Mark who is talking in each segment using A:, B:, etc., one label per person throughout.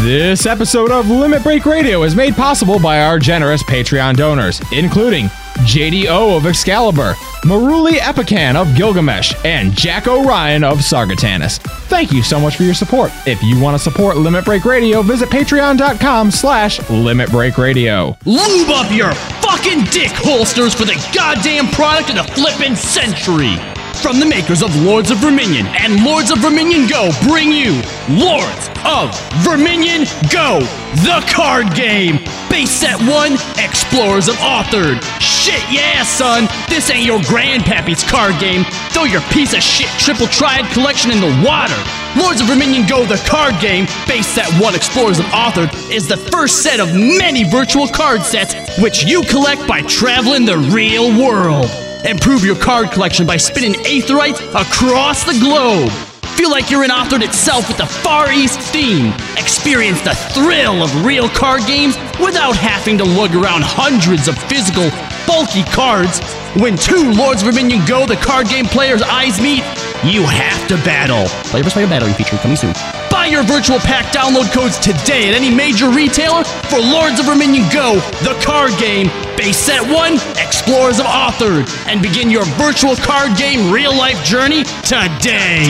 A: This episode of Limit Break Radio is made possible by our generous Patreon donors, including JDO of Excalibur, Maruli Epican of Gilgamesh, and Jack O'Ryan of Sargatanis. Thank you so much for your support. If you want to support Limit Break Radio, visit patreon.com slash Limit Break Radio.
B: Lube up your fucking dick holsters for the goddamn product of the flippin' century! From the makers of Lords of Verminion and Lords of Verminion Go bring you Lords of Verminion Go, the card game! Base set one, Explorers of Authored. Shit yeah, son! This ain't your grandpappy's card game. Throw your piece of shit triple triad collection in the water. Lords of Verminion Go, the card game, base set one Explorers of Authored, is the first set of many virtual card sets which you collect by traveling the real world. Improve your card collection by spinning Aetherites across the globe. Feel like you're in Authored itself with the Far East theme. Experience the thrill of real card games without having to lug around hundreds of physical, bulky cards. When two Lords of Verminion Go, the card game players' eyes meet, you have to battle. Player vs. Player Battle feature coming soon. Buy your virtual pack download codes today at any major retailer for Lords of Verminion Go, the card game, base set one, Explorers of Authored, and begin your virtual card game real life journey today.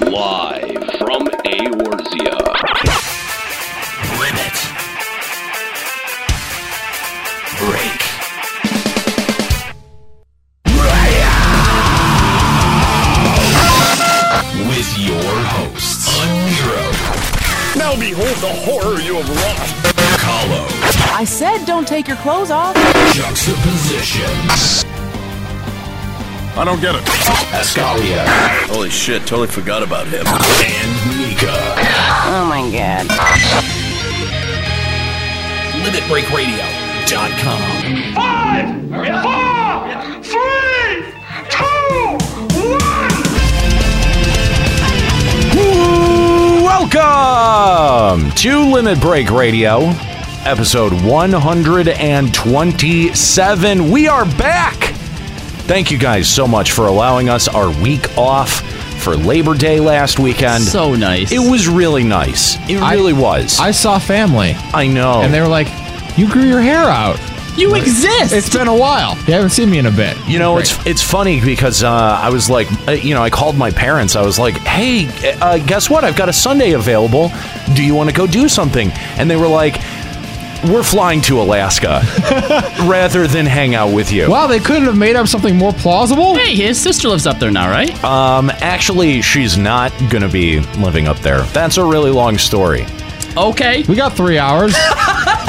C: Live from Aorzia. Limit. Break. With your hosts, Unhero,
D: Now behold the horror you have wrought.
C: Hollow,
E: I said don't take your clothes off.
C: Juxtaposition,
D: I don't get it.
C: Ascalia. Holy shit, totally forgot about him. And Nika.
E: Oh my god.
C: LimitBreakRadio.com.
F: Five, four, three, two, one.
G: Welcome to Limit Break Radio, episode 127. We are back. Thank you guys so much for allowing us our week off for Labor Day last weekend.
B: So nice.
G: it was really nice. It
A: I-
G: really was. I,
A: I saw family,
G: know.
A: and they were like, you grew your hair out.
B: you exist!
A: It's been a while. You haven't seen me in a bit.
G: You know,
A: Great.
G: it's it's funny because uh, I was like, uh, you know, I called my parents. I was like, hey, uh, guess what? I've got a Sunday available. Do you want to go do something? And they were like, we're flying to Alaska rather than hang out with you.
A: Wow, they couldn't have made up something more plausible?
B: Hey, his sister lives up there now, right?
G: Um, actually, she's not gonna be living up there. That's a really long story.
B: okay.
A: We got three hours.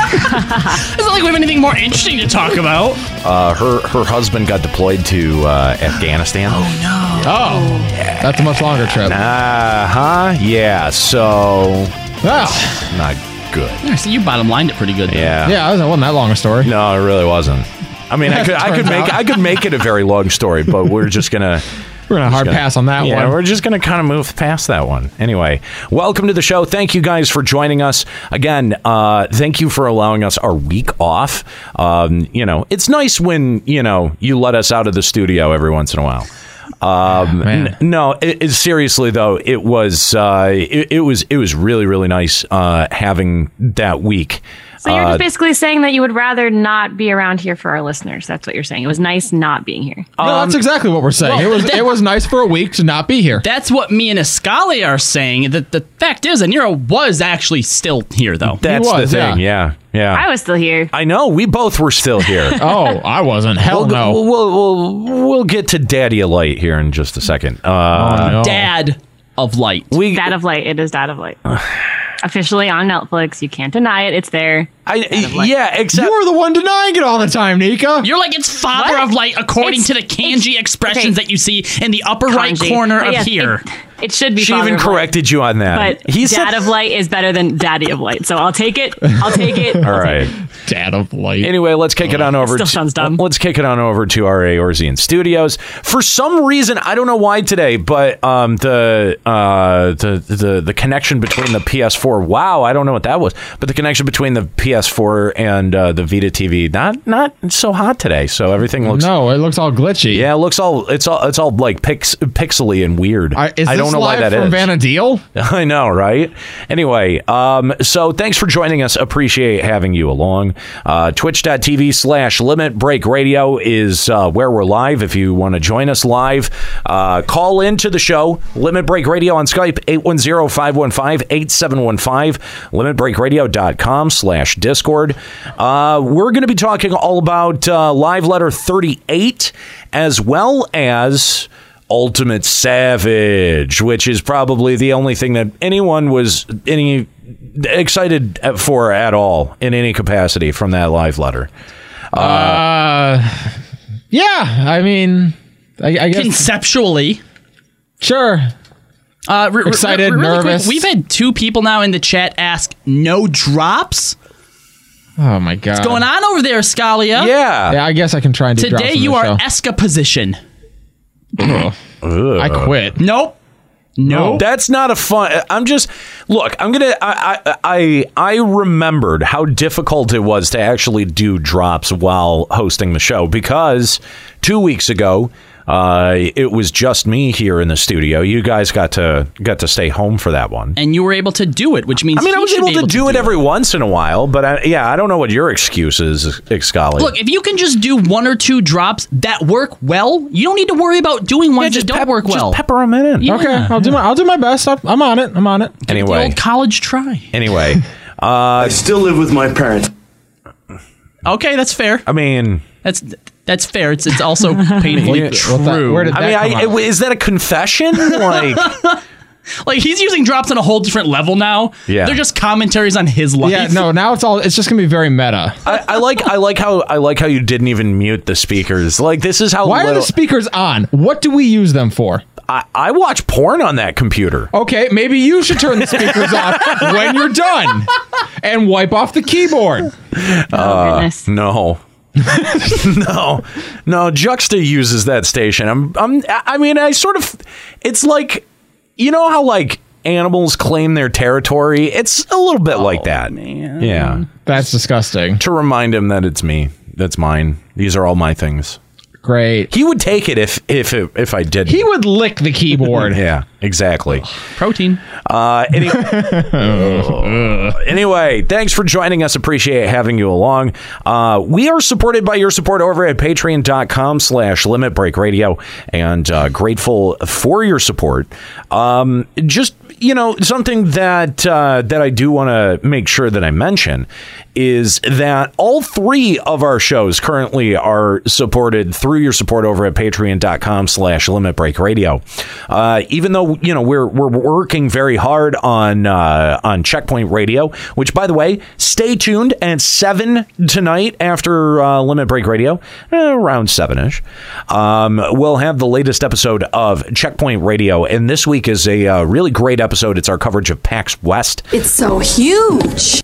B: It's not like we have anything more interesting to talk about.
G: Uh, her her husband got deployed to uh, Afghanistan.
A: Oh, that's a much longer trip.
G: Uh huh. Yeah. So
A: Well,
G: not good.
B: Yeah, so you bottom lined it pretty good. though.
G: Yeah.
A: Ah, yeah, it wasn't, wasn't that long a story.
G: No, it really wasn't. I mean, I could I could
A: Turns
G: make
A: out.
G: I could make it a very long story, but we're just gonna
A: We're gonna hard
G: gonna-
A: pass on that
G: yeah,
A: one.
G: We're just gonna kind of move past that one. Anyway, welcome to the show. Thank you guys for joining us again. Uh, thank you for allowing us our week off. Um, you know, it's nice when you know you let us out of the studio every once in a while. Um,
A: Ah, Man.
G: n- no, it, it- seriously though, it was uh, it, it was it was really really nice uh, having that week.
H: So you're
G: Uh,
H: just basically saying that you would rather not be around here for our listeners. That's what you're saying. It was nice not being here.
A: no, that's exactly what we're saying. it was it was nice for a week to not be here.
B: That's what me and Escali are saying. The, the fact is, Anira was actually still here, though.
G: That's
A: was,
G: the thing. Yeah, yeah.
H: I was still here.
G: I know we both were still here.
A: oh, I wasn't. Hell
G: we'll,
A: no.
G: we'll, we'll, we'll- we'll get to Daddy Light here in just a second. Uh,
A: Oh, no.
B: Dad of Light.
G: Oh. we,
H: Dad of Light. It is Dad of Light. Officially on Netflix. You can't deny it. It's there.
G: I, yeah, except
A: You were the one denying it all the time, Nika.
B: You're like it's father
H: What?
B: of light according
H: It's-
B: to the kanji
H: it's-
B: expressions
H: okay.
B: that you see in the upper right
H: Kanji. Oh,
B: corner
H: But
B: of
H: yes,
B: here.
H: It, It should be.
G: She
H: Father
G: even
H: of Light,
G: corrected you on that.
H: But Dad of Light is better than Daddy of Light, so I'll take it. I'll take it. Oh,
G: All right.
A: Dad of light.
G: Anyway, let's kick it on over.
H: Still
G: to,
H: sounds dumb.
G: Let's kick it on over to our Aorzean Studios. For some reason, I don't know why today, but um, the uh, the the the connection between the PS4. Wow, I don't know what that was, but the connection between the PS4 and uh, the Vita TV not not so hot today. So everything looks.
A: No, it looks all glitchy.
G: Yeah, it looks all it's all it's all like pix, pixely and weird.
A: I, is
G: I don't
A: this
G: know why
A: live
G: that is.
A: from Vanadil?
G: I know, right? Anyway, um, so thanks for joining us. Appreciate having you along. Uh, Twitch.tv slash Limit Break Radio is uh, where we're live. If you want to join us live, uh, call into the show. Limit Break Radio on Skype, 810-515-8715. LimitBreakRadio.com slash Discord. Uh, we're going to be talking all about uh, Live Letter 38 as well as... Ultimate Savage, which is probably the only thing that anyone was any excited for at all in any capacity from that live letter.
A: Uh, yeah. I mean, I, I guess
B: Conceptually,
A: sure.
B: uh, re- re-
A: Excited,
B: re- really quick,
A: nervous.
B: we've had two people now in the chat ask no drops.
A: Oh my god. What's
B: Going on over there, Scalia.
G: Yeah.
A: Yeah, I guess I can try and do
B: Today
A: drops on
B: you
A: the
B: are
A: show.
B: escaposition.
A: I quit.
B: Nope. No.
G: That's not a fun. I'm just look. I'm gonna. I, I I I remembered how difficult it was to actually do drops while hosting the show because two weeks ago uh, it was just me here in the studio. You guys got to got to stay home for that one.
B: and you were able to do it, which means
G: I mean, I
B: he
G: was
B: should
G: able,
B: be
G: to do it every once in a while, but I, yeah, I don't know what your excuse is, Excali.
B: Look, if you can just do one or two drops that work well, you don't need to worry about doing ones that don't work well.
G: Just pepper them in.
B: Yeah.
A: Okay, I'll do my I'll do my best. I'm, I'm on it. I'm on it.
B: The
G: Anyway,
B: old college try.
G: anyway,
I: I still live with my parents.
B: Okay, that's fair.
G: I mean,
B: That's that's fair. It's it's also painfully
A: What the-
B: true.
A: where did that
G: I mean,
A: come
G: I,
A: out?
G: is that a confession? like,
B: like he's using drops on a whole different level now.
G: Yeah.
B: they're just commentaries on his life.
A: Yeah, no. Now it's all. It's just gonna be very meta.
G: I, I like, I like how, I like how you didn't even mute the speakers. Like, this is how.
A: Why are
G: little,
A: the speakers on? What do we use them for?
G: I, I watch porn on that computer.
A: Okay, maybe you should turn the speakers off when you're done and wipe off the keyboard.
H: Oh, goodness.
G: No. no, no. Juxta uses that station. I'm, I'm. I mean, I sort of. It's like, you know how like animals claim their territory. It's a little bit like that. Yeah.
A: That's disgusting.
G: To remind him that it's me. That's mine. These are all my things.
A: Great.
G: He would take it if if it, if I did.
A: He would lick the keyboard.
G: Yeah. Exactly.
B: protein.
G: Uh, any- Uh, anyway, thanks for joining us. Appreciate having you along. Uh, we are supported by your support over at patreon.com slash limit break radio and uh, grateful for your support. Um, just, you know, something that uh, that I do want to make sure that I mention is that all three of our shows currently are supported through your support over at patreon.com slash limit break radio uh, even though you know we're we're working very hard on uh, on checkpoint radio which by the way stay tuned at seven tonight after uh, limit break radio eh, around seven-ish um, we'll have the latest episode of checkpoint radio and this week is a uh, really great episode it's our coverage of pax west
J: It's so huge.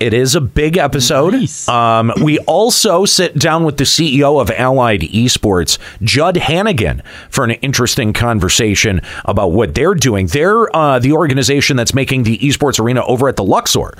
G: it is a big episode. Um, we also sit down with the CEO of Allied Esports, Judd Hannigan, for an interesting conversation about what they're doing. They're uh, the organization that's making the esports arena over at the Luxor,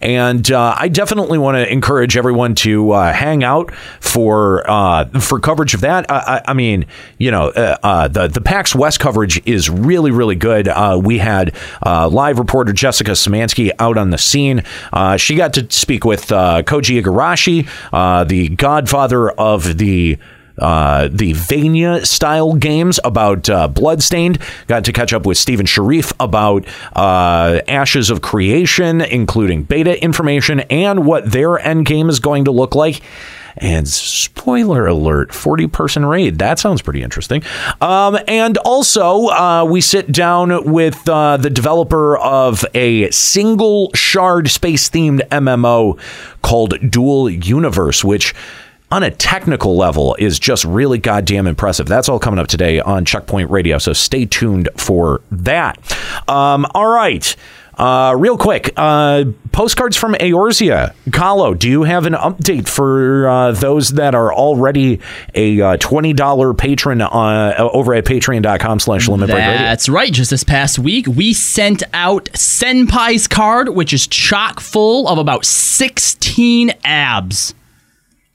G: and uh, I definitely want to encourage everyone to uh, hang out for uh, for coverage of that. I, I, I mean, you know, uh, uh, the the PAX West coverage is really really good. Uh, we had uh, live reporter Jessica Samansky out on the scene. Uh, she got to speak with uh, Koji Igarashi, uh, the godfather of the. Uh, the Vania style games about uh, Bloodstained. Got to catch up with Stephen Sharif about uh, Ashes of Creation, including beta information and what their end game is going to look like. And spoiler alert, 40 person raid. That sounds pretty interesting. Um, and also, uh, we sit down with uh, the developer of a single shard space themed MMO called Dual Universe, which on a technical level is just really goddamn impressive. That's all coming up today on Checkpoint Radio, so stay tuned for that. Um, all right. Uh, real quick, uh, postcards from Eorzea. Kahlo, do you have an update for uh, those that are already a uh, $20 patron uh, over at patreon.com slash limit break radio?
B: That's right. Just this past week, we sent out Senpai's card, which is chock full of about 16 abs.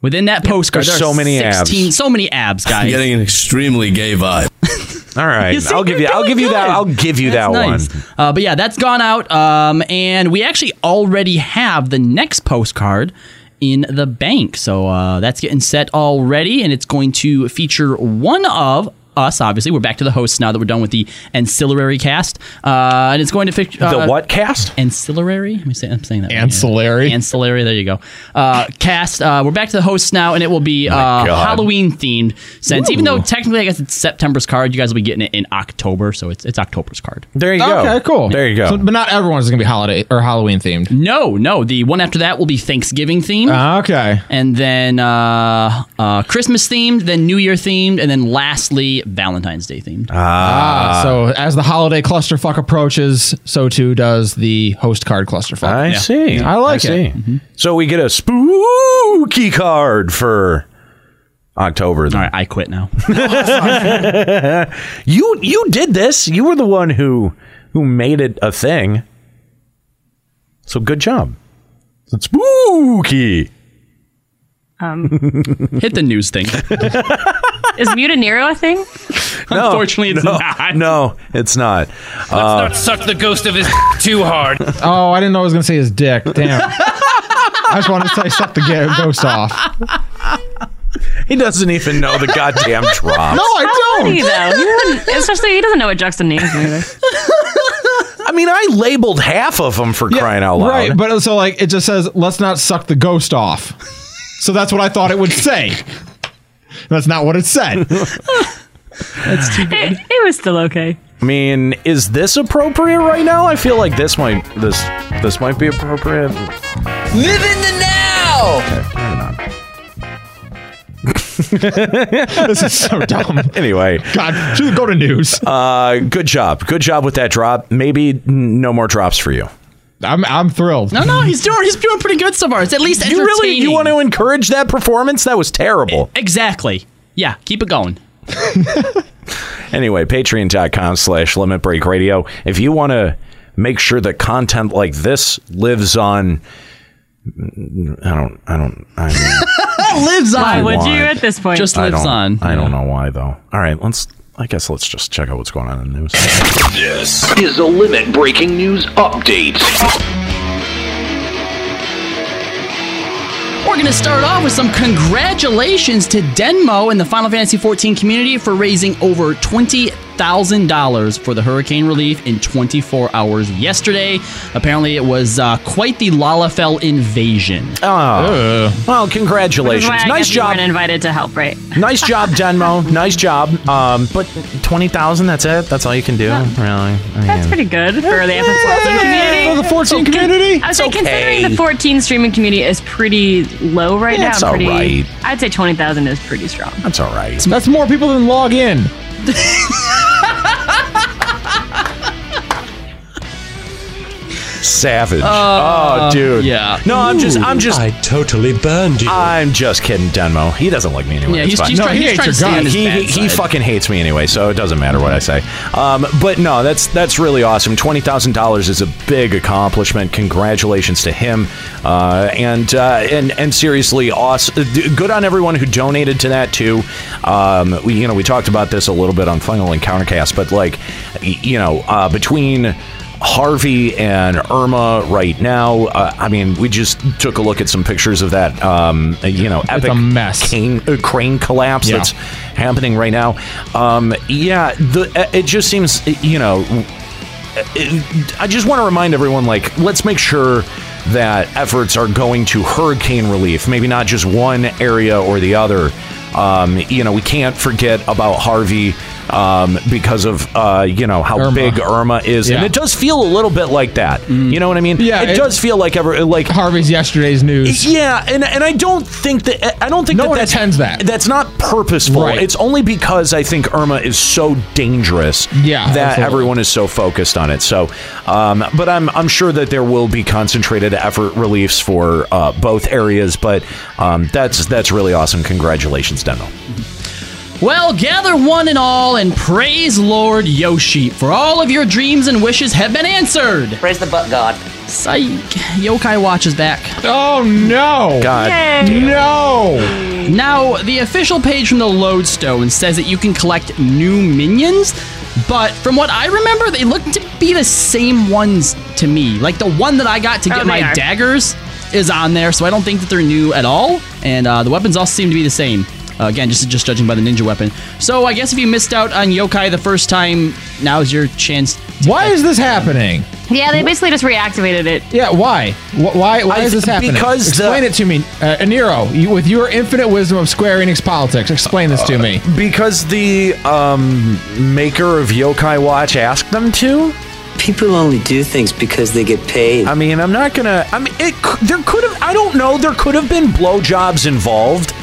B: Within that postcard,
G: there's
B: there are
G: so many abs.
B: 16 So many abs,
I: I'm
B: guys.
I: getting an extremely gay vibe.
G: All right,
B: You see,
G: I'll give you.
B: you're
G: I'll
B: doing
G: give you that.
B: good.
G: I'll give you that
B: Nice.
G: one.
B: Uh, but yeah, that's gone out. Um, and we actually already have the next postcard in the bank. So uh, that's getting set already. And it's going to feature one of us, obviously. We're back to the hosts now that we're done with the ancillary cast. Uh, and it's going to feature. Uh,
G: the what cast?
B: Ancillary? Let me say, I'm saying that. right.
A: Ancillary.
B: Ancillary, there you go. Uh, cast, uh, we're back to the hosts now, and it will be uh,
G: God.
B: Halloween themed. Since even
A: Ooh.
B: though technically, I guess it's September's card, you guys will be getting it in October, so it's it's October's card.
G: There you go.
A: Okay, cool.
G: There you go.
A: So- but not everyone's going to be holiday or Halloween themed.
B: No, no, the one after that will be Thanksgiving themed,
G: Uh-huh. Ah,
A: Okay.
B: and then uh, uh, Christmas themed, then New Year themed, and then lastly Valentine's Day themed.
A: Ah, so as the holiday clusterfuck approaches, so too does the host card clusterfuck.
G: I see.
A: I like
G: see.
A: it.
G: So we get a spooky card for October. then.
B: All right, I quit now.
G: You you did this. You were the one who who made it a thing. So good job. It's spooky.
B: Hit the news thing.
G: Uh,
H: Is Mutanero a thing?
B: Unfortunately, it's
G: no,
B: not.
G: No, it's not.
K: Not suck the ghost of his too hard.
A: Oh, I didn't know I was going to say his dick. Damn. I just wanted to say suck the ga- ghost off.
G: He doesn't even know the goddamn drop.
A: No, I
H: Funny,
A: don't.
H: though. He doesn't- especially, he doesn't know what Juxta names either.
G: I mean, I labeled half of them for crying out loud.
A: Right, but so like it just says, let's not suck the ghost off. So that's what I thought it would say. That's not what it said.
H: It, it was still okay.
G: I mean, is this appropriate right now? I feel like this might this this might be appropriate.
K: Live in the now.
A: this is so dumb.
G: Anyway,
A: God, should go to news.
G: uh, good job, good job with that drop. Maybe no more drops for you.
A: I'm I'm thrilled.
B: No, no, he's doing he's doing pretty good so far. It's at least
G: You really you
B: entertaining.
G: want to encourage that performance? That was terrible.
B: exactly. Yeah, keep it going.
G: Anyway, patreon.com slash limit break radio. If you want to make sure that content like this lives on, I don't, I don't, I mean,
B: lives
H: Why
B: on.
H: would
G: want.
H: you at this point?
B: Just
G: I
B: lives
G: don't,
B: on.
G: I don't know why though. All right, let's. I guess let's just check out what's going on in the news.
I: Yes.
L: is a limit breaking news update.
B: We're going to start off with some congratulations to Denmo and the Final Fantasy XIV community for raising over $20,000 for the hurricane relief in 24 hours yesterday. Apparently, it was uh, quite the Lalafell invasion.
G: Oh. Well,
H: This is
G: congratulations.
H: why I
G: Nice
H: guess you
G: job.
H: weren't invited to help, right?
G: nice job, Denmo. nice job. Um, but 20,000, that's it? That's all you can do? Really?
H: That's pretty good for the episode community.
A: For the 14 community?
H: I was like,
G: okay.
H: considering the 14 streaming community is pretty low right
G: Yeah,
H: now.
G: it's
H: I'm pretty,
G: alright.
H: I'd say 20,000 is pretty strong.
G: That's all right.
A: That's more people than log in.
G: Savage. oh, dude.
B: Uh, yeah.
G: No, I'm just, I'm just,
K: totally burned you.
I: Uh,
G: I'm just kidding, Denmo. He doesn't like me anyway.
B: Yeah,
G: It's
B: he's,
G: fine.
B: he's,
A: No,
B: try-
A: he
B: he's
A: hates
B: trying to
A: your
B: stay on
A: guts.
B: his
G: he,
B: bad
G: he, he
B: side.
G: fucking hates me anyway, so it doesn't matter what I say. Um, but no, that's that's really awesome. Twenty thousand dollars is a big accomplishment. Congratulations to him, uh, and uh, and and seriously, awesome. Good on everyone who donated to that too. Um, we, you know, we talked about this a little bit on Final Encountercast, but like, y- you know, uh, between. Harvey and Irma right now. Uh, I mean, we just took a look at some pictures of that, um, you know, epic
A: a mess.
G: cane- uh, crane collapse
A: Yeah.
G: that's happening right now. Um, yeah, the, uh, it just seems, you know, it- I just want to remind everyone like, let's make sure that efforts are going to hurricane relief, maybe not just one area or the other. Um, you know, we can't forget about Harvey. um, because of uh, you know how big Irma is, and
A: Yeah.
G: it does feel a little bit like that. You know what I mean? Yeah, it, does feel like ever like
A: Harvey's yesterday's news.
G: Yeah, and and I don't think that I don't think
A: no
G: that
A: one
G: that's-
A: attends that.
G: That's not purposeful.
A: Right.
G: It's only because I think Irma is so dangerous
A: Yeah,
G: that
A: absolutely.
G: everyone is so focused on it. So, um, but I'm I'm sure that there will be concentrated effort reliefs for uh, both areas. But um, that's that's really awesome. Congratulations, Demo.
B: Well, gather one and all and praise Lord Yoshi, for all of your dreams and wishes have been answered. Praise the butt god. Psych. Yokai Watch is back.
A: Oh, no.
G: God.
A: Yay. No.
B: Now, the official page from the Lodestone says that you can collect new minions, but from what I remember, they look to be the same ones to me. Like the one that I got to
H: Oh,
B: get
H: they
B: my
H: are.
B: daggers is on there, so I don't think that they're new at all. And uh, the weapons all seem to be the same. Uh, again, just just judging by the ninja weapon. So I guess if you missed out on yokai the first time, now's your chance. To
A: Why is this happening?
H: Yeah, they basically just reactivated it.
A: Yeah, why? Wh- Why? Why
H: I
A: is this
H: th-
A: happening?
H: because the-
A: explain it to me, uh, Nero. You, with your infinite wisdom of Square Enix politics, explain this
G: Uh,
A: to me.
G: Because the um, maker of Yokai Watch asked them to.
M: People only do things because they get paid.
G: I mean, I'm not gonna. I mean, it. c- There could have. I don't know. There could have been blowjobs involved.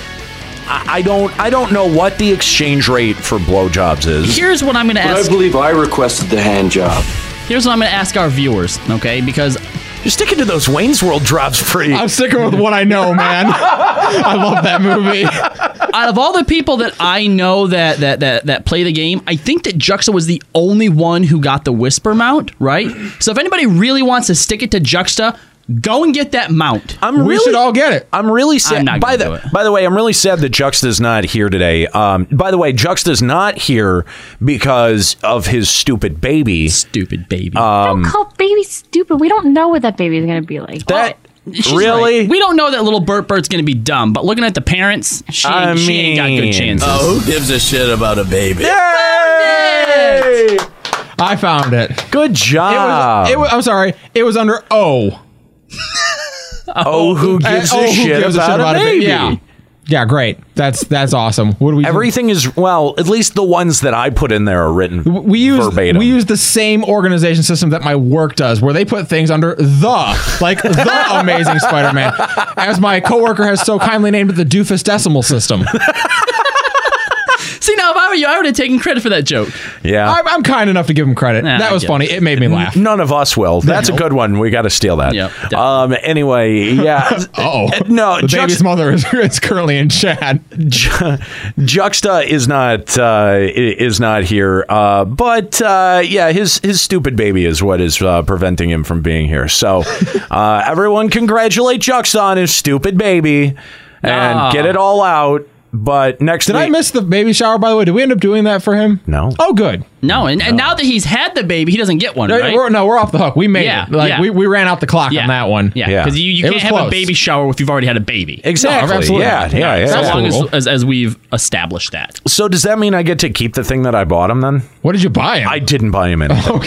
G: I, I don't. I don't know what the exchange rate for blowjobs is.
B: Here's what I'm gonna
G: But I
B: ask.
M: believe I requested the hand job.
B: Here's what I'm gonna ask our viewers, okay? Because
G: you're sticking to those Wayne's World drops pretty.
A: I'm sticking with what I know, man. I love that movie.
B: Out of all the people that I know that that that that play the game, I think that Juxta was the only one who got the Whisper mount, right? So if anybody really wants to stick it to Juxta, go and get that mount.
G: I'm really,
A: get it.
G: I'm really sad.
B: I'm not
G: by
B: gonna
G: the by the way, I'm really sad that Juxta's not here today. Um, by the way, Juxta's not here because of his stupid baby.
B: Stupid baby.
G: Um,
H: Call baby stupid. We don't know what that baby's gonna be like.
G: That
B: She's right. We don't know that little Bert Bert's gonna be dumb, but looking at the parents, she, ain't she ain't got good chances.
C: uh,
I: Oh, who gives a shit about a baby?
A: Yay! I found it.
G: Good
A: job.
G: Ah.
A: It was, I'm sorry. It was under O. Uh,
G: oh, who gives a shit about a baby?
A: Yeah. Yeah, great. That's that's awesome. What do we?
G: Everything is well. At least the ones that I put in there are written
A: we use
G: verbatim.
A: we use the same organization system that my work does, where they put things under the like the Amazing Spider-Man, as my coworker has so kindly named it, the doofus decimal system.
B: See now, if I were you, I would have taken credit for that joke.
G: Yeah,
A: I'm, I'm kind enough to give him credit.
G: Nah,
A: that was
G: yeah.
A: funny. It made me laugh.
G: None of us will. That's a good one. We got to steal that. um. Anyway. Yeah.
A: Oh
G: uh, no,
A: the baby's
G: Jux-
A: mother is, is currently in Chad.
G: Ju- Juxta is not uh, i- is not here, uh, but uh, yeah, his his stupid baby is what is uh, preventing him from being here. So uh, everyone, congratulate Juxta on his stupid baby and
A: Ah.
G: get it all out. But next,
A: Did I
G: week-
A: miss the baby shower? By the way, did we end up doing that for him?
G: No.
A: Oh, good.
B: No, and, and now that he's had the baby, he doesn't get one,
A: No,
B: right?
A: we're, no, we're off the hook. We made
B: Yeah,
A: it. Like
B: yeah.
A: we, we ran out the clock
B: Yeah.
A: on that one.
B: Yeah, because you, you
A: It
B: can't
A: was
B: have a
A: close.
B: baby shower if you've already had a baby.
G: Exactly. absolutely. Yeah, yeah, yeah,
B: So
G: yeah.
B: long as,
G: Cool.
B: as as we've established that.
G: So does that mean I get to keep the thing that I bought him then?
A: What did you buy him?
G: I didn't buy him anything.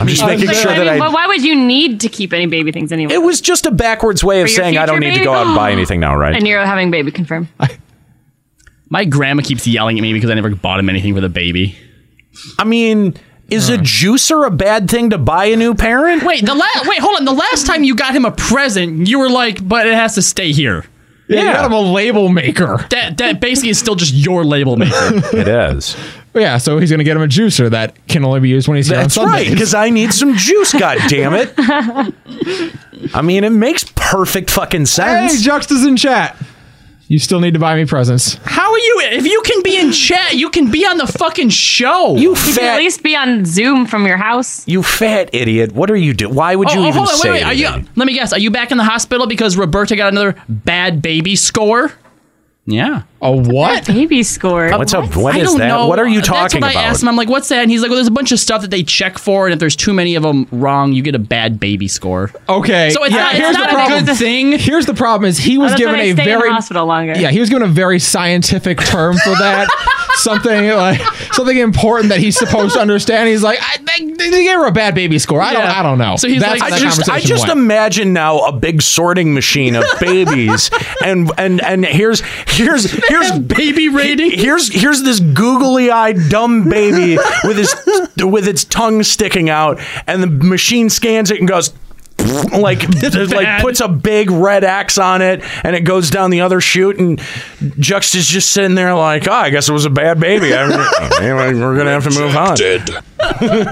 G: I'm just making
H: Like,
G: sure
H: I
G: that
H: mean,
G: I.
H: why- why would you need to keep any baby things anyway?
G: It was just a backwards way of
H: For your
G: saying I don't
H: future
G: need to go out and
H: baby?
G: buy anything now, right?
H: And you're having baby confirmed.
B: My grandma keeps yelling at me because I never bought him anything with a baby.
G: I mean, is
H: Hmm.
G: a juicer a bad thing to buy a new parent?
B: Wait, the la- wait, hold on. The last time you got him a present, you were like, "But it has to stay here."
A: Yeah, you got him a label maker.
B: That that basically is still just your label maker.
G: it is.
A: Yeah, so he's gonna get him a juicer that can only be used when he's here
G: That's
A: on Sundays.
G: right, because I need some juice. God damn it! I mean, it makes perfect fucking
A: Hey,
G: sense.
A: Juxta's in chat. You still need to buy me presents.
B: How are you? If you can be in chat, you can be on the fucking show.
G: You
H: You can at
G: fat,
H: least be on Zoom from your house.
G: you fat idiot! What are you doing? Why would you even
B: Oh, hold on,
G: say?
B: wait, wait, are you,
G: anything?
B: Let me guess. Are you back in the hospital because Roberta got another bad baby score? Yeah.
A: A what?
H: baby score.
G: What's a- what is that? What are you
B: That's
G: talking
B: what I
G: about?
B: asked him. I'm like, what's that? And he's like, well, there's a bunch of stuff that they check for, and if there's too many of them wrong, you get a bad baby score.
A: Okay.
B: So it's
A: yeah,
B: not, it's
A: here's
B: not
A: the
B: a
A: problem.
B: good thing.
A: Here's the problem is he was
H: that's
A: given
H: when I
A: a
H: stay in
A: very
H: the hospital longer.
A: Yeah, he was given a very scientific term for that. something like something important that he's supposed to understand. He's like, I think they they gave her a bad baby score. I don't. I don't know. That's how
G: I
A: that
G: just, I
A: conversation
G: just
A: went.
G: imagine now a big sorting machine of babies, and and and here's here's here's baby rating. Here's here's this googly-eyed dumb baby with his with its tongue sticking out, and the machine scans it and goes. Like, like puts a big red X on it, and it goes down the other chute. And Juxta's just sitting there, like, oh, I guess it was a bad baby. I, anyway, we're gonna have to move on.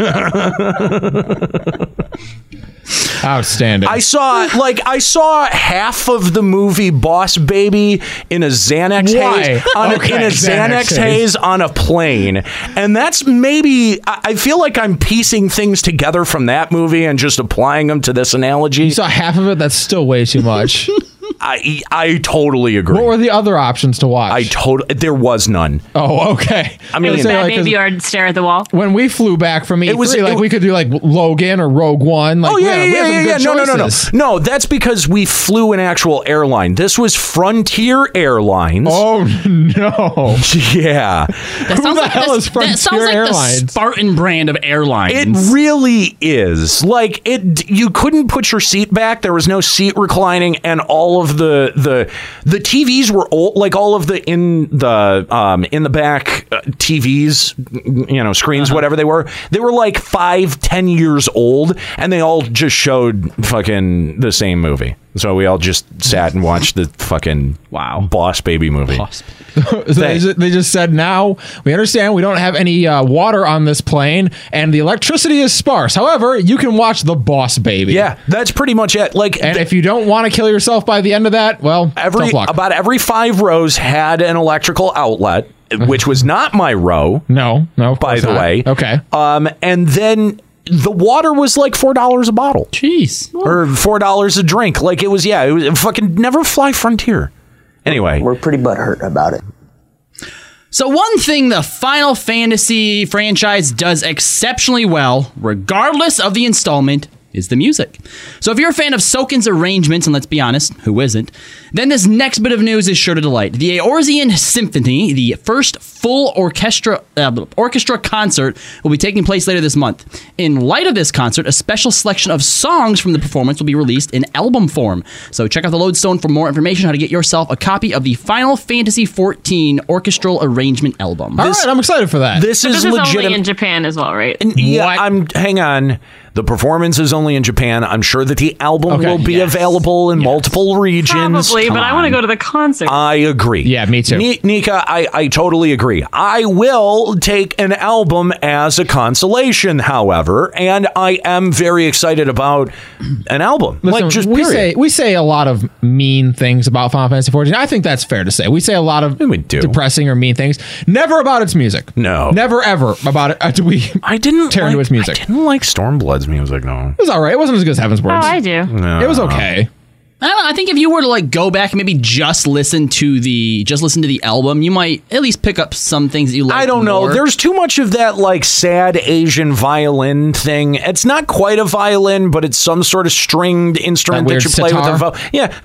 A: Outstanding.
G: I saw like I saw half of the movie Boss Baby in a Xanax
A: Why?
G: haze on a-
A: Okay,
G: in a
A: Xanax
G: Xanax,
A: haze.
G: haze on a plane, and that's maybe I, I feel like I'm piecing things together from that movie and just applying them to this analogy. You
A: saw half of it. That's still way too much.
G: I I totally agree. What
A: were the other options to watch?
G: I totally there was none.
A: Oh, okay.
G: I
H: it
G: mean,
H: was bad baby or stare at the wall.
A: when we flew back from E3,
H: It was- it
A: like
H: was-
A: we could do like Logan or Rogue One. Like,
G: oh
A: we
G: yeah,
A: had- we had
G: yeah,
A: some
G: yeah,
A: good
G: yeah. No, no, no, no,
A: choices.
G: no. That's because we flew an actual airline. This was Frontier Airlines.
A: Oh no!
G: Yeah.
B: That sounds like the- That sounds like the Spartan brand of airlines.
G: It really is. Like it you couldn't put your seat back. There was no seat reclining and all of the the the TVs were old like all of the in the um in the back uh, TVs, you know, screens whatever they were. They were like five, ten years old and they all just showed fucking the same movie. So we all just sat and watched the fucking wow boss baby movie.
A: So they, ju- they just said, now we understand we don't have any uh, water on this plane and the electricity is sparse. However, you can watch The Boss Baby.
G: Yeah, that's pretty much it. Like,
A: and if you don't want to kill yourself by the end of that, well,
G: every
A: tough luck.
G: about every five rows had an electrical outlet,
A: Mm-hmm.
G: which was not my row.
A: No, no.
G: By the
A: not.
G: way,
A: okay.
G: Um, and then the water was like four dollars a bottle.
B: Jeez,
G: or four dollars a drink. Like it was. Yeah, it was fucking never fly frontier. Anyway,
M: we're pretty butthurt about it.
B: So one thing the Final Fantasy franchise does exceptionally well, regardless of the installment, is the music. So if you're a fan of Sokin's arrangements, and let's be honest, who isn't, then this next bit of news is sure to delight. The Eorzean Symphony, the first full orchestra uh, orchestra concert, will be taking place later this month. In light of this concert, a special selection of songs from the performance will be released in album form. So check out the Lodestone for more information on how to get yourself a copy of the Final Fantasy XIV Orchestral Arrangement album.
A: All right, I'm excited for that.
G: This
H: But
G: is
H: this is
G: legitimate.
H: only in Japan as well, right?
G: yeah, I'm. Hang on. The performance is only in Japan. I'm sure that the album
H: Okay.
G: will be available in multiple regions.
H: Probably, but I want to go to the concert.
G: I agree. Yeah, me too. Nika, I, I totally agree. I will take an album as a consolation, however, and I am very excited about an album.
A: Listen,
G: like just
A: we
G: period.
A: say we say a lot of mean things about Final Fantasy XIV. I think that's fair to say. We say a lot of depressing or mean things. Never about its music.
G: No.
A: Never ever about it. Uh, do we?
G: I didn't
A: tear into its music.
G: I didn't like Stormblood's music. No,
A: It was all right. It wasn't as good as Heaven's Words.
H: Oh, do.
G: Hmm.
A: It
G: Uh,
A: was okay.
B: I don't know. I think if you were to like go back and maybe just listen to the just listen to the album, you might at least pick up some things that you like.
G: I don't know. There's too much of that like sad Asian violin thing. It's not quite a violin, but it's some sort of stringed instrument that,
B: weird
G: you play with a
B: sitar?
G: vo- yeah. It's,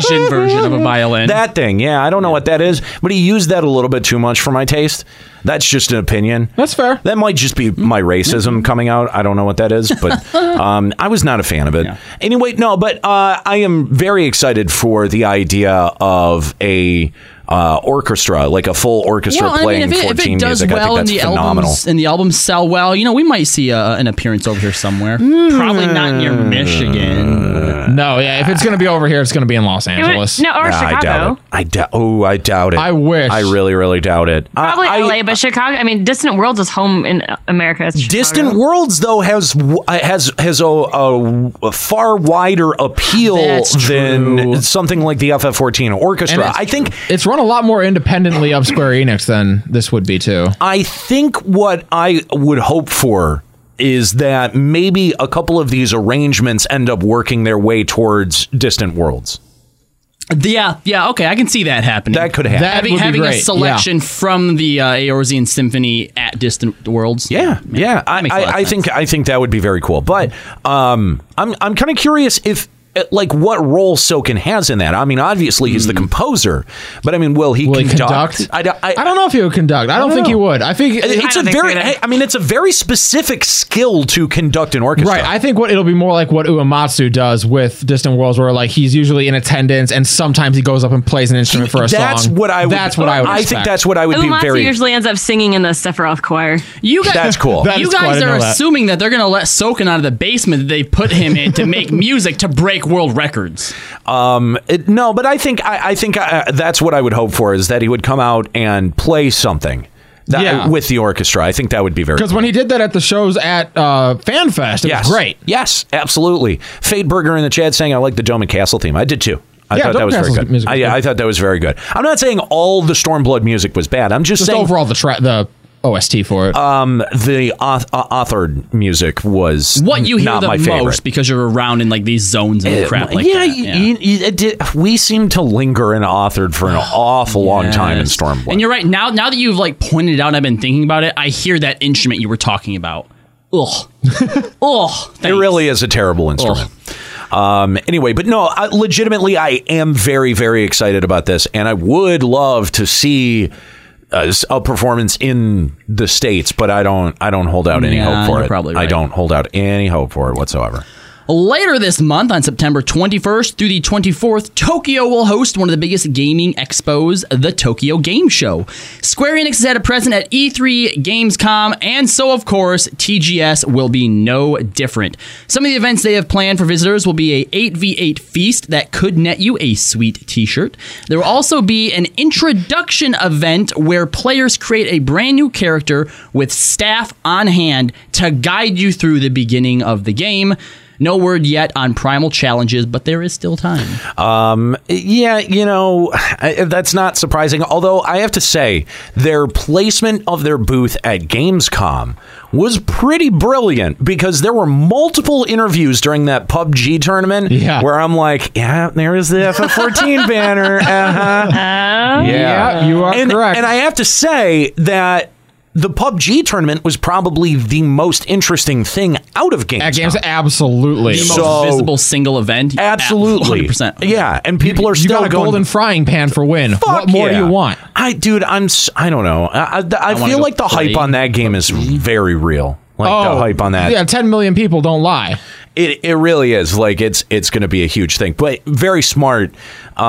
G: the, Asian version of a violin. That thing, yeah. I don't know what that is, but he used that a little bit too much for my taste. That's just an opinion.
A: That's fair.
G: That might just be my racism coming out. I don't know what that is, but um, I was not a fan of it. Anyway, no, but uh, I am very excited for the idea of a uh, orchestra, like a full orchestra
B: Well, I mean,
G: playing
B: if it, if
G: 14
B: it does
G: music.
B: well
G: I
B: and
G: think
B: the
G: that's phenomenal.
B: albums and the albums sell well, you know, we might see uh an appearance over here somewhere. Probably not near Michigan.
A: No, yeah. If it's gonna be over here, it's gonna be in Los Angeles.
G: Nah, I doubt it. I doubt. Oh, I doubt it. I
A: wish.
G: I really, really doubt it. I-
H: Probably LA, but Chicago. I mean, Distant Worlds is home in uh, America. It's Chicago.
A: Oh,
G: Distant Worlds though has w- uh, has has a, a, a far wider appeal than something like the FF14
A: And
G: orchestra.
A: it's-
G: I think
A: it's run a lot more independently of Square Enix than this would be too.
G: I think what I would hope for is that maybe a couple of these arrangements end up working their way towards Distant Worlds.
B: Yeah, yeah, okay, I can see that happening. That
G: could happen. That
B: having
G: would be
B: having a
G: great, yeah.
B: selection from the uh, Eorzean Symphony at Distant Worlds.
G: Yeah, yeah. I,
B: makes a lot of
G: I, I think I think that would be very cool. But um, I'm I'm kind of curious if uh, like what role Sokin has in that. I mean, obviously he's the composer, but I mean, will he
A: Hmm. He conduct?
G: conduct?
A: I, don't know if he would conduct. I don't, think he would. I think
G: it's a very. I I mean, it's a very specific skill to conduct an orchestra.
A: Right. I think what it'll be more like what Uematsu does with Distant Worlds, where like he's usually in attendance and sometimes he goes up and plays an instrument for a
G: that's
A: song.
G: what I would-
A: That's what I would.
G: I think
A: expect.
G: that's what I would be
H: Uematsu
G: very-
H: usually ends up singing in the Sephiroth choir.
B: You guys,
A: That
B: you
A: is cool. I
B: guys
A: didn't
B: are
A: know that.
B: assuming that they're going to let Soken out of the basement that they put him in to make music to break world records.
G: Um, it- no, but I think I, I think I, that's what I would hope for is that he would come out and play something that,
A: Yeah.
G: with the orchestra. I think that would be very.
A: Because when he did that at the shows at uh, FanFest, it
G: yes.
A: was great.
G: Yes, absolutely. Fade Burger in the chat saying I like the Dome and Castle theme. I did too. I
A: Yeah,
G: thought
A: Dome
G: that was
A: Castle's
G: very good.
A: music
G: I, yeah, I thought that was very good. I'm not saying all the Stormblood music was bad. I'm just,
A: Just
G: saying
A: overall, the tra- the OST for it.
G: Um, the auth- uh, authored music was
B: What you hear
G: not
B: the
G: my
B: most
G: favorite.
B: because you're around in like these zones and
G: Uh,
B: crap like
G: yeah,
B: that.
G: you- you- you- it did- we seem to linger in authored for an awful long time in Stormblood.
B: And you're right. Now, now that you've like pointed it out, I've been thinking about it. I hear that instrument you were talking about. Ugh. Ugh.
G: It really is a terrible instrument. Um, anyway, but no, I, legitimately, I am very, very excited about this, and I would love to see uh, s- a performance in the states, but I don't, I don't hold out any
B: Yeah,
G: hope for
B: you're
G: it.
B: probably
G: I
B: right.
G: don't hold out any hope for it whatsoever.
B: Later this month, on September 21st through the 24th, Tokyo will host one of the biggest gaming expos, the Tokyo Game Show. Square Enix is at a present at E3, Gamescom, and so, of course, TGS will be no different. Some of the events they have planned for visitors will be a 8v8 feast that could net you a sweet t-shirt. There will also be an introduction event where players create a brand new character with staff on hand to guide you through the beginning of the game. No word yet on primal challenges, but there is still time.
G: Um, yeah, you know, I, that's not surprising. Although I have to say, their placement of their booth at Gamescom was pretty brilliant because there were multiple interviews during that PUBG tournament where I'm like, yeah, there is the FF14 banner. Uh-huh.
A: Oh, Yeah, you are
G: and,
A: correct.
G: And I have to say that the PUBG tournament was probably the most interesting thing out of Gamescom. At
A: Games, absolutely.
B: The most visible single event.
G: Absolutely.
B: 100%.
G: Yeah, and people are
A: You
G: still
A: got a
G: going,
A: golden frying pan for win. what more do
G: yeah.
A: you want?
G: I dude, I'm s- I don't know. I I, I
A: wanna
G: feel
A: go
G: like the
A: play
G: hype on that game is very real. Like the hype on that.
A: Oh, Yeah, 10 million people don't lie.
G: It it really is. Like it's it's going to be a huge thing. But very smart uh,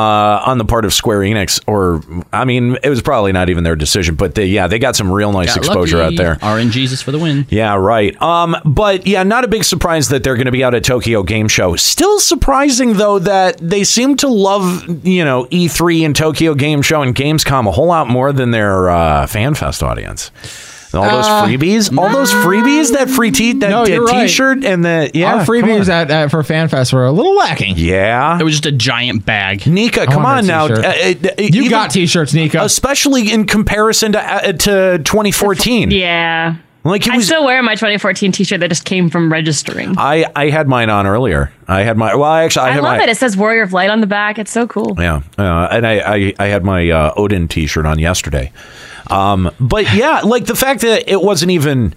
G: on the part of Square Enix or I mean, it was probably not even their decision, but they yeah, they got some real nice
B: Got
G: exposure
B: lucky.
G: out there.
B: RNGesus for the win.
G: Yeah, right. Um, but yeah, not a big surprise that they're going to be out at Tokyo Game Show. Still surprising though that they seem to love you know E3 and Tokyo Game Show and Gamescom a whole lot more than their uh, FanFest audience. All those
A: Uh,
G: freebies, all those freebies, that free t that,
A: No,
G: that
A: you're right.
G: T-shirt and the
A: Our
G: yeah come
A: freebies
G: on.
A: at, at for FanFest were a little lacking.
G: Yeah,
B: It was just a giant bag.
G: Nika, come
A: want
G: on
A: a
G: now. Uh,
A: t-shirt. You got t-shirts, Nika,
G: especially in comparison to uh, to 2014.
H: Yeah.
G: Like
H: I still wear my 2014 T-shirt that just came from registering.
G: I, I had mine on earlier. I had my well, I actually I,
H: I,
G: had
H: love
G: my,
H: it. It says Warrior of Light on the back. It's so cool.
G: Yeah, uh, and I, I I had my uh, Odin T-shirt on yesterday, um, but yeah, like the fact that it wasn't even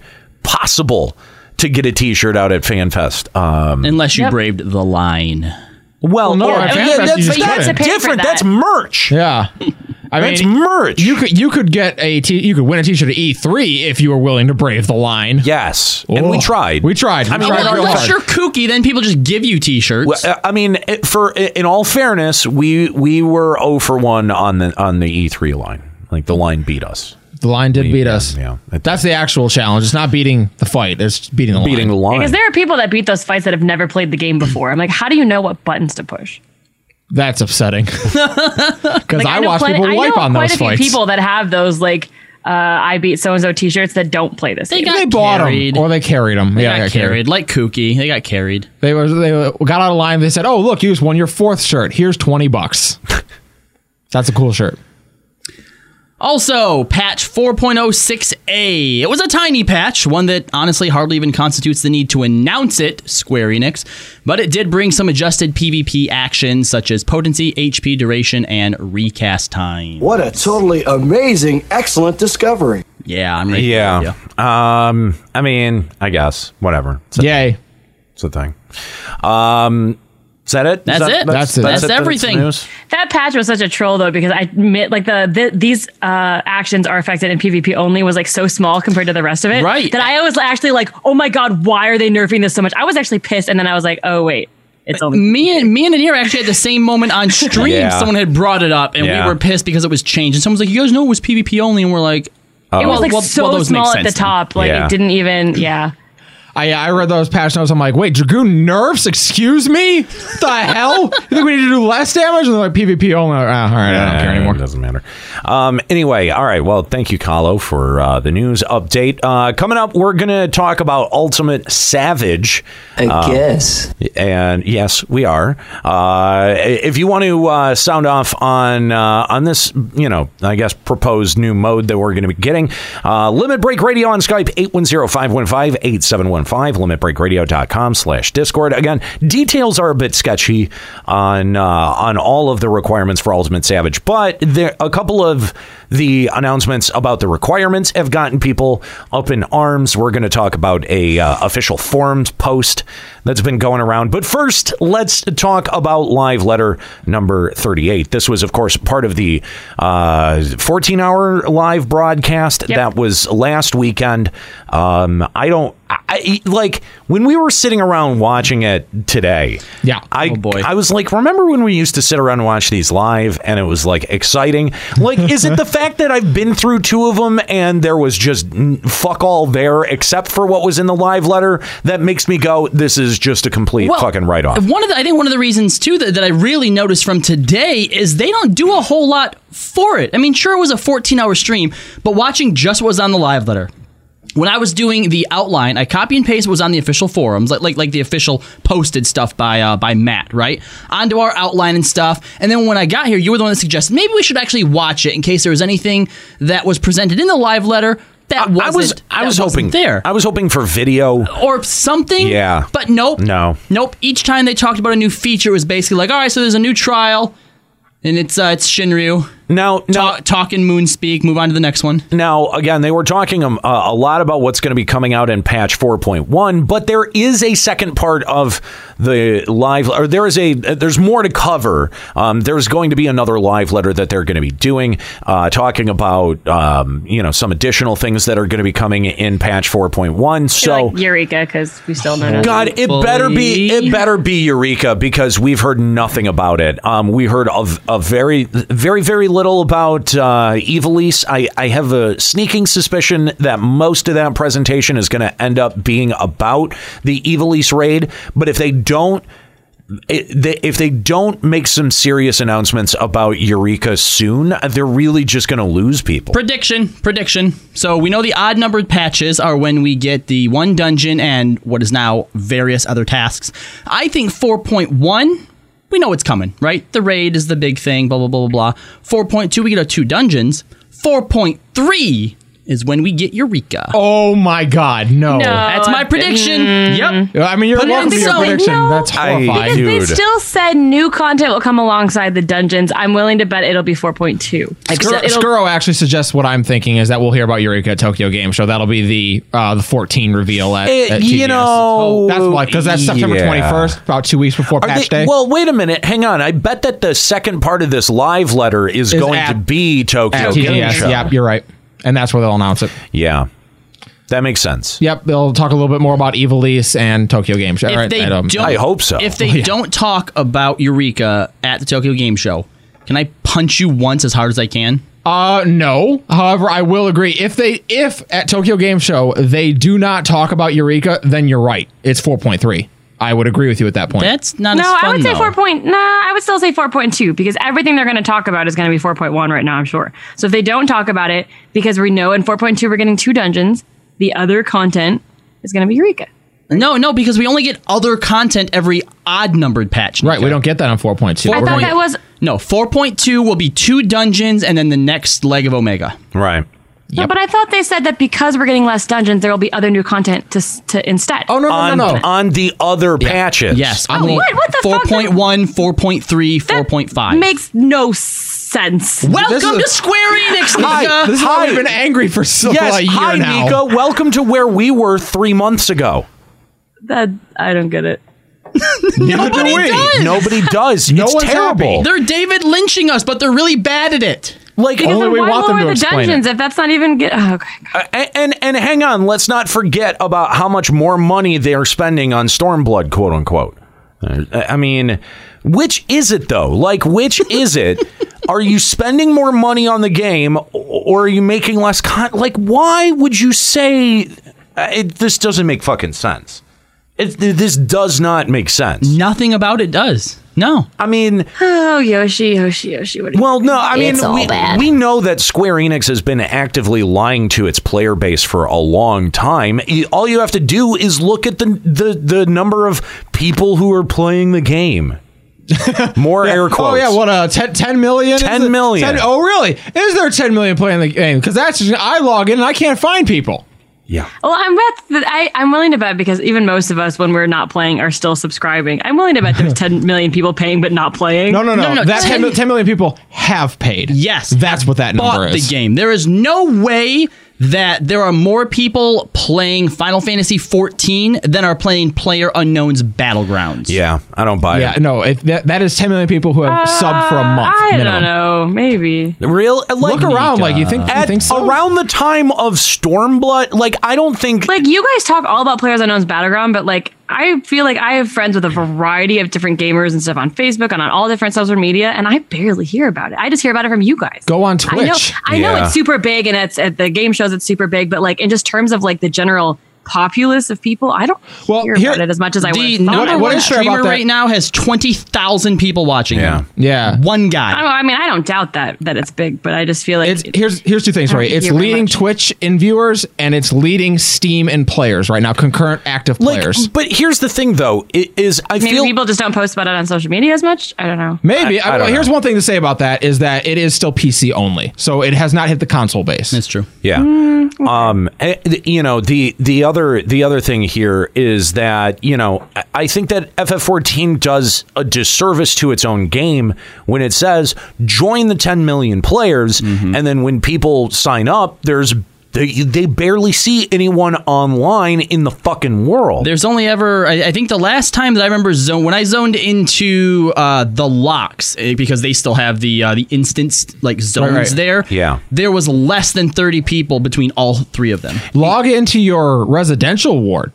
G: possible to get a T-shirt out at FanFest, um,
B: Unless you braved the line.
G: Well,
A: no,
G: or-
A: at
G: yeah,
A: FanFest,
G: that's,
A: you just
G: that's
A: couldn't.
G: different. That's merch.
A: Yeah. I
G: That's merch.
A: You could you could get a t you could win a t-shirt at E3 if you were willing to brave the line.
G: Yes. And we tried.
A: Oh, We tried.
G: I
A: We
G: mean,
A: tried
G: well,
A: real
G: unless
A: hard.
B: You're kooky, then people just give you T-shirts.
G: Well, uh, I mean, it- for in all fairness, we we were 0 for one on the on the E3 line. Like the line beat us.
A: The line did beat us.
G: Yeah.
A: That's the actual challenge. It's not beating the fight. It's beating the
G: Beating the line.
H: Because there are people that beat those fights that have never played the game before. I'm like, how do you know what buttons to push?
A: That's upsetting. Because
H: Like,
A: I,
H: know
A: watch
H: plenty-
A: people
H: I
A: wipe
H: know
A: on
H: quite
A: those
H: a few
A: fights.
H: people that have those like uh, I beat so and so T-shirts that don't play this. They game.
A: they bought them or they carried them.
B: They
A: yeah,
B: got
A: they got carried.
B: carried like kooky. They got carried.
A: They were they were- got out of line. They said, "Oh, look, you just won your fourth shirt. Here's twenty bucks. That's a cool shirt."
B: Also, patch 4.06a. It was a tiny patch, one that honestly hardly even constitutes the need to announce it, Square Enix, but it did bring some adjusted PvP action such as potency, HP duration, and recast time.
N: What a totally amazing, excellent discovery.
B: Yeah, I'm ready.
G: Yeah. Um, I mean, I guess whatever. It's a
A: Yay.
G: It's a thing. Um, is that it? Is
B: That's
G: that-
B: it. That's, everything.
G: news?
H: That patch was such a troll though because I admit like the, the these uh, actions are affected in PvP only was like so small compared to the rest of it.
B: Right.
H: That I was actually like, oh my god, why are they nerfing this so much? I was actually pissed, and then I was like, oh wait, it's only
B: me and me and Anir actually had the same moment on stream.
H: Yeah.
B: Someone had brought it up, and
H: Yeah.
B: we were pissed because it was changed. And someone was like, "You guys know it was PvP only," and we're like,
H: it
G: Oh.
H: was like so
B: those make
H: small at the
B: sense then."
H: top, like it didn't even yeah.
A: I, I read those patch notes. I'm like, wait, Dragoon nerfs? Excuse me? What the hell? You think we need to do less damage? And they're like, PvP only. Ah, all right, I don't care anymore.
G: Uh, It doesn't matter. Um, anyway, all right. Well, thank you, Kahlo, for uh, the news update. Uh, coming up, we're going to talk about Ultimate Savage. I
M: guess.
G: And yes, we are. Uh, if you want to uh, sound off on uh, on this, you know, I guess proposed new mode that we're going to be getting, uh, Limit Break Radio on Skype, 810-515-8715, limitbreakradio.com slash Discord. Again, details are a bit sketchy on uh, on all of the requirements for Ultimate Savage, but there a couple of the announcements about the requirements have gotten people up in arms. We're going to talk about a uh, official forums post that's been going around. But first, let's talk about live letter number 38. This was, of course, part of the uh, 14 hour live broadcast that was last weekend. Um, I don't. I, like when we were sitting around watching it today. Yeah, I I was like, remember when we used to sit around and watch these live, and it was like exciting. Like, is it the fact that I've been through two of them, and there was just n- fuck all there except for what was in the live letter that makes me go, this is just a complete
B: Well,
G: fucking write off.
B: One of the, I think one of the reasons too that, that I really noticed from today is they don't do a whole lot for it. I mean, sure it was a 14 hour stream, but watching just what was on the live letter. When I was doing the outline, I copy and paste what was on the official forums, like like, like the official posted stuff by uh, by Matt, right? Onto our outline and stuff. And then when I got here, you were the one that suggested maybe we should actually watch it in case there was anything that was presented in the live letter that wasn't.
G: I was I
B: that
G: was
B: wasn't
G: hoping
B: there
G: I was hoping for video.
B: or something.
G: Yeah.
B: But nope.
G: No.
B: Nope. Each time they talked about a new feature, it was basically like, all right, so there's a new trial, and it's uh, it's Shinryu.
G: Now,
B: talk, talk in moon speak. Move on to the next one.
G: Now, again, they were talking um, uh, a lot about what's going to be coming out in patch 4.1, but there is a second part of the live, or there is a, uh, there's more to cover. Um, there's going to be another live letter that they're going to be doing, uh, talking about, um, you know, some additional things that are going to be coming in patch 4.1. So,
H: like Eureka because we still don't know.
G: God, it better be it better be Eureka because we've heard nothing about it. Um, we heard of a very very very little about uh, Evilise. I I have a sneaking suspicion that most of that presentation is going to end up being about the Evilise raid. But if they don't. It, they, if they don't make some serious announcements about Eureka soon, they're really just going to lose people.
B: Prediction, prediction. So we know the odd numbered patches are when we get the one dungeon and what is now various other tasks. I think 4.1, we know it's coming, right? The raid is the big thing, blah, blah, blah, blah, blah. 4.2, we get our two dungeons. 4.3 is when we get Eureka.
A: Oh my God, no.
B: No, That's my prediction.
A: Mm.
B: Yep.
A: I mean, you're
B: Put it
A: welcome
B: in
A: to your
B: something.
A: prediction.
B: No.
A: That's
G: I-
A: horrifying.
G: Because they
H: They still said new content will come alongside the dungeons. I'm willing to bet it'll be 4.2.
A: Skuro,
H: It'll-
A: Skuro actually suggests what I'm thinking is that we'll hear about Eureka at Tokyo Game Show. That'll be the uh, the 14 reveal at,
G: Eh,
A: at
G: you
A: TGS.
G: know,
A: Oh, that's like because that's September
G: yeah.
A: 21st, about two weeks before
G: Are
A: patch
G: they-
A: day.
G: Well, wait a minute. Hang on. I bet that the second part of this live letter is,
A: Is
G: going
A: at-
G: to be Tokyo
A: at
G: Game
A: TGS.
G: Show.
A: Yep, you're right, and that's where they'll announce it.
G: Yeah. That makes sense.
A: Yep, they'll talk a little bit more about Evilise and Tokyo Game Show.
B: If
A: right,
B: they
A: and, um,
B: don't, If
H: Oh,
B: they don't talk about Eureka at the Tokyo Game Show, can I punch you once as hard as I can?
A: Uh, no. However, I will agree if they if at Tokyo Game Show they do not talk about Eureka, then you're right. It's 4.3. I would agree with you at that point.
B: That's
H: no, I would say four point. Nah, I would still say four point two because everything they're going to talk about is going to be four point one right now. I'm sure. So if they don't talk about it, because we know in four point two we're getting two dungeons, the other content is going to be Eureka.
B: No, no, because we only get other content every odd numbered patch.
A: Right, we don't get that on 4.2.
H: I thought that was
B: No, 4.2 will be two dungeons and then the next leg of Omega.
G: Right.
H: no, but I thought they said that because we're getting less dungeons, there will be other new content to s- to instead. Oh
G: on, on the other patches.
B: Yes.
H: Oh, what? What the fuck?
B: 4.1, 4.3, 4.5.
H: Makes no sense.
B: Welcome to Square Enix, Nika.
G: Hi,
A: This is why
G: hi.
A: we've been angry for so
G: yes,
A: a year
G: hi,
A: now.
G: Nika. Welcome to where we were three months ago.
H: That I don't get it.
G: Nobody does. Nobody does.
B: No
G: it's
B: one's
G: terrible.
B: They're David lynching us, but they're really bad at it.
G: Like
H: Because then why lower the dungeons if that's not even get? Oh, okay.
G: Uh, And, and and hang on, let's not forget about how much more money they are spending on Stormblood, quote unquote. Uh, I mean, which is it though? Like, which is it? are you spending more money on the game, or are you making less? Con- like, why would you say uh, it, this doesn't make fucking sense? It, this does not make sense.
B: Nothing about it does. No.
G: I mean,
H: Oh Yoshi, Yoshi, Yoshi. What are you
G: well, no, I mean,
H: It's all
G: we,
H: bad.
G: we know that Square Enix has been actively lying to its player base for a long time. Y- All you have to do is look at the the, the number of people who are playing the game. More air
A: Oh
G: quotes.
A: yeah, what uh, 10, 10 million?
G: 10
A: Is it-
G: million.
A: 10 oh really? Is there ten million playing the game? Because that's just, I log in and I can't find people.
G: Yeah.
H: Well, I'm bet that I, I'm willing to bet because even most of us, when we're not playing, are still subscribing. I'm willing to bet there's 10 million people paying but not playing.
A: No, no, no. that 10 mi- 10 million people have paid.
B: Yes.
A: That's what that number
B: bought the
A: is.
B: game. There is no way that there are more people playing Final Fantasy 14 than are playing Player Unknown's Battlegrounds.
G: Yeah, I don't buy
A: Yeah, no, if that, that is 10 million people who have subbed for a month.
H: Uh, I
A: minimum.
H: don't know. Maybe.
G: Real like,
A: Look around, like, you think- you
G: at-
A: think so?
G: around the time of Stormblood, like I don't think
H: Like you guys talk all about Players Unknown's Battleground, but like I feel like I have friends with a variety of different gamers and stuff on Facebook and on all different social media, and I barely hear about it. I just hear about it from you guys.
A: Go on
H: I know,
A: Twitch.
H: I know
A: Yeah.
H: it's super big, and it's at the game shows it's super big, but like in just terms of like the general populace of people, I don't well, hear about it as much as I
B: The
H: would.
B: number one streamer right now has 20,000 people watching yeah. him.
A: Yeah.
B: One
H: I,
B: guy.
H: don't, know, Oh, I mean, I don't doubt that that it's big, but I just feel like it's,
A: here's here's two things, right? It's leading Twitch in viewers and it's leading Steam in players right now, concurrent active players.
G: But here's the thing, though, i- is I
H: Maybe
G: feel
H: people just don't post about it on social media as much. I don't know.
A: Maybe.
H: I- I
A: I,
H: don't know.
A: here's one thing to say about that is that it is still PC only, so it has not hit the console base. That's
B: true.
G: Yeah.
A: Mm,
G: Um. eh, th- You know the the other the other thing here is that you know I- I think that FF14 does a disservice to its own game when it says join the 10 million players,
A: Mm-hmm.
G: and then when people sign up, there's they, they barely see anyone online in the fucking world.
B: There's only ever, I, I think the last time that I remember zone when I zoned into uh, the locks eh, because they still have the uh, the instance like zones
A: right.
B: there.
G: Yeah.
B: There was less than 30 people between all three of them.
A: Log into your residential ward.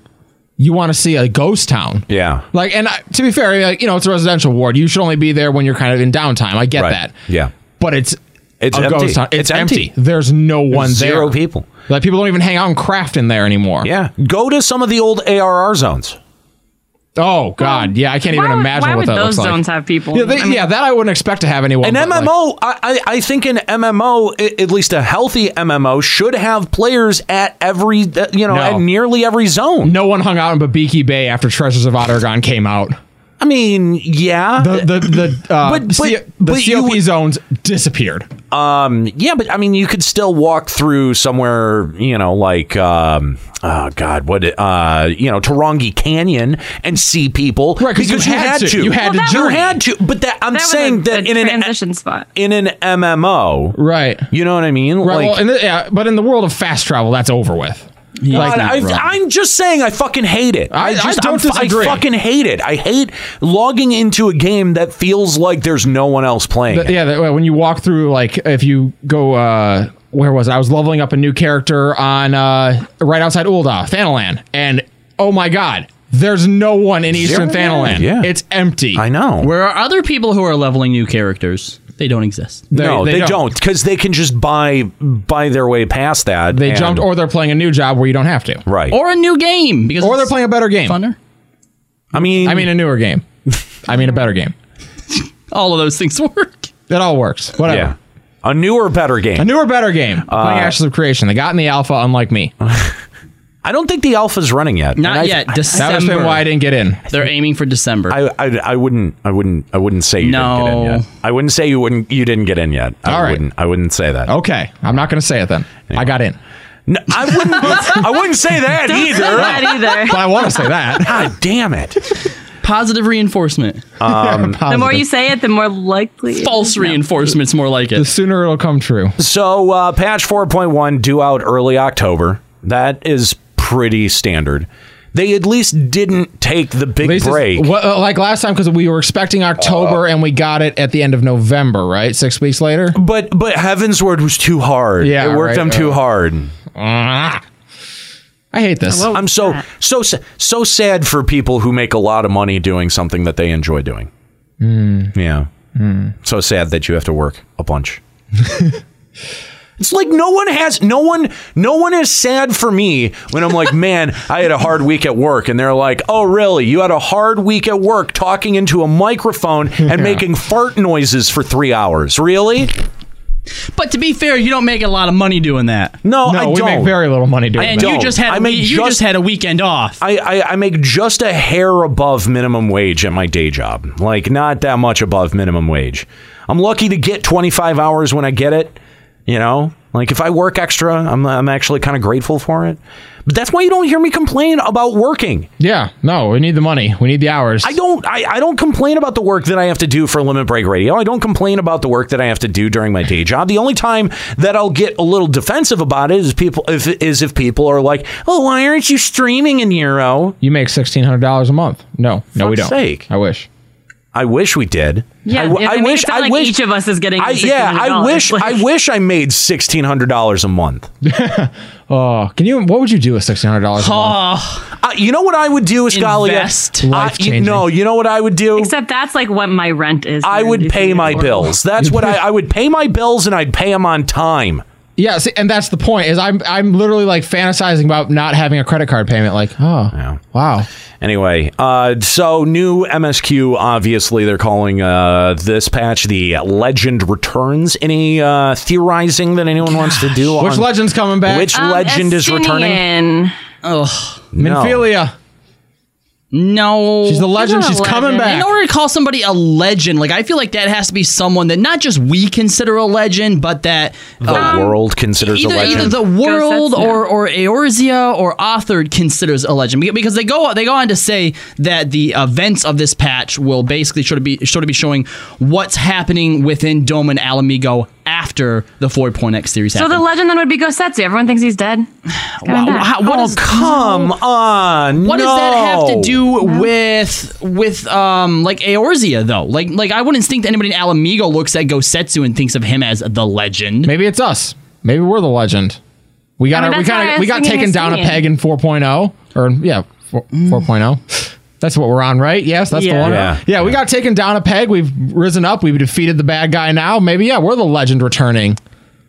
A: You want to see a ghost town.
G: Yeah.
A: Like, and I, to be fair, like, you know, it's a residential ward. You should only be there when you're kind of in downtime. I get that.
G: Yeah.
A: But it's
G: It's
A: a
G: empty.
A: ghost town. It's,
G: It's
A: empty.
G: empty.
A: There's no one there.
G: zero people.
A: Like people don't even hang out and craft in there anymore.
G: Yeah. Go to some of the old ARR zones.
A: Oh God, yeah, I can't
G: Why
A: even
G: would-
A: imagine
G: why
A: what
G: would
A: that
G: those
A: looks like.
G: zones have people?
A: Yeah, they-
G: I mean-
A: yeah, that I wouldn't expect to have anyone.
G: An
A: but, like,
G: MMO, I, I I think an MMO, i- at least a healthy MMO, should have players at every, you know, at nearly every zone.
A: No one hung out in Babiki Bay after Treasures of Ottergon came out.
G: I mean, yeah.
A: The the the uh,
G: But- but-
A: C- the
G: but you
A: COP zones disappeared.
G: Um, yeah, but I mean, you could still walk through somewhere, you know, like, um, oh God, what, uh, you know, Tarongi Canyon and see people. Right,
A: 'cause you had to. You had Well, to that
G: You
A: was-
G: had to. But that, I'm
H: that was
G: saying
H: a-
G: that
H: a
G: in an
H: transition spot.
G: in an MMO,
A: right?
G: You know what I mean?
A: Right.
G: Like,
A: well, in the, yeah, but in the world of fast travel, that's over with.
G: God, I, am just saying, I fucking hate it.
A: I- I
G: just,
A: don't
G: I'm fu-
A: disagree.
G: I fucking hate it. I hate logging into a game that feels like there's no one else playing.
A: But,
G: it.
A: yeah, that, when you walk through, like if you go, uh, where was I? I was leveling up a new character on uh, right outside Ulda, Thanalan, and oh my god, there's no one in Eastern Thanalan.
B: Yeah.
A: It's empty.
G: I know.
B: Where are other people who are leveling new characters? They don't exist.
G: no, they, don't because they can just buy buy their way past that.
A: They
G: and-
A: jumped, or they're playing a new job where you don't have to.
G: Right.
B: Or a new game because
A: Or they're playing a better game.
B: Funner.
G: I mean,
A: I mean a newer game. I mean a better game.
B: All of those things work.
A: It all works. Whatever.
G: Yeah. A newer, better game.
A: A newer, better game.
G: Uh,
A: playing Ashes of Creation. They got in the alpha, unlike me.
G: I don't think the alpha's running yet.
B: Not
G: And I-
B: yet.
G: I-
B: December.
A: That was why I didn't get in.
B: They're aiming for December.
G: I, I, I wouldn't I wouldn't I wouldn't say you didn't get in
B: No.
G: yet. I wouldn't say you wouldn't you didn't get in yet. I
A: All right. Oh.
G: wouldn't I wouldn't say that.
A: Okay, I'm not going to say it then. I got in.
G: No, I wouldn't I wouldn't say that
B: Don't say
G: either.
B: that either.
A: But I want to say that.
G: God damn it.
B: Positive reinforcement.
G: Um,
H: The more you say it, the more likely.
B: False reinforcement's more like it.
A: The sooner it'll come true.
G: So uh, patch 4.1 due out early October. That is pretty standard. They at least didn't take the big
A: This is-
G: break. Uh.
A: what- uh, like last time, because we were expecting October and we got it at the end of November, right? Six weeks later.
G: But but Heaven's Word was too hard.
A: Yeah,
G: it worked
A: right,
G: them too
A: uh,
G: hard.
A: Ah. I hate this.
G: I'm so so sa- so sad for people who make a lot of money doing something that they enjoy doing. Yeah. So sad that you have to work a bunch. It's like no one has no one no one is sad for me when I'm like, man, I had a hard week at work, and they're like, oh really? You had a hard week at work talking into a microphone and
B: Yeah.
G: making fart noises for three hours. Really?
B: But to be fair, you don't make a lot of money doing that.
G: No, I don't.
A: little money
B: And you just had a week- you just had a weekend off.
G: I, I I make just a hair above minimum wage at my day job. Like not that much above minimum wage. I'm lucky to get 25 hours when I get it. You know, like if I work extra, I'm I'm actually kind of grateful for it. But that's why you don't hear me complain about working.
A: Yeah, no, we need the money. We need the hours.
G: I don't I, I don't complain about the work that I have to do for Limit Break Radio. I don't complain about the work that I have to do during my day job. The only time that I'll get a little defensive about it is people if is if people are like, "Oh, why aren't you streaming in euro?"
A: You make sixteen hundred dollars a month. No, no, we
G: Fuck's
A: don't.
G: sake.
A: I wish.
G: I wish we did. I,
H: Yeah, if
G: w-
H: they
G: I
H: make it
G: wish.
H: sound
G: I
H: like
G: wish
H: each of us is getting.
G: I, yeah, I
H: $1,600.
G: wish. I wish I made sixteen hundred dollars a month.
A: Oh, can you? What would you do with sixteen hundred dollars a month?
G: Uh, you know what I would do, Scalia?
A: Invest.
G: Uh,
A: Life-changing.
G: you- no, you know what I would do.
H: Except that's like what my rent is.
G: I would pay my bills. That's what I, I would pay my bills, and I'd pay them on time.
A: Yeah, see, and that's the point. Is I'm I'm literally like fantasizing about not having a credit card payment. Like, oh, wow.
G: Anyway, uh, so new MSQ. Obviously, they're calling uh, this patch the Legend Returns. Any uh, theorizing that anyone wants to do?
A: Which
G: on-
A: legend's coming back?
G: Which
H: Um,
G: legend is returning?
B: Ugh.
G: No.
A: Minfilia.
B: No.
A: She's the legend. She's,
B: not a
A: coming
B: legend.
A: back.
B: In order to call somebody a legend, like I feel like that has to be someone that not just we consider a legend, but that
G: The
B: um,
G: world considers
B: either,
G: a legend.
B: either the world or or Eorzea or authored considers a legend Beca- because they go they go on to say that the events of this patch will basically sort of be sort of be showing what's happening within Dome and Alamigo after the 4.x series.
H: So the
B: happened.
H: legend then would be Gosetsu. Everyone thinks he's dead. It's kinda
B: Wow,
H: bad.
B: how- what is-
G: Come on.
B: What does that have to
G: no.
B: do with with um like Eorzea though? Like like I wouldn't think that anybody in Alamigo looks at Gosetsu and thinks of him as the legend.
A: Maybe it's us. Maybe we're the legend. We got
B: I mean,
A: our- we
B: that's what
A: got
B: I
A: we
B: was
A: got
B: thinking
A: taken
B: of Mm.
A: down a
H: seeing.
A: peg in 4.0 oh, or yeah, 4, 4.0. oh. That's what we're on, right? Yes, that's the
H: Yeah.
A: one.
H: Yeah.
A: yeah, we got taken down a peg. We've risen up. We've defeated the bad guy now. Maybe yeah, we're the legend returning.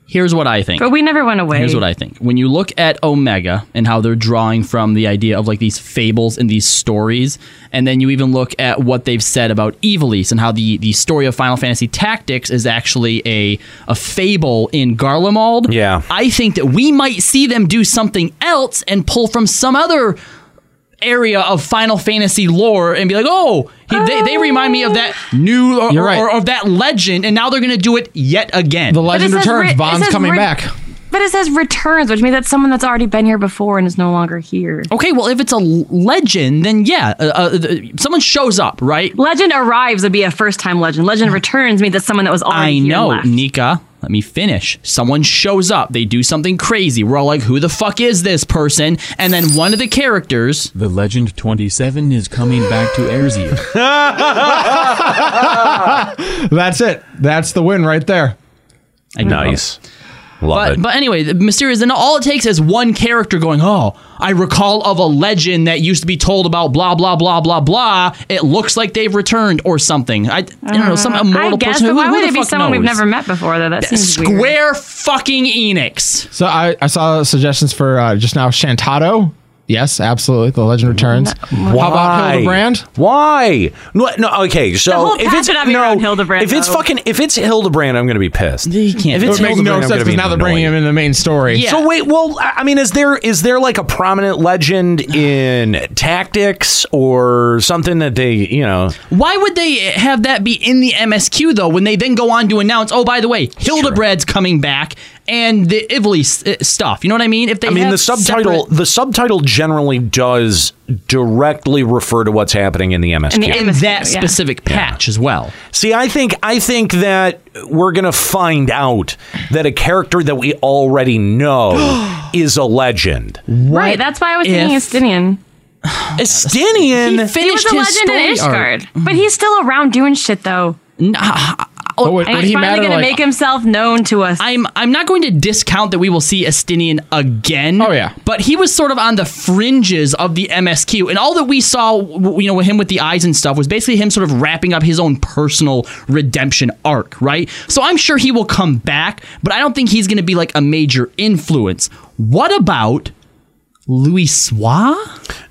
B: Here's what I think.
H: But we never went away.
B: Here's what I think. When you look at Omega and how they're drawing from the idea of like these fables and these stories, and then you even look at what they've said about Evilise and how the, the story of Final Fantasy Tactics is actually a a fable in Garlemald.
G: Yeah.
B: I think that we might see them do something else and pull from some other area of Final Fantasy lore and be like, oh, he, they, they remind me of that new or,
A: You're right.
B: or, or of that legend, and now they're gonna do it yet again. The
H: But it
A: Legend
H: says
A: returns.
H: re- it
A: Vaughn's
H: says
A: coming
H: re-
A: back.
H: But it says returns, which means that's someone that's already been here before and is no longer here.
B: Okay, well, if it's a l- legend, then yeah, uh, uh, th- someone shows up, right?
H: Legend arrives would be a first time legend. Legend returns means that's someone that was already
B: I
H: here
B: know,
H: and left.
B: Nika. Let me finish. Someone shows up. They do something crazy. We're all like, "Who the fuck is this person?" And then one of the characters,
O: The Legend 27 is coming back to Erzia.
A: That's it. That's the win right there.
B: I know.
G: Nice.
B: but, but anyway, the mysterious. And all it takes is one character going, "Oh, I recall of a legend that used to be told about blah blah blah blah blah." It looks like they've returned or something. I, I don't know some
H: Uh,
B: immortal
H: I guess,
B: person.
H: but
B: Who,
H: why
B: who
H: would
B: the
H: it be
B: fuck
H: someone we've
B: knows?
H: never met before, though? That seems
B: Square
H: weird.
B: fucking Enix.
A: So I, I saw suggestions for uh, just now Shantado. Yes, absolutely. The legend returns. How about Hildebrand?
G: Why? No, no okay. So
A: whole
G: if it's
A: path would not be
G: no,
A: around Hildebrand,
G: if it's
A: though.
G: fucking if it's Hildebrand, I'm gonna be pissed.
A: If
G: If it's
A: it makes no
G: Hildebrand, I'm
A: sense
G: gonna be
A: because now they're
G: annoyed.
A: bringing him in the main story.
G: So wait, well, I I mean, is there is there like a prominent legend in tactics or something that they, you know?
B: Why would they have that be in the MSQ though? When they then go on to announce, oh, by the way, Hildebrand's coming back and the Ivoli s- uh, stuff. You know what I mean? If they,
G: I mean,
B: have
G: the subtitle
B: separate-
G: the subtitle generally does directly refer to what's happening in the MSQ.
B: in that specific patch as well.
G: See, I think I think that we're gonna find out that a character that we already know is a legend.
H: Right, that's why I was thinking
G: if-
H: Estinian.
G: Estinian.
B: finished
H: he was a
B: his
H: legend in
B: story
H: Ishgard, but he's still around doing shit though.
B: Nah,
H: oh, and he's finally gonna make himself known to us.
B: I'm I'm not going to discount that we will see Estinian again. Oh yeah, but he was sort of on the fringes of the MSQ, and all that we saw, w- you know, with him with the eyes and stuff, was basically him sort of wrapping up his own personal redemption arc, right? So I'm sure he will come back, but I don't think he's going to be like a major influence. What about Louis Sois?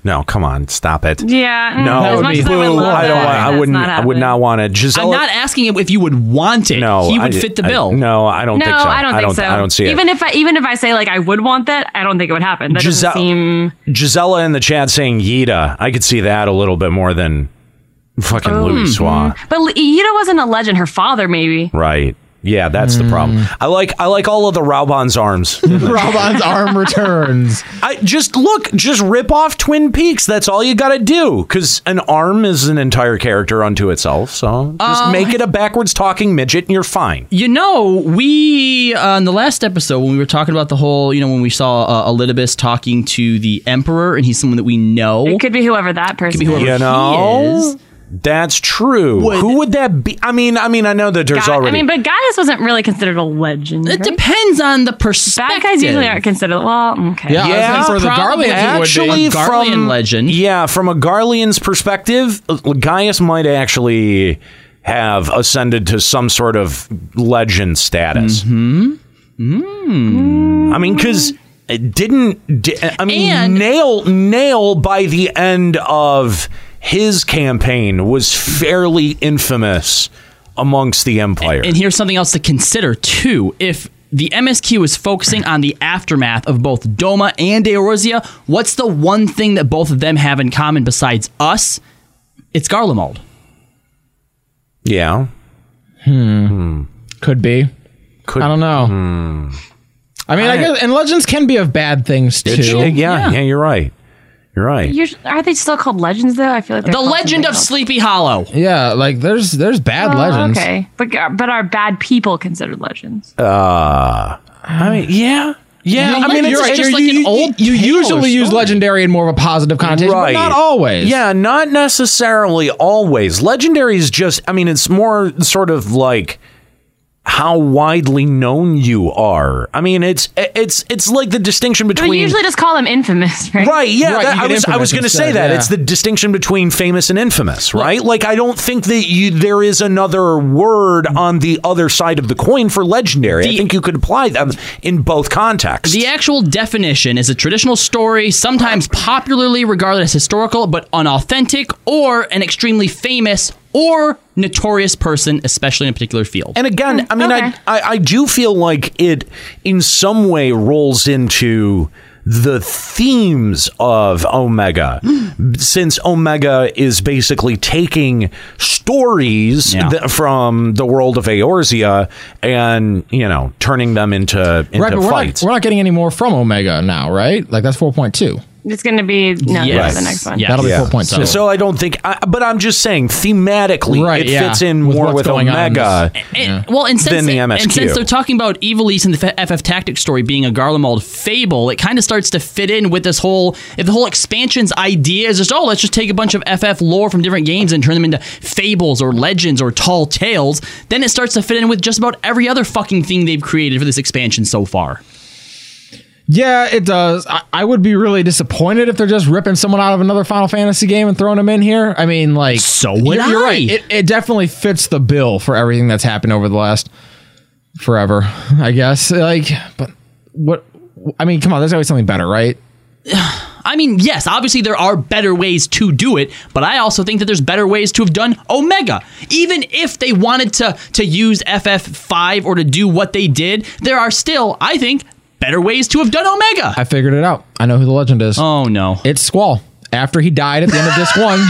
G: No, come on, stop it.
H: Yeah, mm,
G: no,
H: as much as I would love
G: I don't
H: that,
G: want. I
H: that's
G: wouldn't.
H: not
G: I would not want it. Giselle.
B: I'm not asking him if you would want it.
G: Oh, no,
B: he
G: I
B: would
G: di-
B: fit the
G: I-
B: bill.
G: no, I don't
H: no,
G: think so.
H: I don't think so.
G: I don't see it.
H: even if I even if I say like I would want that, I don't think it would happen. That doesn't
G: Giselle,
H: seem.
G: Gisella in the chat saying Yida. I could see that a little bit more than fucking
H: Oh.
G: Louis Swan.
H: But L- Ida wasn't a legend. Her father, maybe.
G: Right. Yeah, that's the problem.
H: Mm.
G: I like I like all of the Raubon's arms.
A: Robon's arm returns.
G: I just look, just rip off Twin Peaks. That's all you got to do cuz an arm is an entire character unto itself. So just
B: Um,
G: make it a backwards talking midget and you're fine.
B: You know, we uh, in the last episode when we were talking about the whole, you know, when we saw uh, Elidibus talking to the Emperor, and he's someone that we know.
H: It could be whoever that person.
B: be whoever
H: is.
G: You know? That's true. Who would that be? I mean, I mean, I know that there's
H: Guy-
G: already
H: I mean, but Gaius wasn't really considered a legend. It
B: depends on the perspective.
H: Bad guys usually aren't considered. Well, okay.
G: actually, from
B: legend.
G: Yeah, from a Garlean's perspective, uh, Gaius might actually have ascended to some sort of legend status.
B: Hmm. Mm-hmm.
G: I mean, because didn't di- I mean nail nail by the end of his campaign was fairly infamous amongst the empire.
B: And here's something else to consider too. If the MSQ is focusing on the aftermath of both Doma and Eorzea, what's the one thing that both of them have in common besides us? It's Garlemald.
G: yeah.
A: Hmm. Could be. I don't know.
H: Hmm.
A: I mean, I,
G: I-
A: guess, and legends can be of bad things too.
G: It should- yeah, yeah, you're right. You're right.
H: You're, are they still called legends though? I feel like they're
B: The
H: called
B: Legend
H: something
B: of
H: else.
B: Sleepy Hollow.
A: Yeah, like there's there's bad
H: Oh,
A: legends.
H: Okay, but but are bad people considered legends?
G: Uh, I mean, yeah,
H: Yeah, I mean, it's just
A: You're-
H: like an
A: you-
H: old
A: You
H: tale or
A: usually use legendary in more of a positive connotation, but not always.
G: Yeah, not necessarily always. Legendary is just, I mean, it's more sort of like how widely known you are. I mean, it's it's it's like the distinction
H: But we
G: between
H: usually just call them infamous, right?
G: Right, yeah, that- I was I was going to say that. It's the distinction between famous and infamous, right? Like I don't think that you there is another word on the other side of the coin for legendary. I think you could apply them in both contexts.
B: The actual definition is a traditional story, sometimes popularly regarded as historical but unauthentic, or an extremely famous or notorious person, especially in a particular field.
G: And again, I mean, I, I I do feel like it in some way rolls into the themes of Omega, since Omega is basically taking stories th- from the world of Eorzea and you know turning them into into
A: right, but we're not,
G: fights.
A: we're not getting any more from Omega now, right? Like that's four point two.
H: It's going to be no
A: Yes.
H: for the next one.
A: Yes. That'll be 4.2.
G: So, so I don't think, I, but I'm just saying thematically,
A: Right,
G: it
A: yeah,
G: fits in
A: with
G: more
A: what's
G: with
A: going on in
G: Omega.
A: this-
B: And- Eh, Well, and since,
G: Than the
B: and
G: MSQ.
B: since they're talking about Evil East and the F- FF Tactics story being a Garlemald fable, it kind of starts to fit in with this whole, if the whole expansion's idea is just, oh, let's just take a bunch of FF lore from different games and turn them into fables or legends or tall tales, then it starts to fit in with just about every other fucking thing they've created for this expansion so far.
A: Yeah, it does. I, I would be really disappointed if they're just ripping someone out of another Final Fantasy game and throwing them in here. I mean, like, so
B: would
A: you're,
B: I.
A: You're right. It, it definitely fits the bill for everything that's happened over the last forever, I guess. Like, but what? I mean, come on. There's always something better, right?
B: I mean, yes, obviously there are better ways to do it, but I also think that there's better ways to have done Omega. Even if they wanted to to use FF5 or to do what they did, there are still, I think, better ways to have done Omega.
A: I figured it out. I know who the legend is.
B: Oh no,
A: it's Squall. After he died at the end of this one,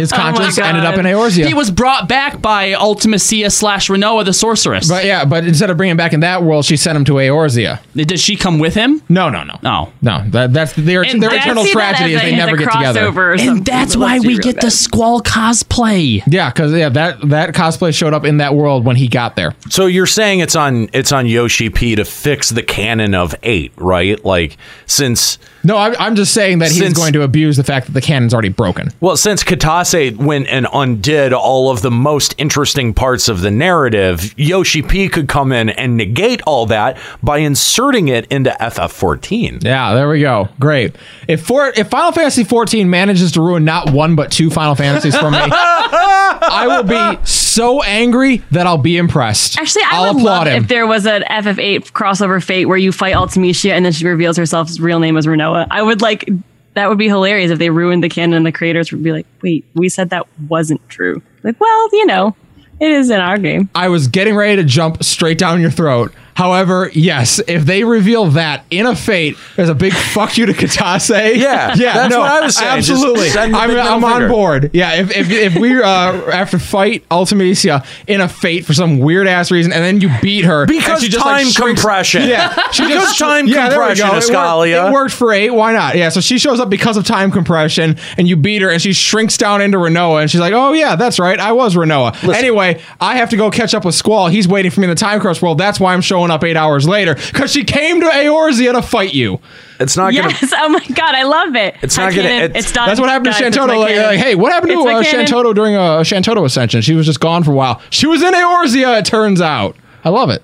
A: His
B: Oh my
A: conscience
B: God.
A: ended up in Eorzea.
B: He was brought back by Ultimacia slash Renoa the sorceress.
A: But Uh, yeah, but instead of bringing him back in that world, she sent him to Eorzea.
B: Does she come with him?
A: No, no, no.
B: No.
A: No. That, that's their,
B: And
A: their
B: that's-
A: eternal
B: see that
A: tragedy
B: as
A: is
B: a-
A: they
B: as a
A: never get
B: crossover or
A: together.
B: And something. that's why Let's we zero get the that. Squall cosplay.
A: Yeah, because yeah, that, that cosplay showed up in that world when he got there.
G: So you're saying it's on it's on Yoshi P to fix the canon of eight, right? Like since
A: No, I'm, I'm just saying that he's
G: Since-
A: going to abuse the fact that the canon's already broken.
G: well, since Katase went and undid all of the most interesting parts of the narrative, Yoshi P could come in and negate all that by inserting it into FF14.
A: Yeah, there we go. Great. If for if Final Fantasy 14 manages to ruin not one but two Final Fantasies for me, I will be so angry that I'll be impressed.
H: Actually, I
A: I'll
H: would
A: applaud
H: love
A: him.
H: if there was an FF8 crossover fate where you fight Ultimacia and then she reveals herself's real name as Renoa. I would like that would be hilarious if they ruined the canon and the creators would be like, "Wait, we said that wasn't true." Like, well, you know, it is in our game.
A: I was getting ready to jump straight down your throat. However, yes, if they reveal that in a fate, there's a big fuck you to Katase.
G: Yeah,
A: yeah,
G: that's
A: no,
G: what I was saying. Just
A: Absolutely,
G: send
A: I'm,
G: the big middle
A: I'm on
G: finger.
A: board. Yeah, if if, if we uh, have to fight Ultimacia in a fate for some weird ass reason, and then you beat her and
G: Because
A: she just, like,
G: time
A: shrinks-
G: compression.
A: Yeah,
G: Because time
A: there we go.
G: compression,
A: It worked-
G: Escalia.
A: It worked for eight. Why not? Yeah, so she shows up because of time compression, and you beat her, and she shrinks down into Renoa, and she's like, "Oh yeah, that's right, I was Renoa." Anyway, I have to go catch up with Squall. He's waiting for me in the time crunch world. That's why I'm showing up eight hours later because she came to Eorzea to fight you.
G: It's not
H: Yes. Oh my god, I love it.
A: It's
H: I
A: not gonna-
H: can't-
A: it's-
H: It's done.
A: That's what happened to
H: Guys, it's
A: Shantoto.
H: my
A: Like,
H: canon.
A: like, hey, what happened to
H: It's my
A: uh,
H: canon.
A: Shantoto during a uh, Shantoto Ascension? She was just gone for a while. She was in Eorzea, it turns out. I love it.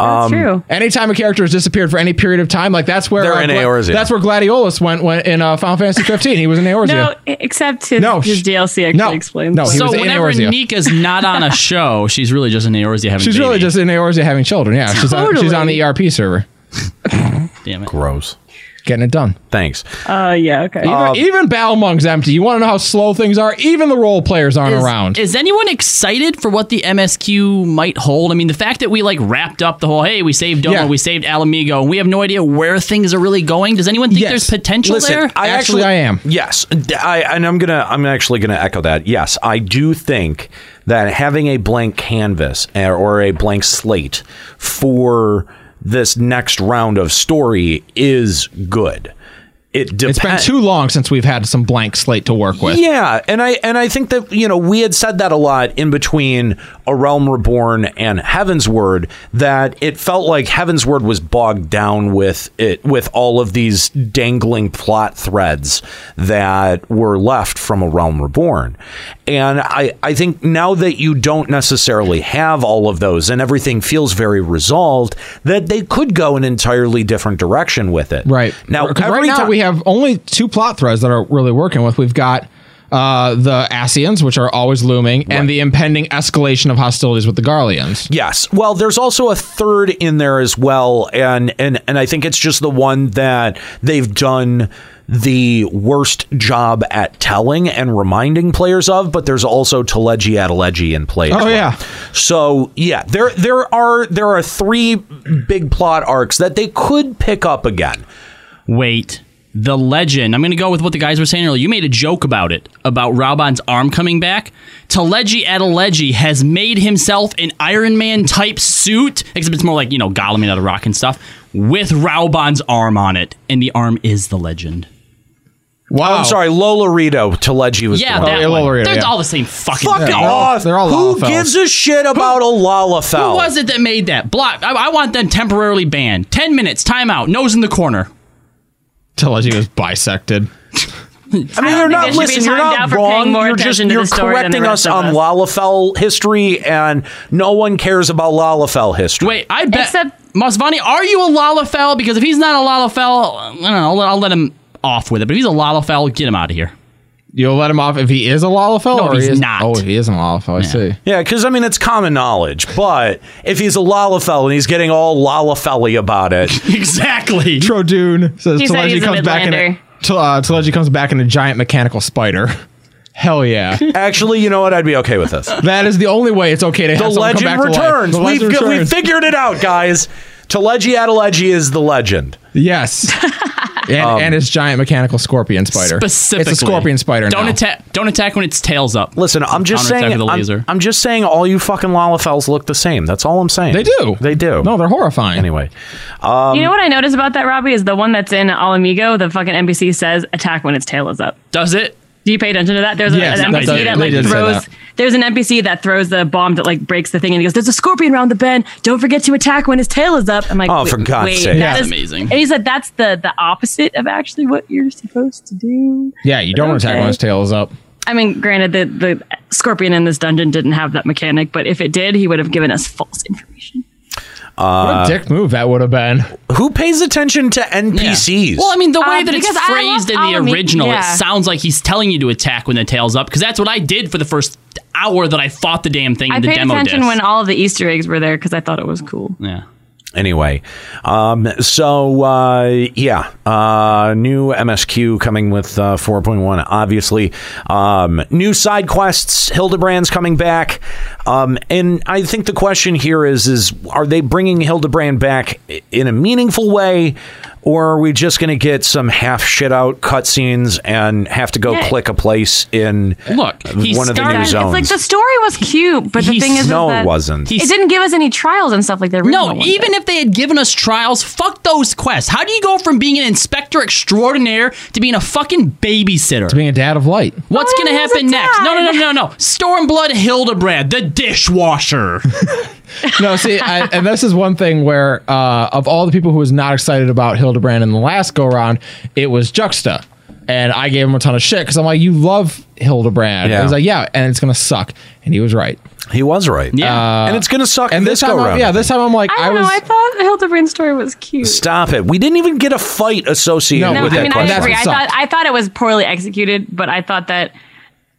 G: That's true.
A: Anytime a character has disappeared for any period of time, like that's where uh,
G: They're in Eorzea.
A: That's where Gladiolus went, went in uh, Final Fantasy 15. He was in Eorzea.
H: No, e, except his,
A: No,
H: his
A: sh-
H: DLC actually explains.
A: no,
H: why.
A: he
B: so
A: was in
B: whenever
A: Eorzea.
B: Nika's not on a show, she's really just in Eorzea having.
A: she's
B: a
A: really
B: baby.
A: just in Eorzea having children. Yeah, she's on, she's on the ERP server,
B: Damn it.
G: Gross.
A: getting it done.
G: Thanks.
H: Uh, yeah, okay.
A: Even,
G: Um,
A: even Balmung's empty. You want to know how slow things are? Even the role players aren't
B: is,
A: around.
B: Is anyone excited for what the MSQ might hold? I mean, the fact that we like wrapped up the whole hey, we saved Domo,
A: Yeah.
B: we saved Alamigo, and we have no idea where things are really going. Does anyone think there's potential there?
G: I actually, Yes, D- I and I'm gonna I'm actually gonna echo that. Yes, I do think that having a blank canvas or- or a blank slate for this next round of story is good. It depends.
A: It's been too long since we've had some blank slate to work with.
G: Yeah, and I and I think that you know we had said that a lot in between a realm reborn and Heaven's Word that it felt like Heaven's Word was bogged down with it with all of these dangling plot threads that were left from a realm reborn, and I I think now that you don't necessarily have all of those and everything feels very resolved that they could go an entirely different direction with it. Right now,
A: 'Cause
G: every
A: right now
G: time-
A: we have only two plot threads that are really working with. We've got uh, the Asians, which are always looming, and the impending escalation of hostilities with the Garleans.
G: Yes. Well, there's also a third in there as well, and and and I think it's just the one that they've done the worst job at telling and reminding players of. But there's also Teleji Adeleji in play. as
A: Oh,
G: well.
A: yeah.
G: So yeah, there there are there are three big plot arcs that they could pick up again.
B: Wait. The legend. I'm going to go with what the guys were saying earlier. You made a joke about it, about Raubon's arm coming back. Teleji Adeleji has made himself an Iron Man type suit, except it's more like, you know, Gollum and out of rock and stuff, with Raubon's arm on it. And the arm is the legend.
A: Wow.
G: Oh, I'm sorry, Lola Rito. Teleji was
B: yeah,
G: the one.
B: that one. They're all the same fucking
G: Fuck
B: thing.
G: off! Who gives a shit about a Lalafell?
B: Who was it that made that? Block. I, I want them temporarily banned. 10 minutes, timeout, nose in the corner.
A: Teleji was bisected.
G: I mean,
B: I
G: you're
B: don't
G: not
B: think they should be
G: listening. You're
B: timed out
G: not
B: for
G: wrong.
B: paying more
G: You're just
B: attention to
G: you're
B: the story than
G: correcting
B: the rest
G: us
B: of
G: on
B: us.
G: Lalafell history, and no one cares about Lalafell history.
B: Wait, I bet. Except Masvani, are you a Lalafell? Because if he's not a Lalafell, I don't know. I'll let, I'll let him off with it. But if he's a Lalafell, get him out of here.
A: You'll let him off if he is a Lalafell?
B: No, if
A: or he
B: he's
A: is,
B: not.
A: Oh, if he isn't a Lalafell, I see.
G: Yeah, because I mean it's common knowledge. But if he's a Lalafell and he's getting all Lalafelly about it,
B: exactly.
A: Trodune says
G: He said
A: Teleji
G: he's a
A: comes back in
G: Midlander.
A: a, T- uh, Teleji comes back in a giant mechanical spider. Hell yeah.
G: Actually, you know what? I'd be okay with this.
A: That is the only way it's okay to have
G: the
A: someone come back
G: legend
A: to life.
G: returns.
A: The legend
G: We've got-
A: returns.
G: we figured it out, guys. Teleji Adeleji is the legend.
A: Yes. And,
G: Um,
A: and its giant mechanical scorpion spider.
B: Specifically,
A: It's a scorpion spider
B: Don't
A: now.
B: attack. Don't attack when its tail's up.
G: Listen, I'm just saying.
B: With a
G: I'm-
B: laser.
G: I'm, just saying. All you fucking lollifels look the same. That's all I'm saying.
A: They do.
G: They do. No,
A: they're horrifying.
G: Anyway, um,
H: you know what I noticed about that, Robbie, is the one that's in All Amigo, the fucking NPC says attack when its tail is up.
B: Does it?
H: Do you pay attention to that? There's a-
B: Yes,
H: an
B: that
H: NPC
B: did-
H: that
B: they
H: like
B: did say
H: throws
B: that.
H: there's an NPC that throws the bomb that like breaks the thing and he goes, There's a scorpion around the bend. Don't forget to attack when his tail is up. I'm like,
G: Oh,
H: wait,
G: for God's
H: wait,
G: sake. Yeah.
H: that is-
G: Amazing.
H: And he said that's the the opposite of actually what you're supposed to do.
A: Yeah, you don't attack when its tail is up.
H: I mean, granted, the, the scorpion in this dungeon didn't have that mechanic, but if it did, he would have given us false information.
G: uh,
A: what a dick move that would have been.
G: Who pays attention to NPCs?
B: Well, I mean, the way
H: Um,
B: that it's
H: because I
B: phrased
H: love
B: in the
H: Alameda-
B: original,
H: yeah.
B: it sounds like he's telling you to attack when the tail's up, because that's what I did for the first hour that I fought the damn thing
H: I
B: in the
H: paid
B: demo
H: attention
B: disc.
H: when all of the Easter eggs were there because I thought it was cool.
B: Yeah.
G: Anyway, um, so uh, yeah, uh, new MSQ coming with uh, 4.1, obviously. Um, new side quests, Hildebrand's coming back, um, and I think the question here is: is are they bringing Hildebrand back i- in a meaningful way, or are we just going to get some half shit out cutscenes and have to go
H: Yeah.
G: click a place in
B: look
G: one of the new
H: It's
G: zones?
H: like the story was cute, but the
G: He's-
H: thing is, is
G: No, it
H: that
G: wasn't.
H: It didn't give us any trials and stuff like that.
B: No, even if they had given us trials, fuck those quests. How do you go from being an inspector extraordinaire to being a fucking babysitter? To
A: being a dad of light.
B: What's
H: Oh,
B: going to
H: there's
B: happen
H: a
B: next? No, no, no,
H: dad.
B: no, no. Stormblood Hildebrand, the dishwasher.
A: no, see, I, and this is one thing where, uh, of all the people who was not excited about Hildebrand in the last go round, it was Juxta. And I gave him a ton of shit because I'm like, you love Hildebrand.
G: Yeah.
A: He's like, yeah, and it's going to suck. And he was right.
G: He was right.
A: Yeah.
G: and it's going to suck.
A: Uh, and
G: this
A: this time,
G: go
A: I'm-
G: round.
A: yeah, this time I'm like,
H: I
A: I,
H: don't
A: was.
H: know. I thought Hildebrand's story was cute.
G: Stop it. We didn't even get a fight associated
H: no,
G: with
H: I
G: that
H: mean, I
G: question.
H: agree. I thought I thought it was poorly executed, but I thought that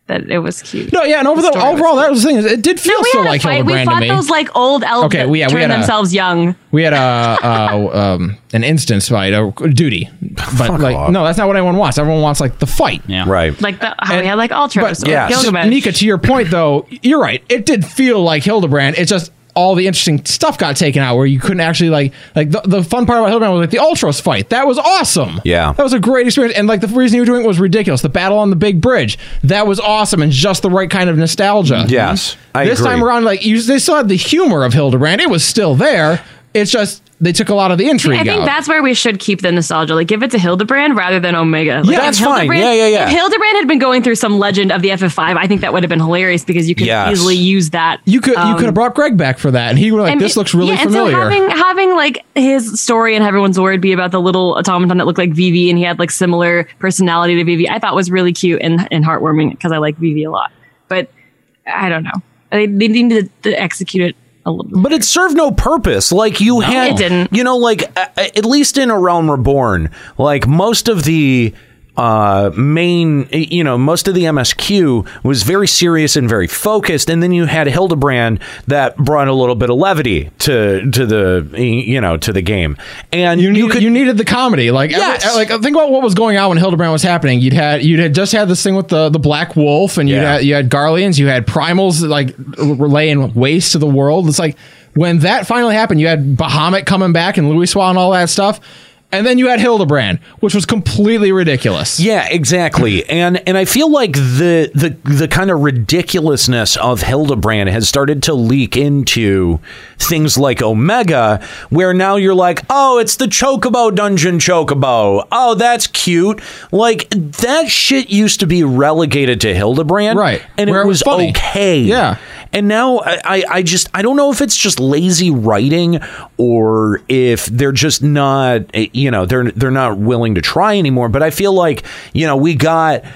H: that it was cute.
A: no, yeah, and over the,
H: story was
A: overall, that was the thing. is It did feel
H: No, we
A: so
H: had a
A: like
H: fight. We
A: Hildebrand
H: fought
A: to me.
H: those like old elves
A: Okay,
H: that
A: we- yeah, we
H: turned
A: had a-
H: themselves young.
A: We had a, a um, an instance fight, a duty, but like no, that's not what everyone wants. Everyone wants like the fight,
B: yeah,
G: right.
H: Like the how we had like Ultros, or
A: yeah,
H: Gilgamesh.
A: Nika, to your point though, you're right. It did feel like Hildebrand. It's just all the interesting stuff got taken out where you couldn't actually like like the, the fun part about Hildebrand was like the Ultros fight. That was awesome.
G: Yeah.
A: that was a great experience. And like the reason you were doing it was ridiculous. The battle on the big bridge that was awesome and just the right kind of nostalgia.
G: Yes, I
A: this
G: agree.
A: time around, like you, they still had the humor of Hildebrand. It was still there. It's just they took a lot of the
H: See,
A: intrigue
H: I think
A: out.
H: that's where we should keep the nostalgia. Like, give it to Hildebrand rather than Omega. Like,
G: Yeah,
H: if
G: that's fine.
H: Hildebrand-
G: Yeah, yeah, yeah.
H: If Hildebrand had been going through some legend of the FF5, I think that would have been hilarious because you could
A: Yes.
H: easily use that.
A: you could you
H: um,
A: could have brought Greg back for that, and he would like
H: and
A: this
H: it-
A: looks really
H: yeah,
A: familiar.
H: And so having having like his story and everyone's worried be about the little automaton that looked like Vivi and he had like similar personality to Vivi, I thought was really cute and and heartwarming because I like Vivi a lot. But I don't know. They, they needed to, to execute it a little.
G: But it served no purpose. Like you had,
H: it didn't.
G: You know, like a- a- at least in A Realm Reborn, like most of the uh main you know most of the msq was very serious and very focused and then you had hildebrand that brought a little bit of levity to to the you know to the game and
A: you, needed, you needed the comedy. Like, every-
G: Yes.
A: like uh, think about what was going on when Hildebrand was happening. You'd had you'd had just had this thing with the the Black Wolf, and you
G: Yeah.
A: had you had Garleans, you had Primals like r- laying waste to the world. It's like when that finally happened, you had Bahamut coming back and Louis Swan and all that stuff. And then you had Hildebrand, which was completely ridiculous.
G: Yeah, exactly. and and I feel like the the the kind of ridiculousness of Hildebrand has started to leak into things like Omega, where now you're like, oh, it's the Chocobo Dungeon Chocobo. Oh, that's cute. Like that shit used to be relegated to Hildebrand, right? And
A: Where
G: it
A: it was
G: was
A: funny.
G: okay.
A: Yeah.
G: And now I, I, I just I don't know if it's just lazy writing or if they're just not eh, you know they're they're not willing to try anymore. But I feel like you know we got. eh,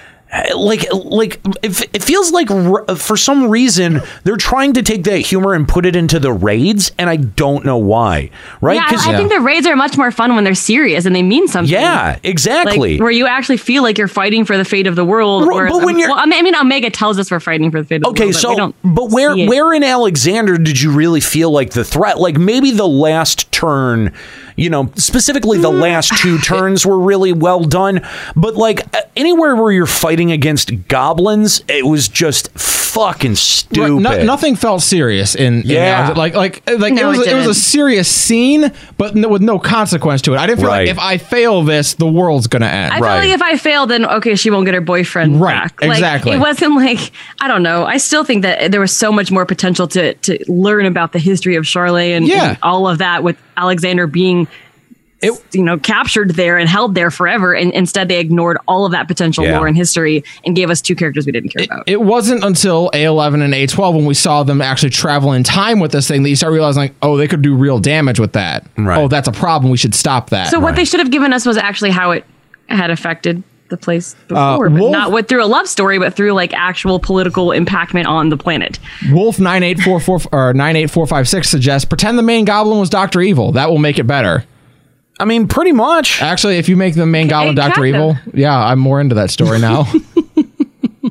G: Like, like it, it feels like r- for some reason they're trying to take that humor and put it into the raids, and I don't know why, right?
H: Yeah, I, I think the raids are much more fun when they're serious and they mean something.
G: Yeah, exactly.
H: Like, where you actually feel like you're fighting for the fate of the world.
G: Ro-
H: or um,
G: but when you're-
H: well, I mean, I mean, Omega tells us we're fighting for the fate of the
G: Okay,
H: world. but we
G: so
H: don't,
G: but where
H: see it.
G: where in Alexander did you really feel like the threat? Like maybe the last turn, you know, specifically
H: Mm.
G: the last two turns were really well done, but like uh, anywhere where you're fighting against goblins, it was just fucking
A: Right,
G: stupid.
A: no- nothing felt serious in, in
G: Yeah.
A: that. like like like
G: No,
A: it was
G: it
A: it, was a
G: didn't.
A: serious scene, but no, with no consequence to it. I didn't feel
G: Right.
A: like if I fail this, the world's gonna end.
H: I feel like if I fail, then okay, she won't get her boyfriend
A: Right,
H: back. Like,
A: exactly.
H: It wasn't like I don't know. I still think that there was so much more potential to to learn about the history of Charlotte and,
A: Yeah.
H: and all of that with Alexander being. you know, captured there and held there forever, and instead they ignored all of that potential
A: Yeah.
H: lore and history and gave us two characters we didn't care about.
A: it wasn't until A11 and A12 when we saw them actually travel in time with this thing that you start realizing, like, oh, they could do real damage with that. Right. Oh, that's a problem. We should stop that.
H: So what they should have given us was actually how it had affected the place
A: Uh,
H: before, but
A: Wolf-
H: not with through a love story, but through like actual political impactment on the planet.
A: Wolf nine eight four four or nine eight four five six suggests pretend the main goblin was Doctor Evil. That will make it better.
G: I mean, pretty much.
H: Uh,
G: Uh,
A: Actually, if you make the main goblin Doctor
H: kinda.
A: Evil, yeah, I'm more into that story now.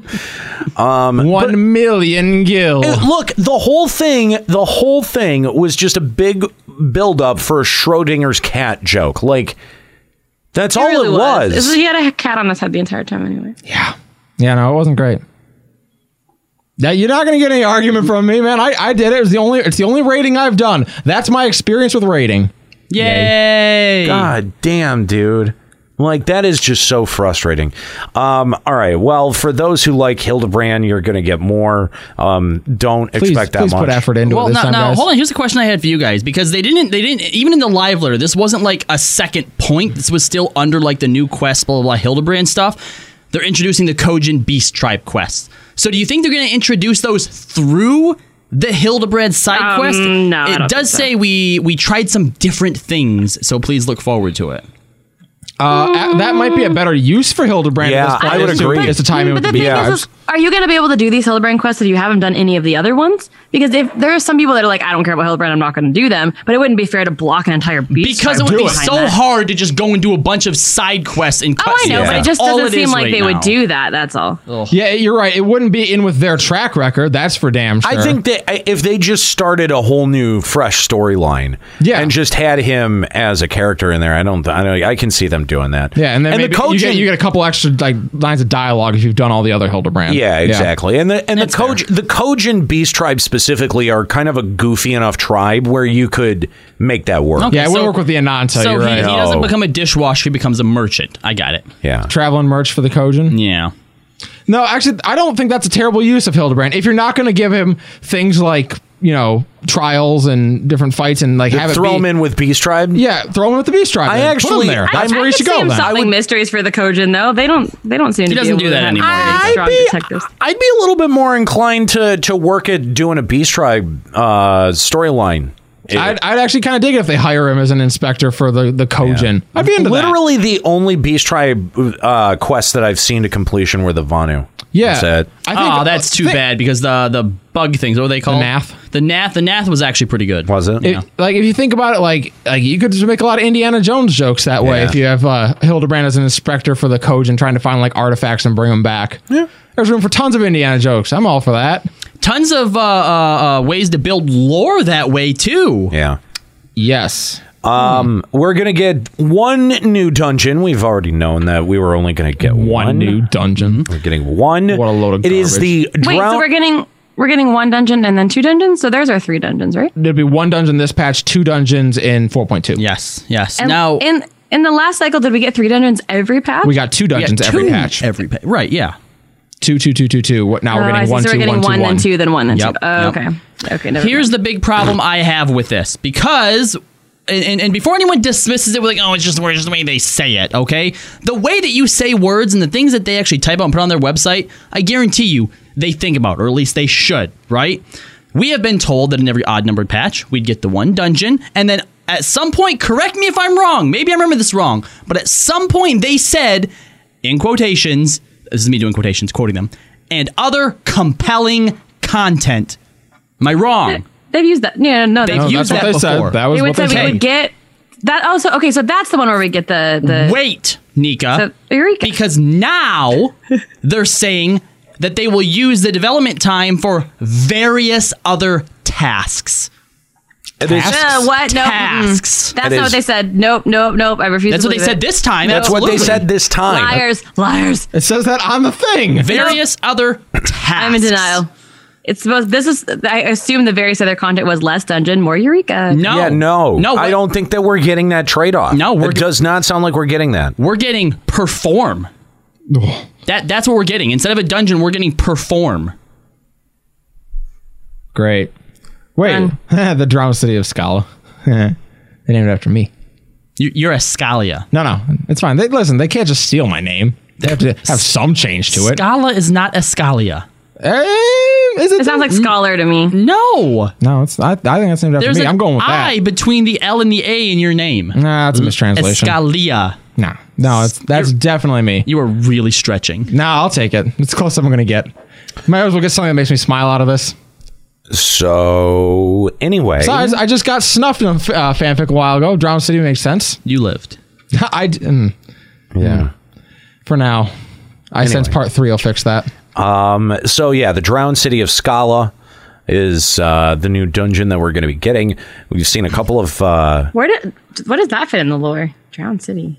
G: um,
A: One million gil.
G: And look, the whole thing, the whole thing was just a big buildup for a Schrodinger's cat joke. Like that's all it was.
H: This is- He had a cat on his head the entire time, anyway.
A: yeah, no, it wasn't great. Now you're not gonna get any argument from me, man. I, I did it. It's the only it's the only rating I've done. That's my experience with rating.
B: Yay!
G: God damn, dude. Like that is just so frustrating. Um, all right. Well, for those who like Hildebrand, you're going to get more. Um, don't expect that much.
B: well, no, no. Hold on. Here's a question I had for you guys because they didn't. They didn't. Even in the live letter, this wasn't like a second point. This was still under like the new quest, blah blah, blah Hildebrand stuff. They're introducing the Kojin Beast Tribe quest. So do you think they're going to introduce those through? The Hildebrand side
H: Um,
B: quest.
H: no, I
B: it
H: don't think
B: does
H: so.
B: say we we tried some different things, so please look forward to it.
A: Uh, a- that might be a better use for Hildebrand. at
B: Yeah,
A: this point,
B: I would
A: is to-
B: agree.
A: Is to time in with
H: But the
A: the
H: thing is, is, are you going to be able to do these Hildebrand quests if you haven't done any of the other ones? Because if there are some people that are like, I don't care about Hildebrand, I'm not going to do them. But it wouldn't be fair to block an entire beast
B: Because it
H: tribe
B: would be
H: behind
B: so
H: that.
B: hard to just go and do a bunch of side quests and
H: Oh, I know, but it just doesn't seem like they would
B: do
H: do that. That's all.
A: Yeah, you're right. It wouldn't be in with their track record. That's for damn sure.
G: I think that I- if they just started a whole new, fresh storyline, yeah. and just had him as a character in there, I don't, I know, I can see them doing that.
A: Yeah, and then maybe you, get,
G: Kojin-
A: you get a couple extra like lines of dialogue if you've done all the other Hildebrand.
G: Yeah, exactly. And the and the Koj, the Kojin Beast tribe specifically are kind of a goofy enough tribe where you could make that work.
B: Okay, Yeah, it would so- work with
A: the Ananta.
B: So he, he doesn't
G: No.
B: become a dishwasher; he becomes a merchant. I got it.
G: Yeah,
A: Traveling merch for the Kojin.
B: Yeah.
A: No, actually, I don't think that's a terrible use of Hildebrand. If you're not going to give him things like you know trials and different fights and like
G: Th-
A: have it
G: throw
A: be-
G: him in with Beast Tribe.
A: Yeah, throw him with the Beast Tribe.
G: I
A: then. Put him
G: actually-
A: there.
G: I-
A: that's
H: I
A: where he
H: could
A: should
H: see
A: go.
H: him
A: Then.
H: solving mysteries for the Kojin, though. They don't. They don't seem to
A: doesn't
H: be
A: do
H: able
A: that
H: to
A: anymore,
H: Have
A: does he?
H: strong detectives.
G: I'd be a little bit more inclined to to work at doing a Beast Tribe uh, storyline.
A: I'd, I'd actually kind of dig it if they hire him as an inspector for the the Kojin. I'd be into that.
G: Literally, the only Beast Tribe uh, quest that I've seen to completion were the Vanu.
A: Yeah.
G: that's it.
B: I think, oh, that's too bad because the the bug things. What are they called? The Nath. The Nath. The Nath was actually pretty good.
G: Was it?
B: Yeah.
A: If- like if you think about it, like like you could just make a lot of Indiana Jones jokes that way.
B: Yeah.
A: If you have uh, Hildebrand as an inspector for the Kojin, trying to find like artifacts and bring them back. Yeah, there's room for tons of Indiana jokes. I'm all for that.
B: Tons of uh, uh, uh, ways to build lore that way too.
G: Yeah.
A: Yes.
G: Um, we're gonna get one new dungeon. We've already known that we were only gonna get one,
A: new dungeon.
G: We're getting one. What a load of the
H: Wait, so
G: drown.
H: we're getting we're getting one dungeon and then two dungeons. So there's our three dungeons, right?
A: There'd be one dungeon this patch, two dungeons in 4.2.
B: Yes, yes.
H: And in in the last cycle, did we get three dungeons every patch?
A: we got two dungeons every
H: two
A: patch.
B: Every patch, right? Yeah.
A: Two, two, two, two, two. What now?
H: Oh,
A: we're getting
H: I see.
A: one,
H: so
A: two,
H: we're getting
A: one, two,
H: one, then two, then one, then
B: Yep,
H: two. Oh,
B: yep.
H: Okay. Okay. Never
B: Here's the big problem I have with this because, and, and, and before anyone dismisses it, we're like, oh, it's just, we're just the way they say it, okay? The way that you say words and the things that they actually type out and put on their website, I guarantee you they think about, or at least they should, right? We have been told that in every odd numbered patch, we'd get the one dungeon, and then at some point, correct me if I'm wrong, maybe I remember this wrong, but at some point they said, in quotations, this is me doing quotations, quoting them, and other compelling content. Am I wrong?
H: They've used that. Yeah, no,
B: They've
H: they've
B: used
H: used
B: that
H: that
B: before.
A: That was
H: they would
A: what Oh, they
H: say
A: said.
H: we would get that. Also, okay, so that's the one where we get the the
B: Wait, Nika. Because now they're saying that they will use the development time for various other tasks.
H: Uh, what? No,
B: Tasks.
H: mm-mm. that's
B: That
H: not what
B: is-
H: they said. Nope, nope, nope. I refuse.
B: That's
H: to
B: what they
H: believe
B: said
H: it.
B: this time.
H: No.
B: That's what they said
G: this time.
H: Liars, liars.
A: It says that on the thing.
B: Various other tasks.
H: I'm in denial. It's supposed. This is. I assume the various other content was less dungeon, more Eureka.
G: Yeah, no. No. I don't think that we're getting that trade off. No, we're it does not sound like we're getting that.
B: We're getting perform. That that's what we're getting. Instead of a dungeon, we're getting perform.
A: Great. Wait, the drama city of Scala. they named it after me.
B: You, you're a Scalia.
A: No, no, it's fine. They listen. They can't just steal my name. They have to have some change to it. Eh,
B: Scala is not a Scalia.
A: it,
H: sounds like scholar to me.
B: No.
A: No, it's. I, I think that's named after
B: There's
A: me.
B: an
A: I'm going with
B: I between the L and the A in your name.
A: Nah, that's a mistranslation.
B: Scalia.
A: that. No, no, it's, that's definitely me.
B: You are really stretching.
A: No, I'll take it. It's close. I'm going to get. Might as well get something that makes me smile out of this.
G: So anyway,
A: Sorry, I just got snuffed in a f- uh, fanfic a while ago. Drown City makes sense.
B: You lived.
A: I d- mm.
G: Yeah.
A: For now, I
G: Anyway.
A: sense part three will fix that.
G: Um, so yeah, the drowned city of Scala is uh, the new dungeon that we're going to be getting. We've seen a couple of uh,
H: Where did? What does that fit in the lore? Drowned city.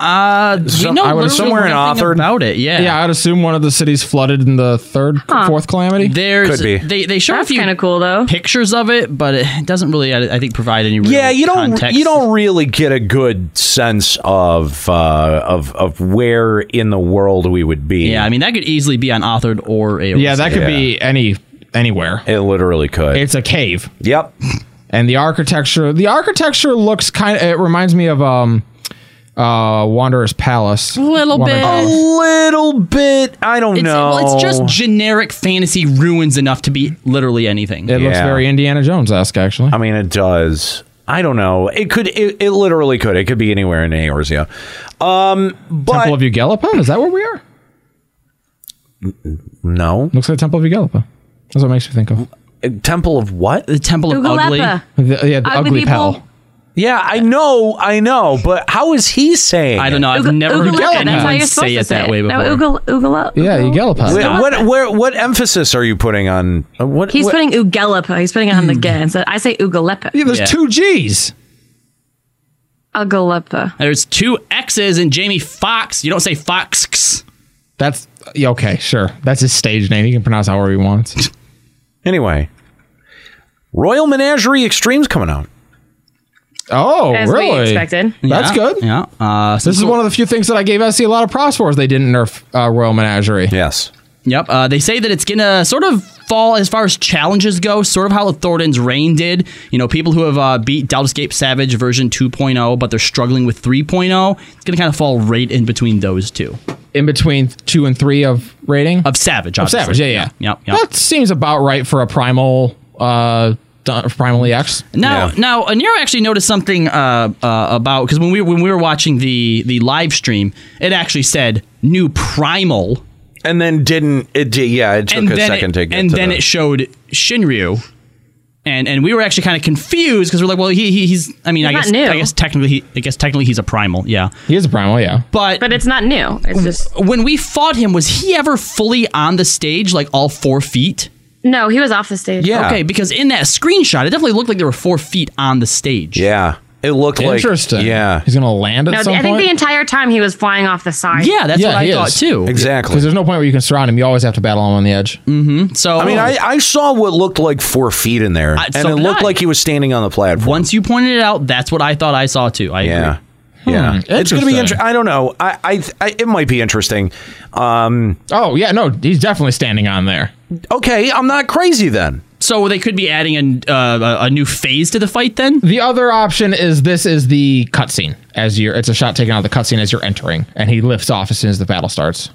B: Uh,
G: Some- know I would- literally somewhere in nothing Othard.
B: about it. Yeah,
A: yeah. I'd assume one of the cities flooded in the third,
H: Huh.
A: fourth calamity.
B: There's
G: Could be.
B: they they show
H: That's
B: a few
H: kind of cool though.
B: pictures of it, but it doesn't really I, I think provide any real
G: yeah. You don't
B: context.
G: you don't really get a good sense of uh, of of where in the world we would be.
B: yeah, I mean that could easily be on authored or a
A: Yeah, that could be any anywhere.
G: it literally could.
A: It's a cave,
G: yep.
A: and the architecture. The architecture looks kind. of... It reminds me of um, uh, Wanderer's Palace.
H: A little
A: Wanderer's
H: bit.
A: Palace.
G: Little bit. I don't
B: It's,
G: know.
B: well, it's just generic fantasy ruins enough to be literally anything.
A: It looks
G: Yeah.
A: very Indiana Jones esque, actually.
G: I mean, it does. I don't know. It could. It, it literally could. It could be anywhere in Eorzea. Um, but
A: Temple of Ugalpa? Is that where we are?
G: no.
A: Looks like Temple of Ugalpa. That's what it makes me think of.
G: Temple of what?
B: the Temple of Ugly.
H: Ugalepa.
A: The- yeah, the
H: Ugly
A: ugly
H: people.
A: pal.
G: Yeah, I know, I know, but how is he saying?
B: I don't know. I've
H: Uga-
B: never
H: Ugalepa,
B: heard
H: That's how
B: anyone
H: you're supposed
B: say
H: to
B: it that way before.
H: No, Ugal, Ugala,
A: Yeah,
H: Ugal-
A: Ugalpa.
G: Wait,
H: Ugalpa.
G: what where, what emphasis are you putting on uh, what?
H: He's
G: what-
H: putting Ugalepa. He's putting it
B: Hmm.
H: on the G. Instead, I say Ugalepa.
A: Yeah, there's
B: Yeah.
A: two G's.
H: Ugalepa.
B: There's two X's in Jamie Fox. You don't say Fox.
A: That's yeah, okay, sure. That's his stage name. He can pronounce it however he wants.
G: anyway. Royal Menagerie Extreme's coming out.
A: Oh,
H: As we
A: really?
H: expected.
A: That's good.
B: Yeah. Uh, so
A: This is one of the few things that I gave SC a lot of props for is they didn't nerf uh, Royal Menagerie.
G: Yes.
B: Yep. Uh, they say that it's gonna sort of fall as far as challenges go, sort of how Thoradin's reign did. You know, people who have uh, beat Dallascape Savage version 2.0, but they're struggling with 3.0. It's gonna kind of fall right in between those two
A: In between two and three of rating?
B: of Savage.
A: Of
B: Obviously.
A: Savage, yeah, yeah.
B: Yep. Yep.
A: That seems about right for a primal uh dun- primal EX.
B: Now,
G: Yeah.
B: now, Aniro actually noticed something uh, uh, about because when we when we were watching the the live stream, it actually said new primal,
G: And then didn't it? Did, yeah, it took
B: and
G: a
B: then
G: second
B: it,
G: to get
B: and
G: to
B: then
G: the-
B: it showed Shinryu, and and we were actually kind of confused because we're like, well, he, he he's I mean, I
H: He's
B: guess
H: not new.
B: I guess technically he, I guess technically he's a primal, yeah,
A: He is a primal, yeah.
B: but.
H: But it's not new. It's just
B: when we fought him, was he ever fully on the stage, like all four feet?
H: no. He was off the stage.
G: Yeah.
B: Okay, because in that screenshot, it definitely looked like there were four feet on the stage.
G: Yeah, it looked like
A: Interesting.
G: Yeah,
A: He's gonna land at
H: No, I
A: some
H: think
A: point.
H: the entire time he was flying off the side.
B: yeah, that's
A: Yeah,
B: what I
A: he
B: thought
A: is.
B: too.
G: exactly.
A: because there's no point where you can surround him. You always have to battle him on the edge.
B: So
G: I mean, I, I saw what looked like four feet in there,
B: I-
G: and
B: Uh, so
G: it
B: did
G: looked
B: I.
G: like he was standing on the platform.
B: Once you pointed it out, that's what I thought I saw too. I
G: Yeah.
B: agree.
G: Yeah. It's going to
A: interesting.
G: be Hmm, interesting. I don't know. I, I, I, it might be interesting. Um,
A: Oh yeah, no, he's definitely standing on there.
G: okay. I'm not crazy then.
B: So they could be adding a, uh, a a new phase to the fight then.
A: The other option is this is the cutscene as you're. It's a shot taken out of the cutscene as you're entering, and he lifts off as soon as the battle starts.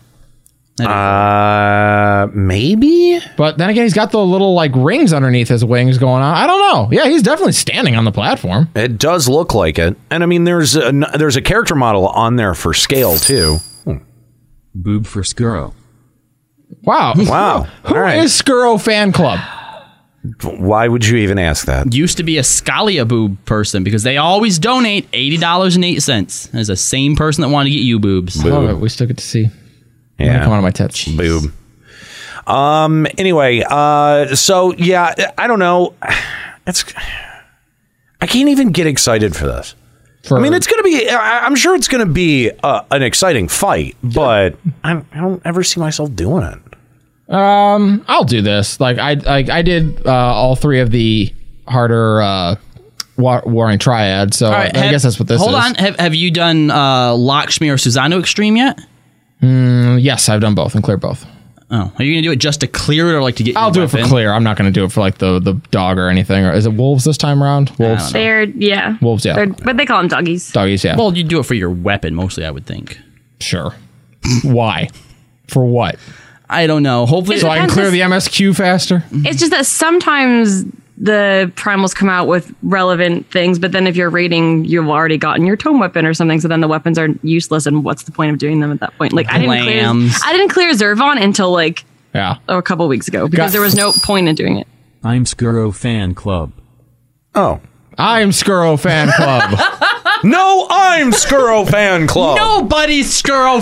G: Uh, maybe.
A: But then again, he's got the little like rings underneath his wings going on. I don't know. Yeah, he's definitely standing on the platform.
G: It does look like it. And I mean, there's a, there's a character model on there for scale too.
O: Boob for Skuro.
A: Wow.
G: Wow.
A: Who
G: All
A: is
G: right.
A: Skuro fan club?
G: Why would you even ask that?
B: Used to be a Scalia boob person because they always donate eighty dollars and eight cents. That is the same person that wanted to get you boobs.
A: Love it. Oh, We still get to see. Yeah.
G: Yeah.
A: Come on, my tits.
G: Boob. Um. Anyway. Uh. So yeah. I don't know. It's. I can't even get excited for this.
A: For-
G: I mean, it's going to be. I- I'm sure it's going to be uh, an exciting fight, but I I don't ever see myself doing it.
A: Um, I'll do this. Like I like I did uh, all three of the harder uh, war- warring triad. So
B: All right,
A: I
B: have-
A: guess that's what this
B: hold
A: is.
B: on. Have, have you done uh, Lakshmi or Susano Extreme yet?
A: Mm, yes, I've done both and cleared both.
B: Oh, are you gonna do it just to clear it or like to get?
A: I'll do it for clear. I'm not gonna do it for like the the dog or anything. Or is it wolves this time around? Wolves.
H: They're yeah.
A: Wolves, yeah.
H: They're, but they call them doggies.
A: Doggies, yeah.
B: Well, you do it for your weapon mostly, I would think.
A: Sure. Why? For what?
B: I don't know. Hopefully,
H: It So I can depends clear if- the
A: MSQ faster.
H: It's just that sometimes the primals come out with relevant things, but then if you're raiding, you've already gotten your tome weapon or something, so then the weapons are useless. And what's the point of doing them at that point? Like I didn't
B: Clams.
H: clear I didn't clear Zervon until like
A: yeah
H: a couple weeks ago because
O: Got-
H: there was no point in doing it.
O: I'm Skuro Fan Club.
G: Oh.
A: I'm Skuro Fan Club.
G: no, I'm Skuro Fan Club.
B: Nobody's Skuro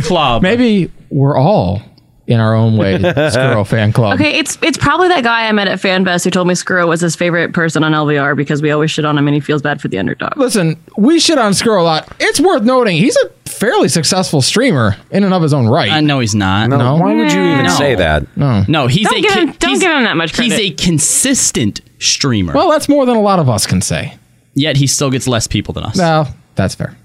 B: Club.
A: Maybe we're all in our own way Skuro Fan Club.
H: Okay, it's it's probably that guy I met at FanFest who told me Skuro was his favorite person on LVR because we always shit on him and he feels bad for the underdog.
A: Listen, we shit on Skuro a lot. It's worth noting he's a fairly successful streamer in and of his own right.
B: Uh, no, he's not.
A: No.
G: Why would you even say that?
A: No.
B: No, he's
H: Don't
B: a
H: give him- don't
B: he's-
H: give him that much
B: He's a
H: credit.
B: consistent streamer.
A: Well, that's more than a lot of us can say.
B: Yet he still gets less people than us.
A: No, that's fair.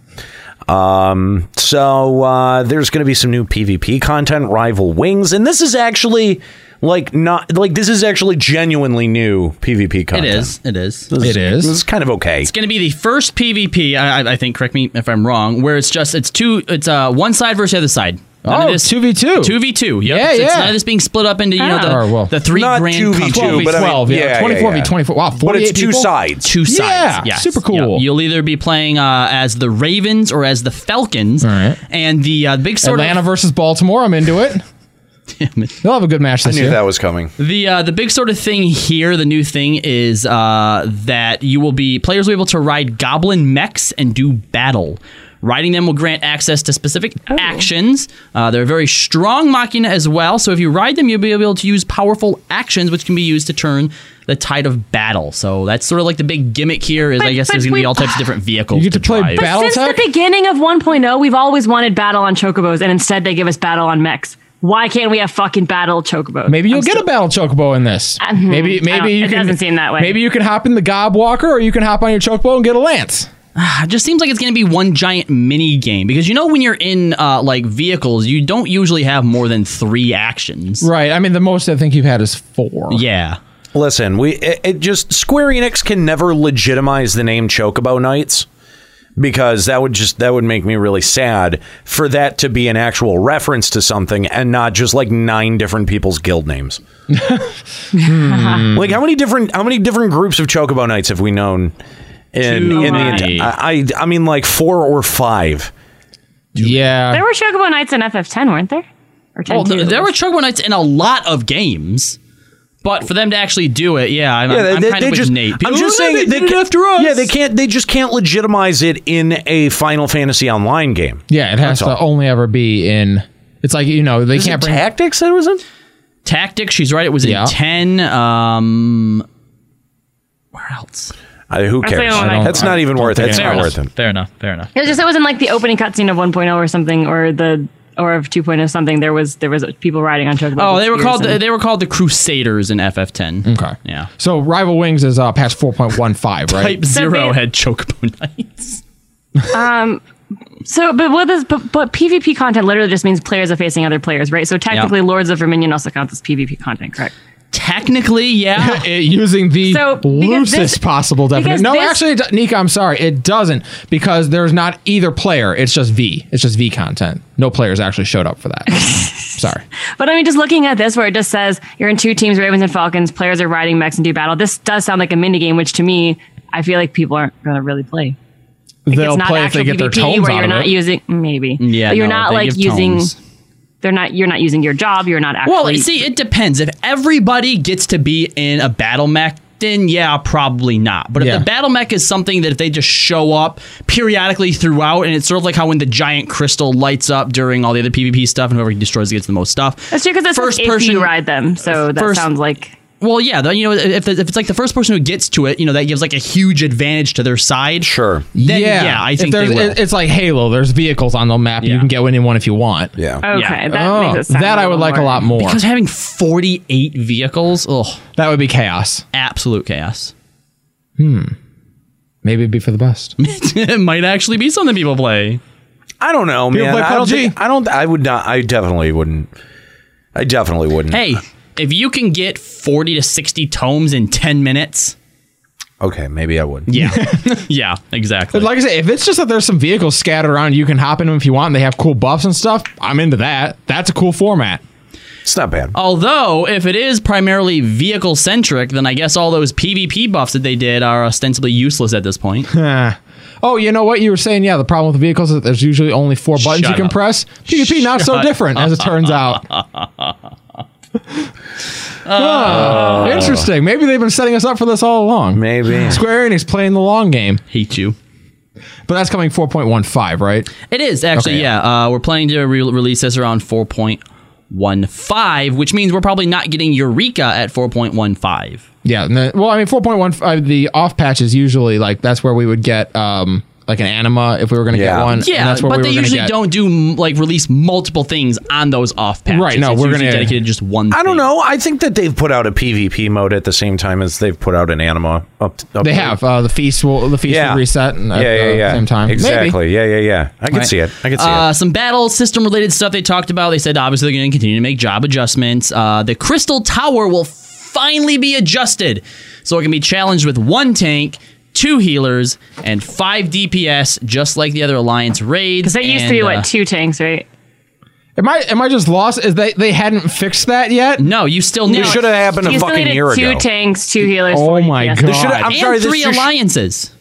G: Um, so uh, there's going to be some new PvP content, rival wings, and this is actually like not like this is actually genuinely new PvP content.
B: is, It is.
G: This
B: It is.
G: This is kind of okay.
B: It's going to be the first PvP. I, I- I think. Correct me if I'm wrong. Where it's just it's two. It's uh one side versus the other side. None
A: Oh,
B: of this
A: two v two.
B: Two v two. Yep.
A: Yeah,
B: It's- It's
A: yeah.
B: none of this being split up into you know the,
A: Ah. Or, well,
B: the three
A: not
B: grand
A: 2v2,
B: companies.
A: but I mean, 12, yeah, yeah, yeah, 24v24. Wow,
G: But it's 48 two people? sides.
B: Two sides.
A: Yeah,
B: yes.
A: super cool.
B: Yep. You'll either be playing uh, as the Ravens or as the Falcons. And the uh, big sort
A: Atlanta
B: of
A: versus Baltimore. I'm into it. They'll have a good match this year.
G: was coming.
B: The uh, the big sort of thing here, the new thing is uh, that you will be players will be able to ride goblin mechs and do battle. Riding them will grant access to specific
H: Oh.
B: actions. Uh, they're very strong machina as well. So if you ride them, you'll be able to use powerful actions, which can be used to turn the tide of battle. So that's sort of like the big gimmick here. Is I
H: But-
B: guess
H: but
B: there's going to be
H: we-
B: all types of different vehicles. You get to, drive.
H: But since the beginning of 1.0, we've always wanted battle on chocobos, and instead they give us battle on mechs. Why can't we have fucking battle chocobos?
A: Maybe you'll get a battle chocobo in this.
H: Mhm. I
A: Maybe
H: don't-
A: maybe you
H: it
A: can,
H: doesn't seem that way.
A: Maybe you can hop in the gob walker, or you can hop on your chocobo and get a lance.
B: It just seems like it's going to be one giant mini game because you know when you're in uh, like vehicles, you don't usually have more than three actions.
A: Right. I mean, the most I think you've had is four.
B: Yeah.
G: Listen, we it, it just Square Enix can never legitimize the name Chocobo Knights because that would just that would make me really sad for that to be an actual reference to something and not just like nine different people's guild names. Like how many different how many different groups of Chocobo Knights have we known in
B: Too
G: in the
B: many.
G: enti- I I mean like four or five.
A: Yeah.
H: there were chocobo knights in FF10, weren't there? Or 10
B: Oh, th- there were Chocobo Knights in a lot of games, but for them to actually do it, yeah, I'm, I'm- I'm kind of with Nate.
G: I'm
B: People,
G: just
B: "Oh, no,
G: saying
B: they did it
G: ca-
B: after us.
G: Yeah, they can't. They just can't legitimize it in a Final Fantasy Online game.
A: Yeah, it has
G: That's
A: to only ever be in. It's like you know they
G: Is it
A: can't bring
G: tactics. That was in
B: Tactics, she's right. It was
A: Yeah.
B: in ten. Um, where else?
G: I, who
H: That's the
G: cares?
H: only one I-
G: That's not even worth it. It's not worth it.
B: Fair enough. Fair enough.
H: It was just it was in like the opening cutscene of 1.0 or something, or the or of 2.0 something. There was there was people riding on chocobos.
B: Oh,
H: with
B: they were
H: spears
B: called the,
H: and-
B: they were called the Crusaders in FF10.
A: Okay.
B: Yeah.
A: So rival wings is uh, patch four point one five, right?
B: Type zero had Chocobo Knights.
H: um. So, but what is but, but PvP content literally just means players are facing other players, right? So technically, Lords of Verminion also counts as PvP content, correct?
B: Technically, yeah.
A: It- using the
H: So, because
A: loosest
H: this-
A: possible
H: because
A: definition. No,
H: this-
A: actually, it do- Nika, I'm sorry, it doesn't because there's not either player. It's just V. It's just V content. No players actually showed up for that. sorry.
H: But I mean, just looking at this, where it just says you're in two teams, Ravens and Falcons, players are riding mechs and do battle. This does sound like a mini game, which to me, I feel like people aren't going to really play. Like,
A: They'll play if
H: actual
A: they get their
H: PvP
A: tones
H: where
A: out
H: you're
A: of
H: not
A: it.
H: using maybe.
B: Yeah,
H: but you're
B: no,
H: not
B: they
H: like
B: give
H: using.
B: tones.
H: They're not. You're not using your job. You're not actually.
B: Well, see, it depends. If everybody gets to be in a battle mech, then yeah, probably not. But if
A: Yeah.
B: the battle mech is something that if they just show up periodically throughout, and it's sort of like how when the giant crystal lights up during all the other PvP stuff, and whoever destroys it gets the most stuff.
H: That's true because that's
B: first
H: first if
B: person-
H: you ride them. So that
B: first-
H: sounds like
B: Well, yeah, the, you know, if, if it's like the first person who gets to it, you know, that gives like a huge advantage to their side. Sure. Then, yeah. I
A: If
B: think they
A: there's-
B: will.
A: it- It's like Halo. There's vehicles on the map. You can get in one if you want. Yeah. Oh,
B: Yeah.
A: that I would like a lot more.
B: Because having 48 vehicles, oh,
A: that would be chaos.
B: Absolute chaos.
A: Hmm. Maybe it'd be for the best.
B: it might actually be something people play.
G: I don't know,
B: People
G: man.
B: play
G: I don't.
B: PUBG.
G: Think, I don't. I would not. I definitely wouldn't. I definitely wouldn't.
B: Hey, if you can get 40 to 60 tomes in 10 minutes,
G: Okay, maybe I would.
B: yeah. yeah, exactly.
A: But like I say, if it's just that there's some vehicles scattered around, you can hop in them if you want. And they have cool buffs and stuff. I'm into that. That's a cool format.
G: It's not bad.
B: Although, if it is primarily vehicle centric, then I guess all those PvP buffs that they did are ostensibly useless at this point.
A: Huh. Oh, you know what you were saying? Yeah, the problem with the vehicles is that there's usually only four buttons
B: Shut
A: you can
B: up.
A: press. PvP not so
B: Shut
A: different as it turns out. Huh.
B: Oh.
A: Ah, Interesting. Maybe they've been setting us up for this all along.
G: Maybe
A: Square Enix playing the long game.
B: Hate you.
A: But that's coming 4.15, right?
B: It is actually,
A: Okay.
B: yeah. Uh, we're planning to re- release this around 4.15, which means we're probably not getting Eureka at 4.15.
A: Yeah. and then- well, I mean, 4.15. uh, The off patch is usually like that's where we would get um like an anima if we were going to get one. and
B: Yeah,
A: that's where
B: but
A: we
B: they
A: were gonna
B: usually
A: get-
B: don't do m- like release multiple things on those off patches.
A: Right, no,
B: It's
A: we're
B: usually
A: gonna-
B: dedicated to just one.
G: I don't know. I think that they've put out a PvP mode at the same time as they've put out an anima. Up, up
A: They have uh, the feast will the feast
G: Yeah.
A: will reset and at
G: yeah, yeah,
A: the
G: yeah.
A: same time. Maybe.
G: Exactly. Yeah, yeah, yeah. I can
B: Right.
G: see it. I can see
B: Uh, some battle system related stuff they talked about. They said obviously they're going to continue to make job adjustments. Uh, the crystal tower will finally be adjusted, so it can be challenged with one tank, two healers, and five DPS, just like the other alliance raids. uh, Because
H: That used to be
A: uh,
H: what two tanks, right?
A: Am I am I just lost? Is they they hadn't fixed that yet?
B: No, you still
A: need
H: No, you still needed two tanks, two healers.
A: Oh
H: four
A: my
H: DPS.
A: They shoulda- I'm
B: and
A: sorry, this
B: three
A: just-
B: alliances.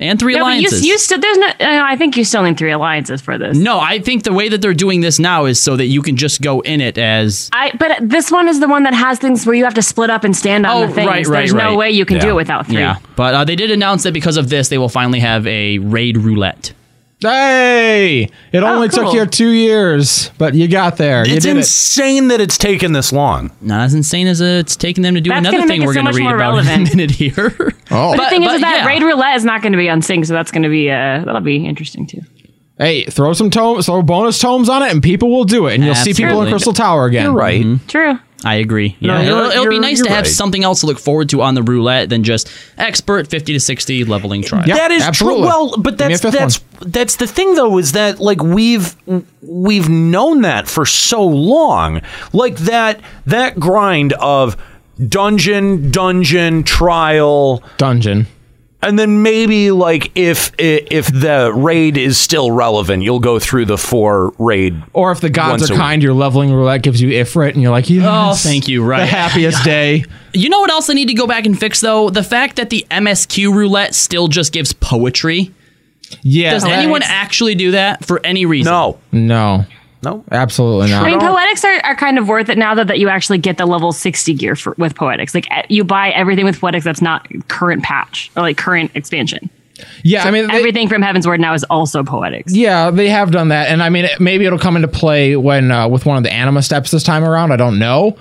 B: And three
H: no,
B: alliances.
H: But you, you still there's no. uh, I think you still need three alliances for this.
B: no, I think the way that they're doing this now is so that you can just go in it as
H: I but this one is the one that has things where you have to split up and stand
B: Oh,
H: on the things. There's no way you can do it without three.
B: Yeah, but uh, they did announce that because of this, they will finally have a raid roulette.
A: Hey, it only took
B: Oh, cool.
A: you two years, but you got there.
B: It's
A: you did
G: insane that it's taken this long.
B: Not as insane as uh, it's taking them to do
H: That's
B: another
H: gonna
B: thing
H: make it
B: we're
H: so
B: going
H: much
B: to read
H: more
B: about in a
H: relevant.
B: minute here.
A: Oh,
H: But the
B: But-
H: thing is,
B: but
H: is that
B: yeah.
H: raid roulette is not going to be on sync, so that's going to be uh that'll be interesting too.
A: it. Hey, throw some tomes, throw bonus tomes on it, and people will do it, and you'll see people in
B: Absolutely.
A: Crystal Tower again. Mm-hmm.
B: You're right. Mhm.
H: True.
B: I agree.
A: No,
B: Yeah,
A: you're-
B: it'll, it'll be
A: you're-
B: nice
A: you're
B: to have
A: right.
B: something else to look forward to on the roulette than just expert fifty to sixty leveling trial.
A: Yeah,
G: that is
A: absolutely.
G: true. Well, but
A: Give me a
G: that's
A: fifth
G: that's that's the thing though is that like we've we've known that for so long. Like that that grind of dungeon dungeon trial
A: dungeon.
G: And then maybe like if i- if the raid is still relevant, you'll go through the four raid.
A: Or if the gods
G: Once
A: are
G: a
A: kind, your leveling roulette gives you Ifrit, and you're like, yes,
B: Oh, thank you. Right.
A: the happiest day.
B: You know what else I need to go back and fix though? The fact that the MSQ roulette still just gives poetry.
A: Yeah.
B: Does
A: that-
B: anyone actually do that for any reason? No.
A: No.
G: No.
A: Absolutely not.
H: I mean, poetics are, are kind of worth it now that, that you actually get the level 60 gear for, with poetics. Like, eh, you buy everything with poetics that's not current patch or like current expansion.
A: Yeah, I mean,
H: everything from Heaven's Word now is also poetics.
A: Yeah, they have done that, and I mean, it- maybe it'll come into play when uh, with one of the anima steps this time around. I don't know,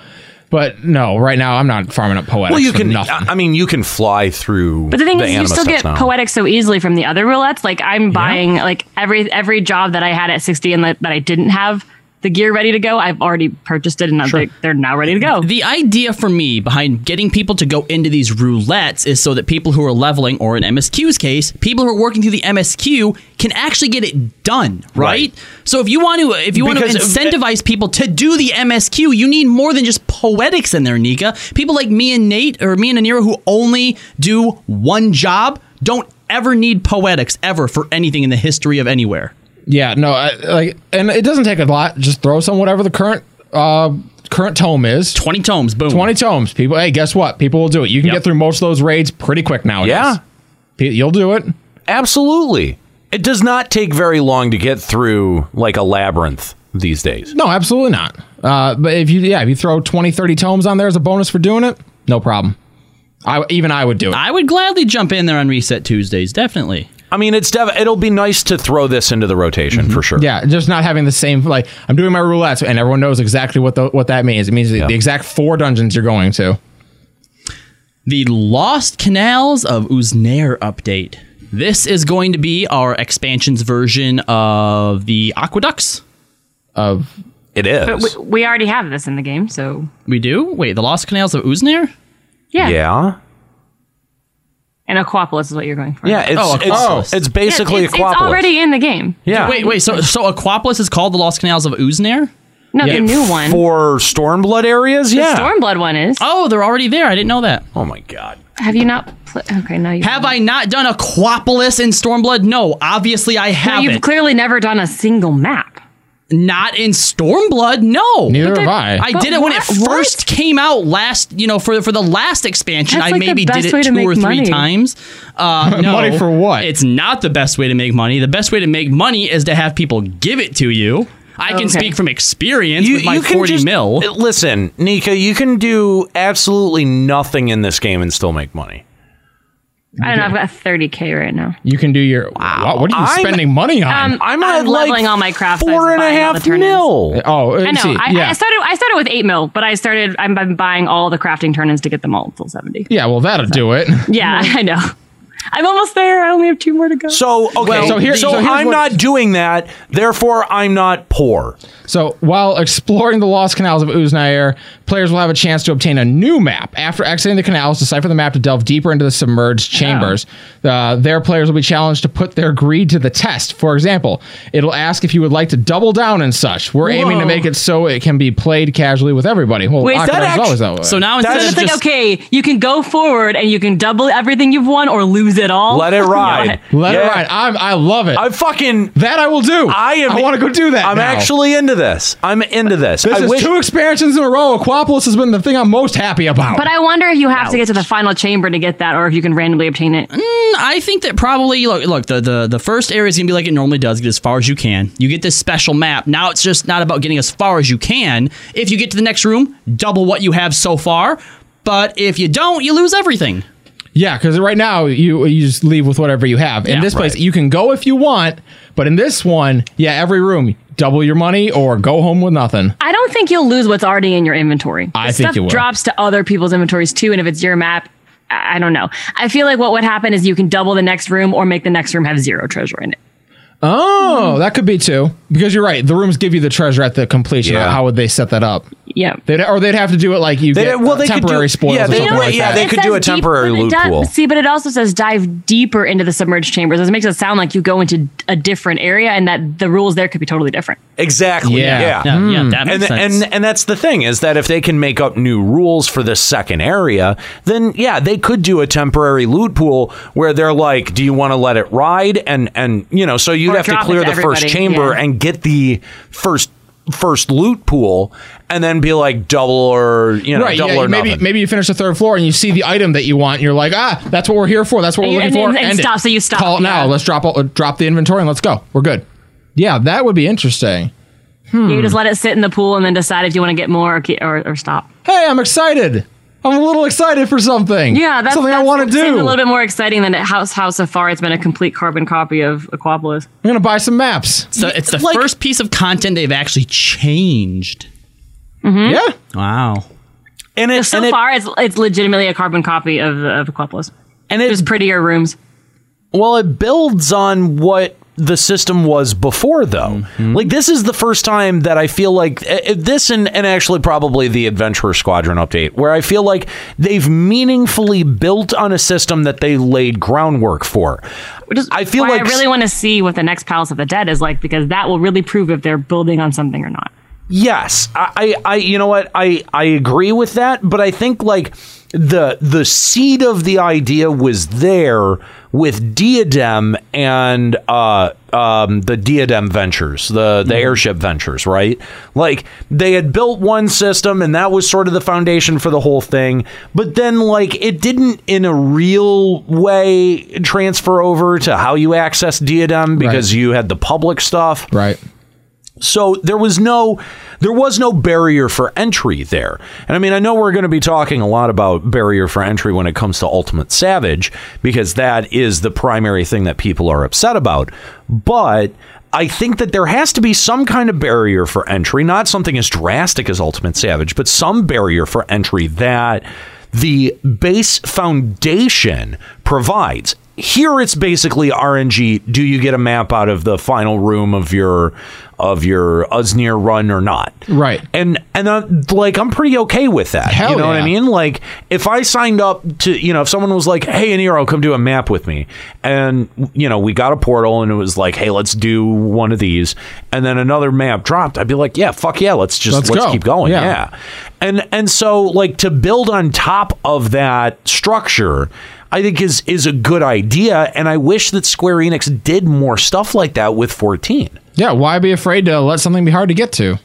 A: but no, right now I'm not farming up poetics.
G: Well, you
A: for
G: can. uh,
A: nothing.
G: I mean, you can fly through.
H: But the thing is, you
G: anima
H: still
G: steps
H: get
G: now.
H: poetics so easily from the other roulettes. Like, I'm buying like every every job that I had at 60 and that, that I didn't have the gear ready to go. I've already purchased it, and I'm like, they're now ready to go.
B: The idea for me behind getting people to go into these roulettes is so that people who are leveling, or in MSQ's case, people who are working through the MSQ can actually get it done, right?
G: Right.
B: So if you want to, if you want to
G: Because-
B: incentivize people to do the MSQ, you need more than just poetics in there, Nika. People like me and Nate, or me and Anira, who only do one job, don't ever need poetics ever for anything in the history of anywhere.
A: yeah, no, I, like, and it doesn't take a lot. Just throw some whatever the current uh, current tome is.
B: Twenty tomes, boom.
A: Twenty tomes, people. Hey, guess what? People will do it. You can get through most of those raids pretty quick nowadays.
G: Yeah.
A: Pe- you'll do it.
G: Absolutely, it does not take very long to get through like a labyrinth these days.
A: No, absolutely not. Uh, but if you, yeah, if you throw 20, 30 tomes on there as a bonus for doing it, no problem. I even I would do it.
B: I would gladly jump in there on Reset Tuesdays, definitely.
G: I mean, it's def- it'll be nice to throw this into the rotation for sure.
A: Yeah, just not having the same like I'm doing my roulettes and everyone knows exactly what the, what that means. It means the, the exact four dungeons you're going to.
B: The Lost Canals of Uznair update. This is going to be our expansions version of the aqueducts. Of
G: it
H: But we, we already have this in the game, so
B: We do. Wait, the Lost Canals of Uznair.
H: yeah.
G: Yeah.
H: And Aquapolis is what you're going for.
G: Yeah, it's- Oh, it's- Aquapolis. it's basically
H: Yeah, it's, It's
G: Aquapolis.
H: already in the game.
B: Wait, wait. So, so Aquapolis is called the Lost Canals of Uznair.
H: No, the new one.
G: For Stormblood areas,
H: The yeah. Stormblood one is.
B: Oh, they're already there. I didn't know that.
G: Oh my god.
H: Have you not? Pl- okay, no, you
B: Have I not done Aquapolis in Stormblood? No, obviously I
H: No,
B: haven't.
H: you've clearly never done a single map.
B: Not in Stormblood, no.
H: Neither But have that- I.
B: I
H: but
B: did it when it
H: what- what?
B: first came out last, you know, for for the last expansion.
H: That's
B: I
H: like the
B: maybe
H: best
B: did
H: way
B: it
H: to
B: two
H: make
B: or three
H: money.
B: times. Uh, no,
H: Money for
B: what? It's not the best way to make money. The best way to make money is to have people give it to you. I can
G: Okay.
B: speak from experience with my
G: can
B: 40
G: just-
B: mil.
G: uh, Listen, Nika, you can do absolutely nothing in this game and still make money.
H: I don't know. I've got 30k right now.
A: You can do your. Wow. What are you
H: I'm-
A: spending money on?
H: Um, I'm, leveling all my crafts.
G: four
H: I was
G: and a
H: buying all
G: half
H: the turn-ins.
G: mil.
A: Oh,
H: I know.
A: see,
H: I,
A: yeah.
H: I started. I started with eight mil, but I started. I'm, I'm buying all the crafting turn-ins to get them all till seventy.
A: yeah, well, that'll do it.
H: Yeah, I know. I'm almost there. I only have two more to go.
G: So okay, so, here, so, I'm not doing that. Therefore, I'm not poor.
A: So while exploring the lost canals of Uznair, players will have a chance to obtain a new map. After exiting the canals, decipher the map to delve deeper into the submerged chambers. Uh, their players will be challenged to put their greed to the test. For example, it'll ask if you would like to double down and such. We're aiming to
H: Whoa.
A: make it so it can be played casually with everybody. Well,
H: Wait,
A: Aqueduct
H: that
A: is
H: act-
A: always that way.
B: So now
H: so
B: instead
H: it's
B: of
H: like
B: just
H: okay, you can go forward and you can double everything you've won or lose it all.
G: Let it ride.
A: Let it ride. I'm, I love it.
G: I fucking
A: that I will do.
G: I am.
A: I wanna go do that
G: I'm
A: now.
G: actually into this. I'm into this.
A: This
G: I
A: is
G: wish-
A: two expansions in a row. Aquapolis has been the thing I'm most happy about.
H: But I wonder if you have to get to the final chamber to get that, or if you can randomly obtain it.
B: Mm, I think that probably look look the, the the first area is gonna be like it normally does, get as far as you can. You get this special map. Now it's just not about getting as far as you can. If you get to the next room, double what you have so far. But if you don't, you lose everything.
A: Yeah, because right now you you just leave with whatever you have. In this place, you can go if you want, but in this one, yeah, every room double your money or go home with nothing.
H: I don't think you'll lose what's already in your inventory.
A: I
H: The
A: think
H: stuff
A: you will.
H: drops to other people's inventories too, and if it's your map, I I don't know. I feel like what would happen is you can double the next room or make the next room have zero treasure in it.
A: Oh, that could be too. Because you're right, the rooms give you the treasure at the completion.
G: Yeah.
A: How would they set that up?
H: Yeah,
A: they'd, or they'd have to do it like you
G: They-
A: get
G: well,
A: well,
G: they could
A: temporary
G: do-
A: spoils.
G: yeah,
A: or
G: they
A: something
G: don't-
A: like
G: yeah,
A: that.
G: they could do a temporary
H: But it does-
G: loophole.
H: See, but it also says dive deeper into the submerged chambers. It makes it sound like you go into a different area and that the rules there could be totally different.
G: Exactly.
B: Yeah.
G: Yeah.
B: Yeah, yeah, that makes
G: and,
B: sense.
G: And and that's the thing is that if they can make up new rules for this second area, then yeah, they could do a temporary loot pool where they're like, do you want to let it ride? And and you know, so you'd
B: Or
G: have to
B: drop it
G: clear
B: to
G: the first
B: everybody,
G: chamber
B: yeah.
G: and get the first first loot pool, and then be like double or you know
A: right,
G: double
A: yeah,
G: or
A: maybe
G: nothing.
A: maybe you finish the third floor and you see the item that you want. And you're like, ah, that's what we're here for. That's what
H: And-
A: we're looking
H: and-
A: for.
H: and- and
A: End it.
H: stop, so you stop,
A: Call it now.
H: yeah.
A: Let's drop all, drop the inventory and let's go. We're good. Yeah, that would be interesting. Hmm.
H: You just let it sit in the pool and then decide if you want to get more or, ke- or, or stop.
A: hey, I'm excited. I'm a little excited for something.
H: Yeah, that's
A: something I
H: that's-
A: want to
H: it seems
A: do.
H: A little bit more exciting than at House House so far. It's been a complete carbon copy of Aquapolis.
A: I'm gonna buy some maps.
B: So it's the first piece of content they've actually changed.
H: Mm-hmm.
A: Yeah.
B: Wow.
G: And it,
H: so far, it's it's legitimately a carbon copy of of Aquapolis.
G: And it's
H: prettier rooms.
G: Well, it builds on what the system was before, though.
H: Mm-hmm.
G: Like this is the first time that I feel like eh, eh, this, and and actually probably the Adventurer Squadron update, where I feel like they've meaningfully built on a system that they laid groundwork for. I feel
H: Why
G: like
H: I really want to see what the next Palace of the Dead is like because that will really prove if they're building on something or not.
G: Yes, I, I, I- you know what, I, I agree with that, but I think like the the seed of the idea was there with Diadem and uh, um, the Diadem Ventures, the the airship ventures, right? Like they had built one system, and that was sort of the foundation for the whole thing. But then, like, it didn't in a real way transfer over to how you access Diadem because you had the public stuff,
A: right?
G: So there was no there was no barrier for entry there. And I mean, I know we're going to be talking a lot about barrier for entry when it comes to Ultimate Savage because that is the primary thing that people are upset about. But I think that there has to be some kind of barrier for entry, not something as drastic as Ultimate Savage, but some barrier for entry that the base foundation provides. Here it's basically RNG. Do you get a map out of the final room of your of your Uznir run or not?
A: Right.
G: And and uh, like I'm pretty okay with that.
A: Hell
G: you know what I
A: yeah.
G: mean? Like if I signed up to you know if someone was like, "Hey, Nero, come do a map with me," and you know we got a portal and it was like, "Hey, let's do one of these," and then another map dropped, I'd be like, "Yeah, fuck yeah, let's just
A: Let's
G: let's,
A: go.
G: keep going."
A: Yeah.
G: yeah. And and so like to build on top of that structure. I think is is a good idea, and I wish that Square Enix did more stuff like that with 14.
A: Yeah, why be afraid to let something be hard to get to?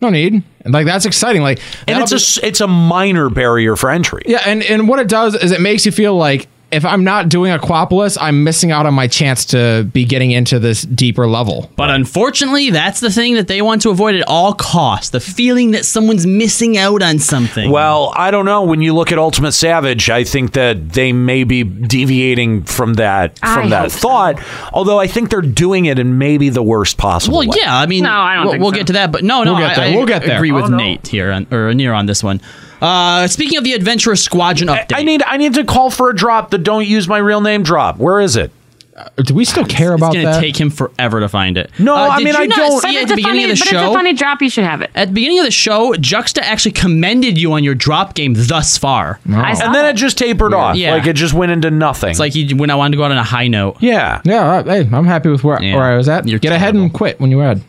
A: No need. Like that's exciting. Like
G: And it's a s- it's a minor barrier for entry.
A: Yeah, and, and what it does is it makes you feel like if I'm not doing Aquapolis, I'm missing out on my chance to be getting into this deeper level.
B: But unfortunately, that's the thing that they want to avoid at all costs the feeling that someone's missing out on something.
G: Well, I don't know. When you look at Ultimate Savage, I think that they may be deviating from that from
B: I
G: that
B: hope
G: thought. Although I think they're doing it in maybe the worst possible.
B: Well,
G: way.
B: yeah, I mean,
G: No, I don't
B: we'll,
G: think
B: we'll
G: so.
B: get to that, but no, no,
G: We'll get
B: I-
G: there.
B: I
G: We'll get there.
B: agree with
G: Oh, no.
B: Nate here on, or near on this one. Uh, speaking of the Adventurer Squadron update,
G: I need I need to call for a drop. The don't use my real name drop. Where is it?
A: do we still care
B: it's going to take him forever to find it.
G: No,
B: Uh,
G: I
B: did
G: mean
B: you
G: I
B: not
G: don't.
B: See at the beginning
H: funny-
B: of the
H: but
B: show,
H: it's a funny drop. You should have it.
B: At the beginning of the show, Juxta actually commended you on your drop game thus far.
H: I saw
G: and then it just tapered off.
B: Yeah.
G: Like it just went into nothing.
B: It's like he, when I wanted to go out on a high note.
G: Yeah.
A: Yeah, all right, hey, I'm happy with where, where I was at. Get ahead and quit when you had.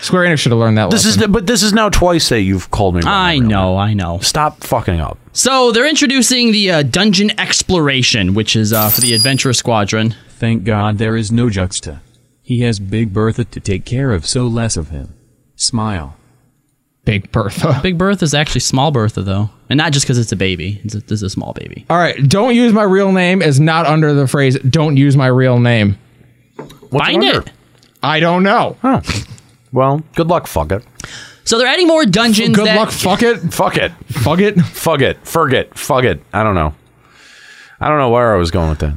A: Square Enix should have learned that
G: this is
A: lesson.
G: the, but this is now twice that you've called me.
B: I know, I know.
G: Stop fucking up.
B: So they're introducing the uh, dungeon exploration, which is uh, for the Adventurer Squadron.
O: Thank God there is no Juxta. He has Big Bertha to take care of, so less of him. Smile.
A: Big Bertha.
B: Big Bertha is actually Small Bertha, though, and not just because it's a baby. It's a, this is a small baby.
A: All right, don't use my real name is not under the phrase don't use my real name.
B: Find it.
A: I don't know.
G: Well, good luck, fuck it.
B: So they're adding more dungeons.
A: Good
B: that-
A: luck, fuck it.
G: Fuck it.
A: Fuck it.
G: Fuck it. Fuck it. Fuck it. I don't know. I don't know where I was going with that.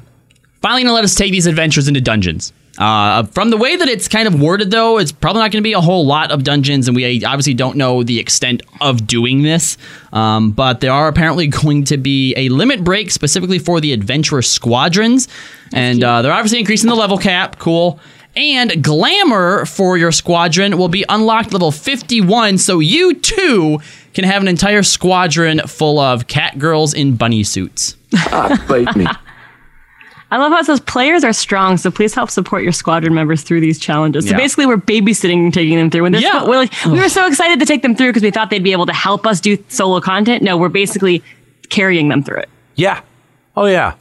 B: Finally, gonna let us take these adventures into dungeons. Uh, from the way that it's kind of worded, though, it's probably not going to be a whole lot of dungeons, and we obviously don't know the extent of doing this. Um, but there are apparently going to be a limit break specifically for the adventurer squadrons, and uh, they're obviously increasing the level cap. Cool. And glamour for your squadron will be unlocked level 51, so you too can have an entire squadron full of cat girls in bunny suits.
M: bite me.
H: I love how it says players are strong, so please help support your squadron members through these challenges. So
B: Yeah.
H: basically, we're babysitting and taking them through. When they're
B: Yeah.
H: so- we're like, we were so excited to take them through because we thought they'd be able to help us do solo content. No, we're basically carrying them through it.
G: Yeah. Oh yeah.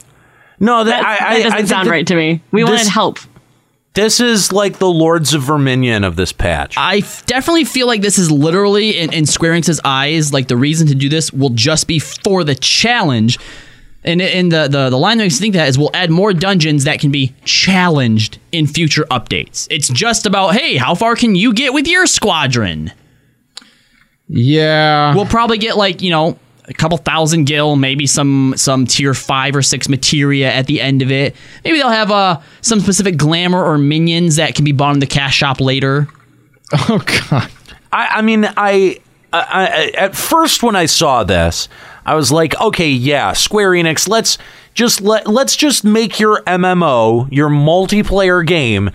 G: No, that, I, I,
H: that doesn't
G: I think
H: sound
G: that
H: right to me. We
G: this-
H: wanted help.
G: This is like the Lords of Verminion of this patch.
B: I f- definitely feel like this is literally in, in Square Enix's eyes. Like the reason to do this will just be for the challenge, and in the, the the line that makes you think that is we'll add more dungeons that can be challenged in future updates. It's just about hey, how far can you get with your squadron?
A: Yeah.
B: We'll probably get like you know a couple thousand gil, maybe some some tier five or six materia at the end of it. Maybe they'll have uh some specific glamour or minions that can be bought in the cash shop later.
A: Oh god.
G: I, I mean, I, I, I at first when I saw this, I was like, okay, yeah, Square Enix, let's just let let's just make your MMO, your multiplayer game,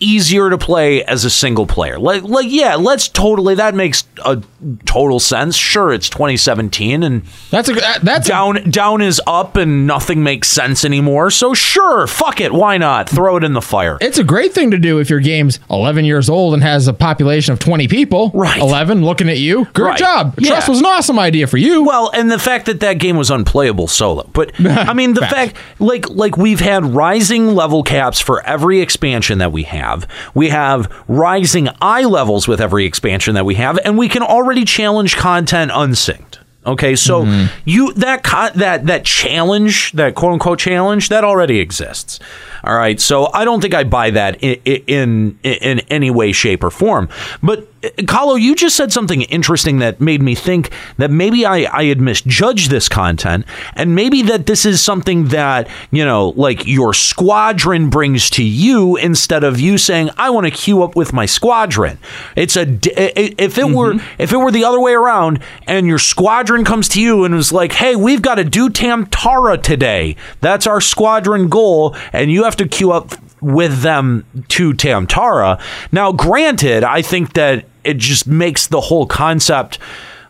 G: easier to play as a single player. Like, like, yeah, let's totally. That makes a total sense. Sure, it's 2017, and
A: that's a uh, that's
G: down down is up, and nothing makes sense anymore. So sure, fuck it, why not? Throw it in the fire.
A: It's a great thing to do if your game's 11 years old and has a population of 20 people. Right. 11 looking at you. Great
G: Right.
A: job.
G: Yeah.
A: Trust was an awesome idea for you.
G: Well, and the fact that that game was unplayable solo. But I mean, the fact like like we've had rising level caps for every expansion that we have. We have rising eye levels with every expansion that we have, and we can already challenge content unsynced. Okay, so you that co- that that challenge, that quote unquote challenge, that already exists. All right. So I don't think I buy that in in, in any way, shape, or form. But uh, Kahlo, you just said something interesting that made me think that maybe I, I had misjudged this content, and maybe that this is something that you know, like your squadron brings to you instead of you saying, "I want to queue up with my squadron." It's a d- i- i- if it were if it were the other way around, and your squadron comes to you and is like, "Hey, we've got to do Tamtara today. That's our squadron goal, and you have to queue up." with them to Tamtara. Now, granted, I think that it just makes the whole concept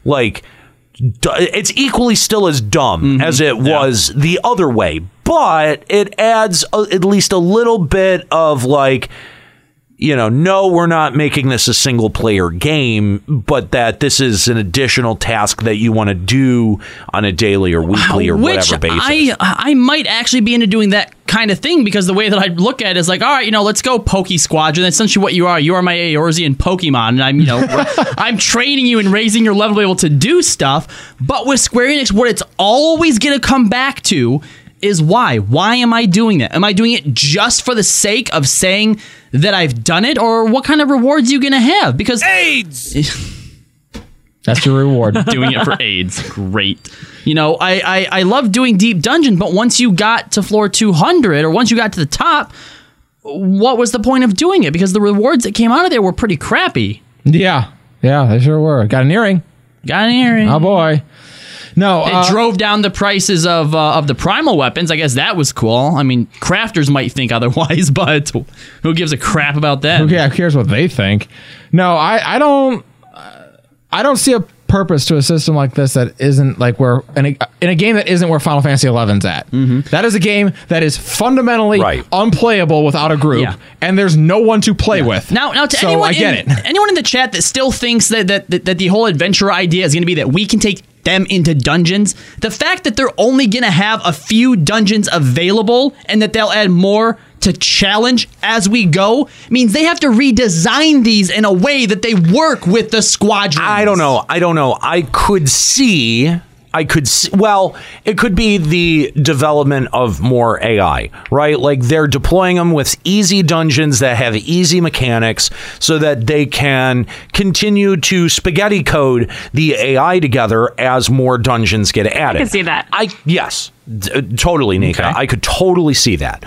G: like d- it's equally still as dumb
B: Mm-hmm.
G: as it was the other way, but it adds a, at least a little bit of like you know, no, we're not making this a single player game, but that this is an additional task that you want to do on a daily or weekly or
B: Which
G: whatever basis.
B: I I might actually be into doing that kind of thing because the way that I look at it is like, all right, you know, let's go Poke Squadron. That's essentially what you are. You are my Eorzean Pokemon, and I'm you know I'm training you and raising your level to be able to do stuff. But with Square Enix, what it's always gonna come back to is why. Why am I doing that? Am I doing it just for the sake of saying that I've done it, or what kind of rewards are you gonna have? Because AIDS.
P: That's your reward.
B: doing it for AIDS. Great. You know, I, I I love doing deep dungeon, but once you got to floor 200 or once you got to the top, what was the point of doing it? Because the rewards that came out of there were pretty crappy.
A: Yeah, yeah, they sure were. Got an earring.
B: Got an earring.
A: Oh boy. No,
B: It
A: uh,
B: drove down the prices of uh, of the primal weapons. I guess that was cool. I mean, crafters might think otherwise, but who gives a crap about that?
A: Who ca- cares what they think? No, I, I don't. I don't see a purpose to a system like this that isn't like where in a, in a game that isn't where Final Fantasy XI's at. That is a game that is fundamentally unplayable without a group,
B: Yeah.
A: and there's no one to play with.
B: Now, now to
A: so
B: anyone,
A: I get
B: in,
A: it.
B: anyone in the chat that still thinks that that, that, that the whole adventure idea is going to be that we can take them into dungeons, the fact that they're only going to have a few dungeons available and that they'll add more to challenge as we go means they have to redesign these in a way that they work with the squadron.
G: I don't know. I don't know. I could see. I could see, well, it could be the development of more AI, right? Like they're deploying them with easy dungeons that have easy mechanics so that they can continue to spaghetti code the AI together as more dungeons get added.
H: can see that.
G: I yes, d- uh, totally, Nika. I could totally see that.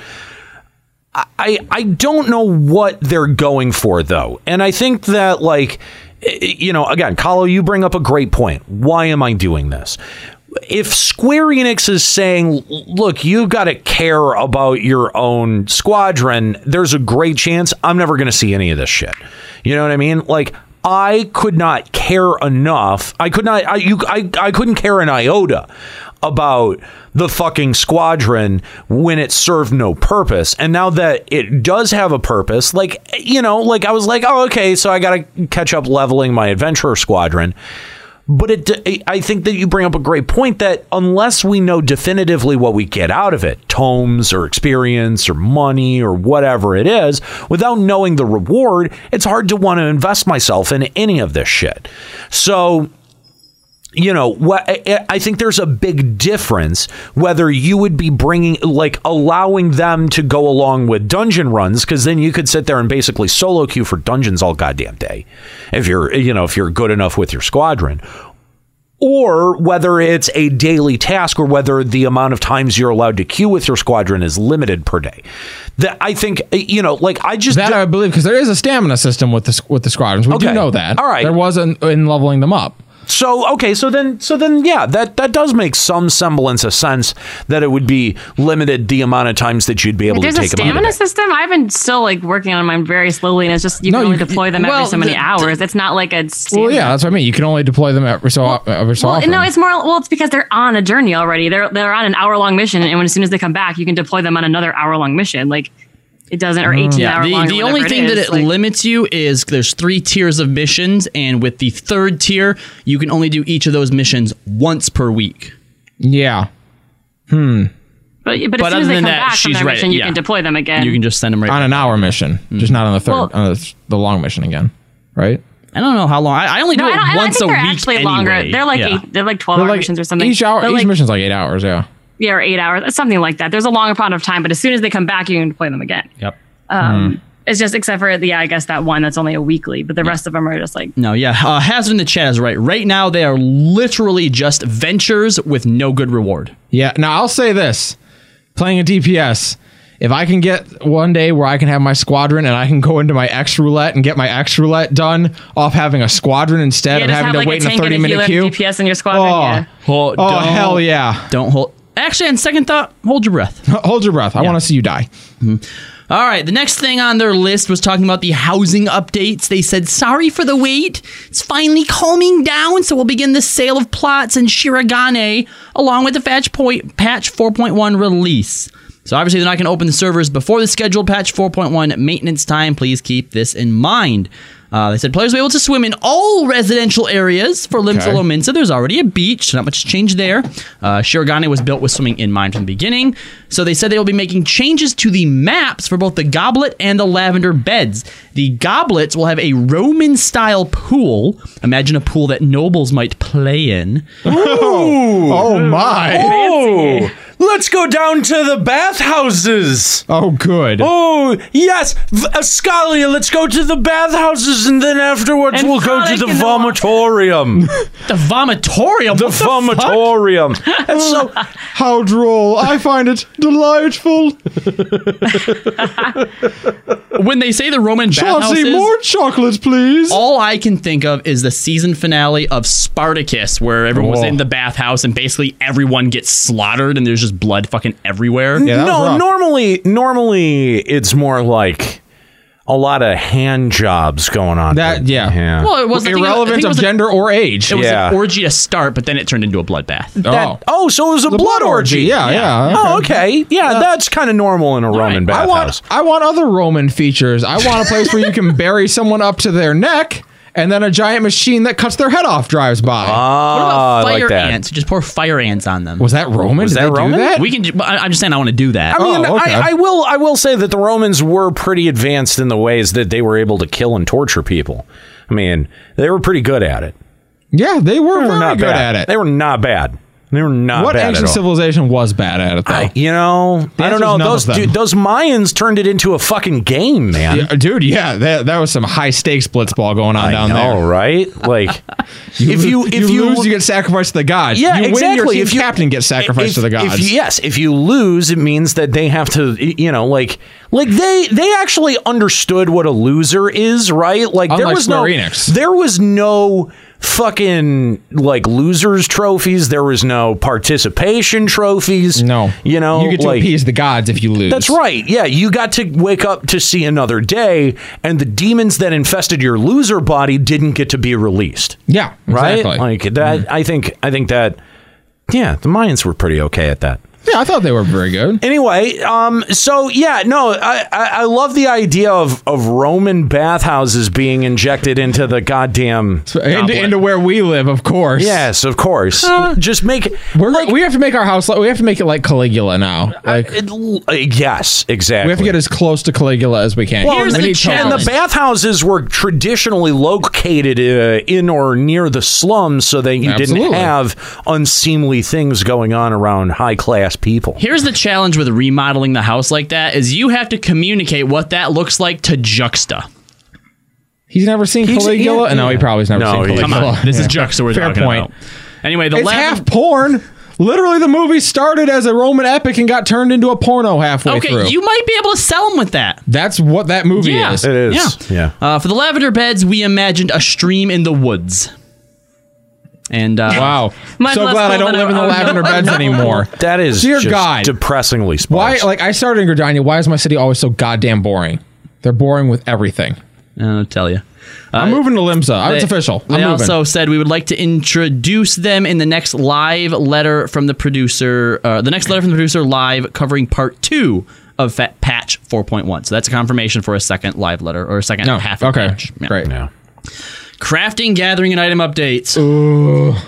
G: I, I don't know what they're going for though. And I think that like i- you know, again, Kahlo, you bring up a great point. Why am I doing this? If Square Enix is saying, look, you've got to care about your own squadron, there's a great chance I'm never going to see any of this shit. You know what I mean? Like, I could not care enough. I could not. I you. I, I couldn't care an iota about the fucking squadron when it served no purpose. And now that it does have a purpose, like you know, like I was like, oh okay, so I got to catch up leveling my adventurer squadron. But it, I think that you bring up a great point that unless we know definitively what we get out of it, tomes or experience or money or whatever it is, without knowing the reward, it's hard to want to invest myself in any of this shit. So you know what I- i think there's a big difference whether you would be bringing like allowing them to go along with dungeon runs because then you could sit there and basically solo queue for dungeons all goddamn day if you're you know if you're good enough with your squadron or whether it's a daily task or whether the amount of times you're allowed to queue with your squadron is limited per day that i think you know like i just
A: that I believe because there is a stamina system with the with the squadrons. We do
G: Okay.
A: know that.
G: All right.
A: there was an, in leveling them up.
G: So okay, so then so then yeah, that that does make some semblance of sense that it would be limited the amount of times that you'd be able
H: There's
G: to
H: a
G: take them out.
H: stamina system. I've been still like working on mine very slowly, and it's just you
A: No,
H: can only
A: you-
H: deploy them
A: well,
H: every so many
A: the-
H: hours. It's not like a
A: Well,
H: stamina.
A: yeah, that's what I mean. You can only deploy them every so every so
H: Well,
A: often.
H: no, it's more. Well, it's because they're on a journey already. They're they're on an hour long mission, and when, as soon as they come back, you can deploy them on another hour long mission. Like it doesn't, or eighteen hour
B: the,
H: long.
B: the only thing that it limits you is there's three tiers of missions, and with the third tier, you can only do each of those missions once per week.
A: yeah. Hmm.
H: But,
B: But
H: but, as soon
B: other
H: as they
B: than
H: come
B: that,
H: back from
B: she's
H: their
B: right,
H: mission, you
B: yeah.
H: can deploy them again.
B: just send them right
A: on an hour mission, just not on the third,
H: Well-
A: on the, the long mission again, right?
B: I don't know how long. I, only
H: no, I, don't, I think they're actually longer. They're like eight, they're like twelve hour missions or something.
A: Each hour,
H: But,
A: each
H: like,
A: mission's like eight hours. Yeah.
H: yeah, or eight hours, something like that. There's a long amount of time, but as soon as they come back, you can play them again.
B: Yep.
H: Um, It's just except for yeah, I guess that one that's only a weekly, but the rest of them are just like
B: No, yeah. Uh, Hazard in the chat is right. Right now, they are literally just ventures with no good reward.
A: Yeah. Now I'll say this: playing a DPS, if I can get one day where I can have my squadron and I can go into my X roulette and get my X roulette done off having a squadron instead
H: Yeah,
A: of
H: just
A: having
H: have,
A: to
H: like, a
A: wait in a
H: tank and a
A: thirty minute
H: healer
A: queue.
H: and DPS in your squadron,
A: Oh,
H: yeah.
A: oh,
B: don't-
A: hell yeah!
B: Don't hold. Actually, on second thought, hold your breath.
A: hold your breath. I want to see you die.
B: All right. The next thing on their list was talking about the housing updates. They said, sorry for the wait. It's finally calming down. So we'll begin the sale of plots in Shiragane along with the patch, point, patch 4.1 release. So obviously, they're not going to open the servers before the scheduled patch 4.1 maintenance time. Please keep this in mind. Uh, they said players will be able to swim in all residential areas for Limsa
G: Okay.
B: Lo Minsa. There's already a beach, so not much change there. Uh, Shiragane was built with swimming in mind from the beginning. So they said they will be making changes to the maps for both the goblet and the lavender beds. The goblets will have a Roman style pool. Imagine a pool that nobles might play in.
A: Oh my!
G: Oh, let's go down to the bathhouses.
A: Oh, good.
G: Oh yes, v- Ascalia. Let's go to the bathhouses, and then afterwards
B: And
G: we'll go to
B: frolic
G: the
B: in the
G: vomitorium.
B: the vomitorium.
G: The vomitorium. And so
A: How droll! I find it delightful.
B: when they say the Roman bathhouses,
A: Chauncey, more chocolate, please.
B: All I can think of is the season finale of Spartacus, where everyone was
G: Oh.
B: in the bathhouse and basically everyone gets slaughtered and there's just blood fucking everywhere.
G: no, normally, normally it's more like a lot of hand jobs going on. That yeah.
B: Well, Oh, it was I think it was- I think it was a- It was
G: yeah.
B: an orgy to start, but then it turned into a bloodbath.
G: That- oh. so it was a blood, orgy.
A: Yeah, yeah.
G: Oh, okay. Yeah, that's kind of normal in a Roman
A: I
G: bathhouse.
A: want I want other Roman features. I want a place where you can bury someone up to their neck, and then a giant machine that cuts their head off drives by.
G: Uh,
B: What
A: Ah,
B: about fire ants? Just pour fire ants on them.
A: Was that Roman?
B: Was
A: Did
B: that
A: they do
B: Roman?
A: that?
B: We can. ju- I- I'm just saying I want to do that.
G: I mean, I, I will. I will say that the Romans were pretty advanced in the ways that they were able to kill and torture people. I mean, they were pretty good at it.
A: Yeah, they were, very
G: not
A: good
G: bad.
A: at it.
G: They were not bad. They were not
A: what
G: bad at
A: ancient
G: all.
A: civilization was bad at it though?
G: you know, I don't know. Those dude, those Mayans turned it into a fucking game, man.
A: dude, yeah, that, that was some high stakes blitzball going on down
G: know,
A: there.
G: right? Like,
A: if you if you, lose, you get sacrificed to the gods.
G: Yeah,
A: you win,
G: exactly.
A: Your team
G: If you-
A: captain gets sacrificed
G: if-
A: to the gods.
G: If, yes, if you lose, it means that they have to, y- you know, like, like they they actually understood what a loser is, right? Like there
A: Unlike
G: was
A: Square
G: no,
A: Enix.
G: there was no fucking like losers trophies. There was no participation trophies. No, you know,
A: you get to
G: like,
A: appease the gods if you lose.
G: That's right. Yeah, you got to wake up to see another day, and the demons that infested your loser body didn't get to be released.
A: Yeah,
G: right.
A: exactly. Mm-hmm.
G: Like that. I think. I think that. Yeah, the Mayans were pretty okay at that.
A: Yeah, I thought they were very good.
G: Anyway, um, so yeah, no, I, I, I love the idea of, of Roman bathhouses being injected into the goddamn
A: And,
G: goblet.
A: and to where we live, of course.
G: Yes, of course. Just make
A: we're, we have to make our house. Like, we have to make it like Caligula now. Like
G: Uh, yes, exactly.
A: we have to get as close to Caligula as we can.
G: Well,
A: we
G: and
A: need
G: the, and
A: tokens.
G: the bathhouses were traditionally located uh, in or near the slums so that you didn't
B: Absolutely.
G: have unseemly things going on around high class people.
B: Here's the challenge with remodeling the house like that: is you have to communicate what that looks like to Juxta.
A: He's never seen Caligula. no, he probably has never seen Caligula.
B: Come on, this is
A: Yeah.
B: Juxta we're
A: Fair
B: talking
A: point.
B: about. Anyway, the
A: it's
B: lavender-
A: half porn. Literally, the movie started as a Roman epic and got turned into a porno halfway
B: okay,
A: through.
B: you might be able to sell them with that.
A: That's what that movie
B: Yeah.
A: is.
B: It is.
G: Yeah.
B: Uh, for the lavender beds, we imagined a stream in the woods. And uh,
A: wow,
B: Much
A: so
B: less
A: glad I
B: cool
A: don't
B: than
A: live in the
B: I-
A: lavender beds anymore.
G: That is
A: dear
G: just
A: God.
G: depressingly sparse.
A: Why? Like I started in Gridania. Why is my city always so goddamn boring? They're boring with everything.
B: I'll tell you.
A: I'm moving to Limsa. Oh, it's
B: They-
A: official. I'm
B: they
A: moving.
B: also said we would like to introduce them in the next live letter from the producer. Uh, the next letter from the producer live covering part two of Fat Patch 4.1. So that's a confirmation for a second live letter or a second half. Of
A: Oh, okay.
B: patch. Yeah.
A: Great.
G: now.
B: Crafting, gathering, and item updates.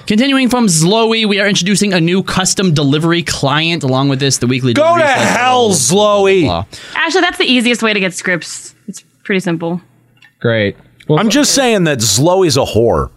B: Continuing from Zloey, we are introducing a new custom delivery client along with this, the weekly Go
G: to hell, Zloey!
H: Actually, that's the easiest way to get scripts. It's pretty simple.
A: Great.
G: I'm just saying that Zloey's a whore.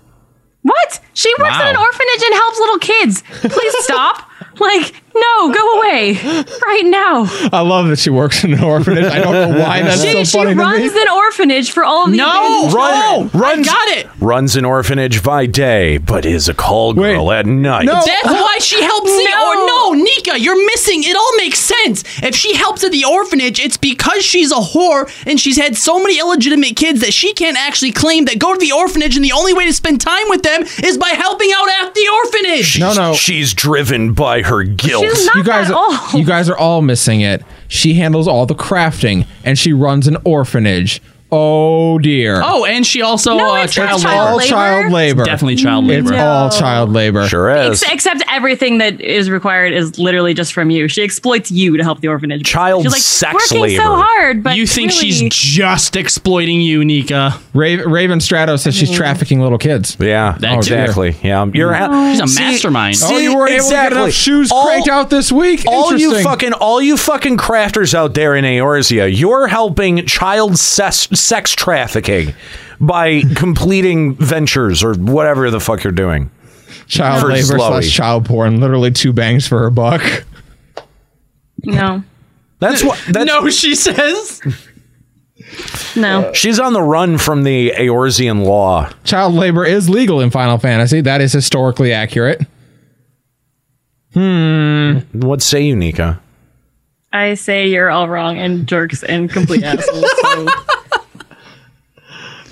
H: What? She works
G: Wow.
H: in an orphanage and helps little kids. Please stop. Like, No, go away right now.
A: I love that she works in an orphanage. I don't know why that's
H: she,
A: so funny
H: she
A: to
H: runs
A: me.
H: an orphanage for all of the
B: No,
H: abandoned
B: run,
H: children.
B: run, got it.
G: Runs an orphanage by day, but is a call girl at night.
B: That's why she helps the or no, Nika, you're missing. It all makes sense. If she helps at the orphanage, it's because she's a whore and she's had so many illegitimate kids that she can't actually claim that go to the orphanage and the only way to spend time with them is by helping out at the orphanage.
G: no, no. She's driven by her guilt.
A: you guys, you guys are all missing it. She handles all the crafting, and she runs an orphanage. Oh dear.
B: Oh, and she also
H: No,
B: uh,
H: it's not
B: child,
H: child
B: labor.
A: all child labor. definitely
B: child
A: It's
B: labor.
A: all child labor. Sure
H: Ex- except everything that is required is literally just from you. She exploits you to help the orphanage.
G: Child
H: She's like,
G: sex
H: working so
G: labor.
H: hard, but
B: You think
H: really-
B: she's just exploiting you, Nika?
A: Raven, Raven Strato says she's trafficking little kids.
G: Yeah,
B: That too.
G: exactly. Yeah, you're
B: She's a mastermind.
A: oh, you weren't able to get enough shoes cranked out this week.
G: All you
A: Interesting.
G: fucking, all you fucking crafters out there in Eorzea, you're helping child sex, sex trafficking by completing ventures or whatever the fuck you're doing.
A: child
G: For
A: labor
G: Slowy.
A: slash child porn. Literally two bangs for her buck.
H: No,
G: That's what. That's,
B: no, she says.
H: no.
G: She's on the run from the Eorzean law.
A: Child labor is legal in Final Fantasy. That is historically accurate.
G: Hmm. What say you, Nika?
H: I say you're all wrong and jerks and complete assholes. so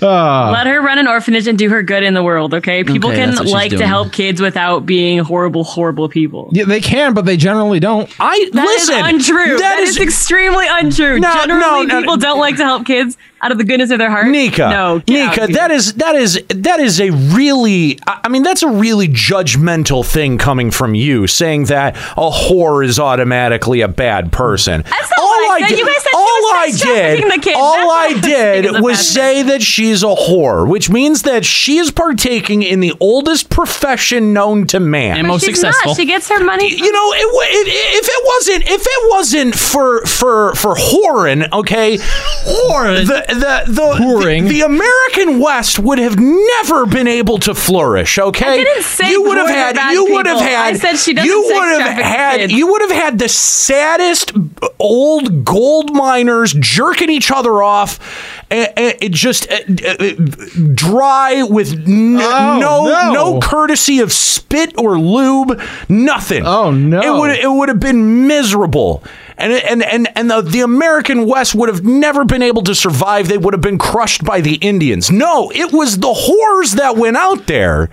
G: Ah.
H: Let her run an orphanage and do her good in the world, okay? People
A: Okay,
H: can
A: that's what she's
H: like to
A: doing.
H: help kids without being horrible, horrible people.
A: Yeah, they can, but they generally don't.
G: I
H: That is untrue. that is, extremely untrue.
G: No, no,
H: Generally,
G: no.
H: people don't like to help kids out of the goodness of their heart.
G: Nika,
H: no, get out,
G: Nika,
H: dude.
G: that is that is that is a really, I I mean, that's a really judgmental thing coming from you, saying that a whore is automatically a bad person. That's
H: not what I said. You guys said she was sex trafficking the kid.
G: all
H: That's what
G: I
H: I think is
G: did
H: a
G: was
H: bad
G: say that she's a whore, which means that she is partaking in the oldest profession known to man
H: But she's Not. She gets her money.
G: You know, it, wa- it, if it wasn't if it wasn't for for for whoring, okay, whoring the the the, the the American West would have never been able to flourish. Okay,
H: I didn't say
G: you would have
H: whore are
G: had
H: bad
G: you would have
H: people.
G: had
H: I said she doesn't
G: you
H: sex
G: would have
H: traffic
G: had
H: kids.
G: you would have had the saddest old gold miners jerking each other off. eh, eh, It just eh, eh, eh, dry with n-
A: Oh,
G: no
A: no.
G: no courtesy of spit or lube, nothing. Oh
A: no!
G: It would it would have been miserable, and and and and the, the American West would have never been able to survive. They would have been crushed by the Indians. No, it was the whores that went out there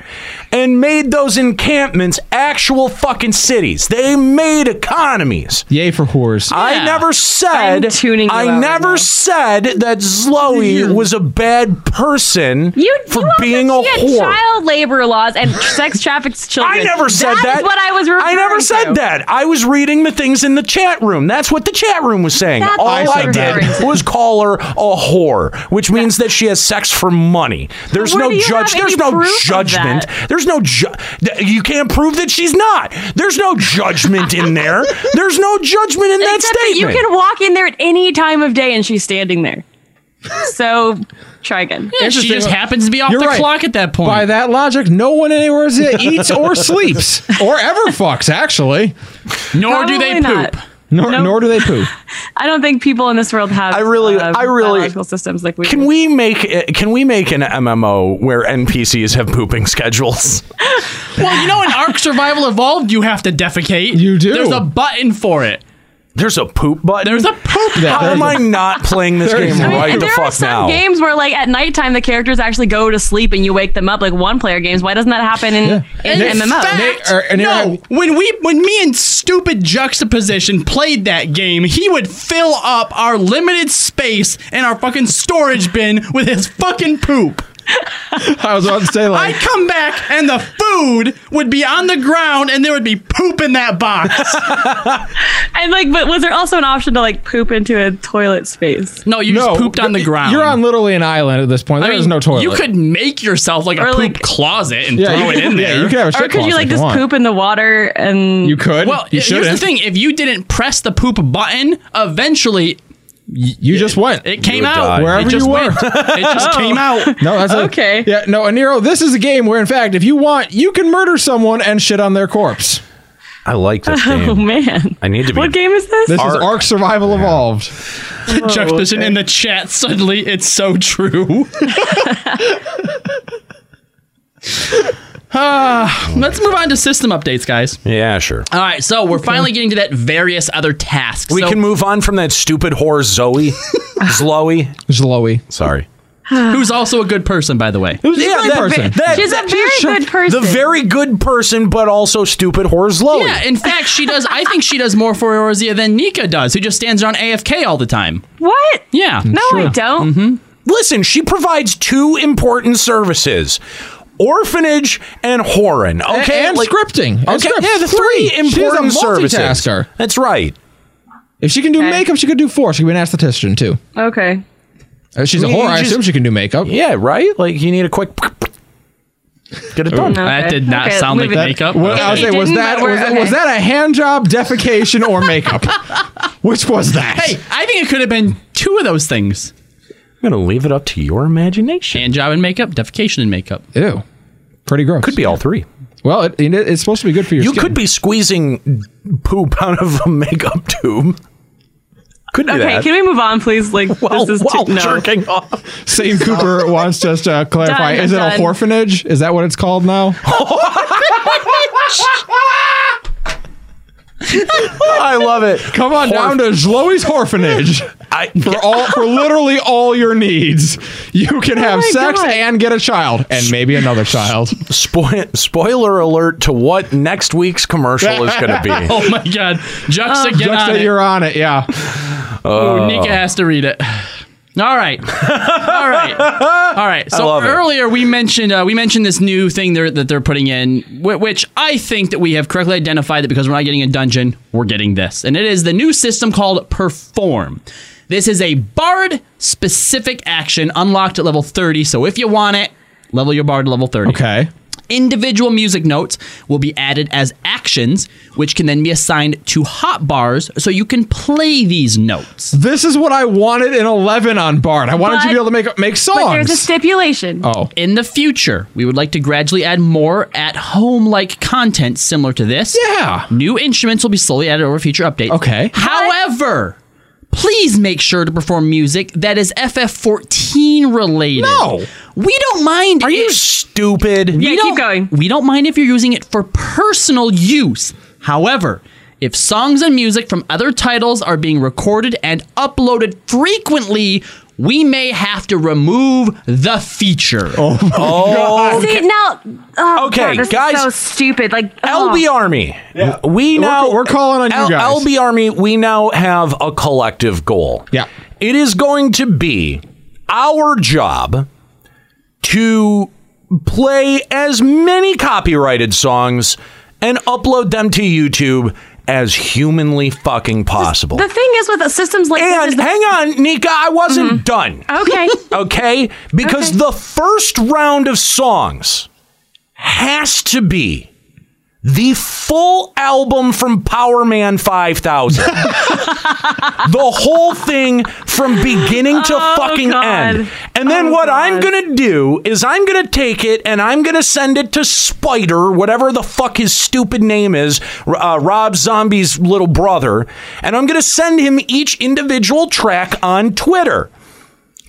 G: and made those encampments actual fucking cities. They made economies.
A: Yay for whores!
G: I never said.
H: I'm tuning you out
G: I
H: right
G: never said that Zoe was a bad person
H: You,
G: for
H: you also
G: being a
H: said
G: whore.
H: child labor laws and sex traffics children.
G: I never said that.
H: That is what I was referring
G: I never said
H: to.
G: that. I was reading the things in the chat room. That's what the chat room was saying.
H: That's
G: All
H: what I
G: I,
H: said
G: did
H: that.
G: was call her a whore, which means that she has sex for money. There's
H: Where
G: no
H: do you
G: judge.
H: have
G: There's
H: any
G: no
H: proof of
G: judgment. There's no ju- th- You can't prove that she's not. There's no judgment in there. There's no judgment in that
H: Except that
G: statement.
H: you can walk in there at any time of day and she's standing there. So try again.
B: Yeah, she just happens to be off
A: You're
B: the
A: right.
B: clock at that point.
A: By that logic, no one anywhere is it eats or sleeps or ever fucks. Actually,
B: Nor do they
H: Probably not.
B: poop.
A: nor, nor do they poop.
H: I don't think people in this world have. I
G: really- I really-
H: biological systems like we.
G: Can we make it, can we make an MMO where NPCs have pooping schedules?
B: Well, you know, in Ark Survival Evolved, you have to defecate.
A: You do.
B: There's a button for it.
G: There's a poop button.
B: There's a poop
G: How
B: button.
G: am I not playing this game
H: I mean,
G: right the
H: there are
G: fuck
H: some
G: now?
H: games where, like, at nighttime, the characters actually go to sleep and you wake them up, like one-player games. Why doesn't that happen in, in
B: In
H: MMO?
B: fact,
A: or- and
B: no.
A: you're-
B: when we, when me and stupid juxtaposition played that game, he would fill up our limited space in our fucking storage bin with his fucking poop.
A: I was about to say like.
B: I'd come back and the food would be on the ground and there would be poop in that box.
H: and like, but was there also an option to like poop into a toilet space?
B: No, you just pooped on the
A: you're-
B: ground.
A: You're on literally an island at this point. There is no toilet.
B: You could make yourself like a
H: Or,
B: poop
H: like-
B: closet and
A: Yeah,
B: throw
A: you-
B: it in
A: yeah,
B: there.
A: you could have a shit
H: Or could
A: closet
H: you like
A: if you
H: just
A: want.
H: poop in the water and
A: You could.
B: Well,
A: you
B: here's the
A: shouldn't.
B: thing: if you didn't press the poop button, eventually
A: You just went.
B: it came
G: would
B: out.
G: die.
A: Wherever
B: it just
A: you
B: went. it just came out.
A: No, that's a-
H: Okay.
A: yeah, no, and Nero, this is a game where, in fact, if you want, you can murder someone and shit on their corpse.
G: I like this
H: Oh
G: game.
H: man.
G: I need to be.
H: What game is this?
A: This is Ark Survival Evolved. Oh.
B: Juxtaposition in the chat. Suddenly, it's so true. Ah, let's move on to system updates, guys.
G: Yeah, sure.
B: All right, so we're finally getting to that various other tasks.
G: We
B: So-
G: can move on from that stupid whore Zoe. Zloey.
A: Zloey.
G: Sorry.
B: Who's also a good person, by the way.
A: Who's yeah,
G: that- that- that- The very good person, but also stupid whore
H: Oh,
G: Zloey.
B: Yeah, in fact, she does. I think she does more for Eorzea than Nika does, who just stands around AFK all the time.
H: What?
B: Yeah.
A: Mm,
H: No, I don't.
G: Listen, she provides two important services. Orphanage and Horan. Okay,
A: and scripting. And
G: okay,
A: script.
G: yeah, the three
A: She's a
G: important services.
A: multitasker.
G: That's right.
A: If she can do makeup, she could do four. She could be an esthetician too.
H: Okay.
A: Uh, She's
G: I
A: a
G: mean,
A: whore.
G: you
A: I
G: just-
A: assume she can do makeup.
G: Yeah, right. Like you need a quick. Get it done.
H: Okay.
B: That did not
H: Okay,
B: sound like
H: moving-
B: makeup.
A: Well, I was
H: It
A: say, was
H: didn't,
A: that
H: but we're-
A: was, that-
H: okay.
A: was that a hand job, defecation, or makeup? Which was that?
B: Hey, I think it could have been two of those things.
G: I'm gonna leave it up to your imagination.
B: Hand job and makeup, defecation and makeup.
A: Ew, pretty gross.
G: Could be all three.
A: Well, it, it- it's supposed to be good for your
G: You
A: skin.
G: could be squeezing poop out of a makeup tube. Could be
H: Okay,
G: that.
H: can we move on, please? Like
G: while,
H: this is
G: while
H: too, no.
G: jerking off.
A: St. Cooper wants us to clarify:
H: Done,
A: is it
H: done.
A: a orphanage? Is that what it's called now?
G: I love it.
A: Come on down to Zloey's orphanage
G: I,
A: for all for literally all your needs. You can have
H: Oh my
A: sex
H: God.
A: and get a child, and maybe another child.
G: Spoil, spoiler alert to what next week's commercial is going to be.
B: Oh my god.
H: Uh,
B: Juxta, get
A: Juxta,
B: on it.
A: you're on it. Yeah.
B: Ooh,
G: Uh,
B: Nika has to read it. All right, all right, all right. So
G: love it.
B: earlier we mentioned uh, we mentioned this new thing they're, that they're putting in, whi- which I think that we have correctly identified that because we're not getting a dungeon, we're getting this, and it is the new system called Perform. This is a bard specific action unlocked at level thirty. So if you want it, level your bard to level thirty.
A: Okay.
B: Individual music notes will be added as actions, which can then be assigned to hot bars, so you can play these notes.
A: This is what I wanted in eleven on Bard. I wanted you to
H: But-
A: be able to make make songs.
H: But there's a stipulation.
A: oh,
B: In the future, we would like to gradually add more at home like content similar to this.
A: Yeah.
B: New instruments will be slowly added over future updates.
A: Okay.
B: However, please make sure to perform music that is FF14 related.
A: No.
B: We don't mind.
G: Are you stupid?
H: Yeah, keep
B: don't-
H: going.
B: We don't mind if you're using it for personal use. However, if songs and music from other titles are being recorded and uploaded frequently, we may have to remove the feature.
A: Uh,
G: Oh,
H: See now, oh,
G: Okay,
H: God, this
G: guys.
H: is so stupid. Like oh.
G: LB Army.
A: We're
G: We now
A: ca- we're calling on you
G: L-
A: guys.
G: LB Army. We now have a collective goal.
A: Yeah.
G: it is going to be our job to play as many copyrighted songs and upload them to YouTube as humanly fucking possible.
H: The thing is with systems like this, is
G: and
H: Mm-hmm. the-
G: hang on, Nika, I wasn't done.
H: okay,
G: okay? Because
H: Okay.
G: the first round of songs has to be the full album from Power Man 5000. the whole thing from beginning to fucking
H: Oh, God.
G: end. And then
H: Oh,
G: what I'm
H: God.
G: going to do is I'm going to take it and I'm going to send it to Spider, whatever the fuck his stupid name is, uh, Rob Zombie's little brother, and I'm going to send him each individual track on Twitter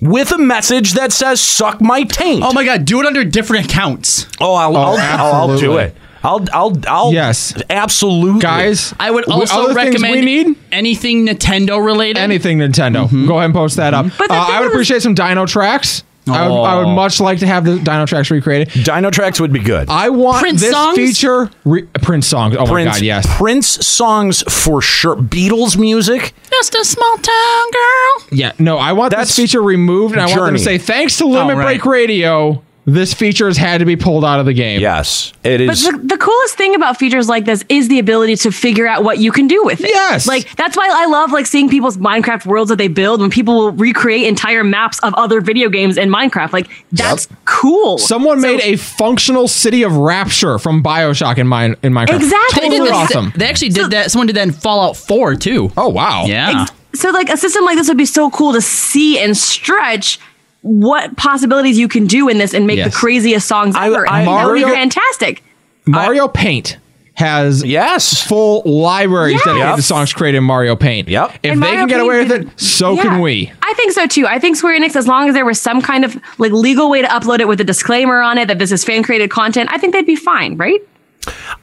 G: with a message that says "suck my taint."
B: Oh my god, do it under different accounts.
G: Oh, I'll, I'll, I'll, I'll do
A: absolutely.
G: it. I'll, I'll, I'll.
A: Yes.
G: absolutely,
A: guys.
B: I would
A: with
B: also
A: other things
B: recommend
A: we need
B: anything Mm-hmm. Nintendo related.
A: anything Nintendo. Go ahead and post that up.
H: But the
A: Uh,
H: thing
A: I would
H: is-
A: appreciate some Dino tracks. I, would, I would
G: Oh.
A: much like to have the Dino tracks recreated.
G: Dino tracks would be good.
A: I want
B: Prince
A: this
B: songs?
A: feature re- Prince songs. Oh
G: Prince,
A: my god, yes.
G: Prince songs for sure. Beatles music.
B: Just a small town girl.
A: Yeah, no, I want
G: That's
A: this feature removed, and I want them to say
G: Journey.
A: thanks to Limit
B: Oh, right.
A: Break Radio, this feature has had to be pulled out of the game.
G: Yes, it
H: but
G: is.
H: the, the coolest thing about features like this is the ability to figure out what you can do with it.
A: Yes.
H: like that's why I love like seeing people's Minecraft worlds that they build when people will recreate entire maps of other video games in Minecraft. Like that's cool.
A: Someone made a functional city of Rapture from Bioshock in mine in Minecraft.
H: Exactly.
A: totally
H: They did this-
A: awesome.
B: They actually did that. Someone did that in Fallout 4 too.
A: oh wow,
B: yeah.
H: so like a system like this would be so cool to see and stretch what possibilities you can do in this and make
A: Yes.
H: the craziest songs ever.
A: I-
H: And that would be
A: Mario-
H: fantastic.
A: Mario Paint has
G: yes
A: full libraries
H: Yes.
A: dedicated to
H: Yep.
A: songs created in Mario Paint. Yep. If
H: And
A: they
H: Mario
A: can get
H: Paint
A: away with
H: did-
A: it, so
H: Yeah.
A: can we.
H: I think so too. I think Square Enix, as long as there was some kind of like legal way to upload it with a disclaimer on it that this is fan created content, I think they'd be fine, right?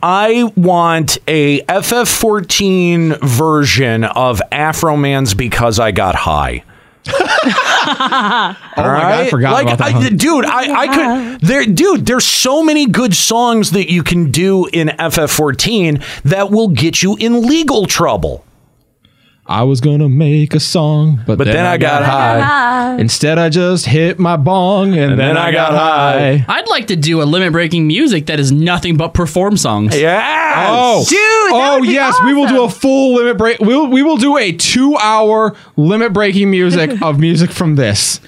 G: I want a FF14 version of Afro Man's Because I Got High.
A: Oh my god, I
G: Right?
A: forgot
G: like,
A: about that.
G: I- dude. I, I could there, dude. There's so many good songs that you can do in FF14 that will get you in legal trouble.
A: I was gonna make a song, but, then, I got, high. Instead, I just hit my bong, and, then, I got, high.
B: I'd like to do a limit breaking music that is nothing but perform songs.
G: Yeah.
A: Oh, oh yes, we will do a full limit break. We will, we will do a two-hour limit breaking music of music from this.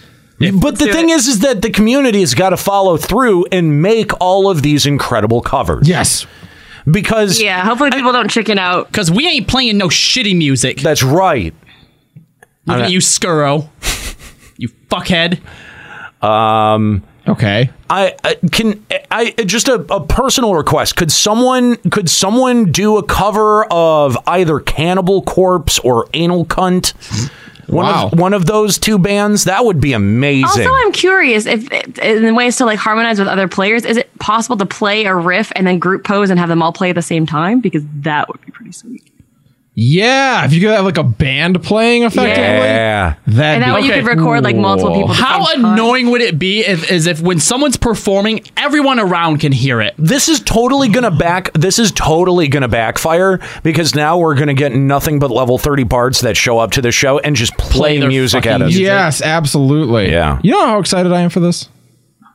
G: But the thing is, is that the community has got to follow through and make all of these incredible covers.
A: Yes.
G: Because
H: Yeah, hopefully people don't chicken out.
B: Because we ain't playing no shitty music.
G: That's right.
B: Look
G: I'm-
B: at you, Scuro. you fuckhead.
G: Um.
A: Okay.
G: I, I can I uh, just a, a personal request. Could someone could someone do a cover of either Cannibal Corpse or Anal Cunt? One
A: Wow.
G: of one of those two bands that would be amazing.
H: Also, I'm curious if in ways to like harmonize with other players, is it possible to play a riff and then group pose and have them all play at the same time? Because that would be pretty sweet.
A: Yeah, if you could have like a band playing effectively,
G: Yeah.
A: that'd
H: And that
A: be
H: way you could record like multiple people. at the
B: How
H: same time.
B: annoying would it be if is if when someone's performing, everyone around can hear it?
G: this is totally gonna back. This is totally gonna backfire because now we're gonna get nothing but level thirty bards that show up to the show and just play, music at us.
A: Yes, absolutely. Yeah. You know how excited I am for this.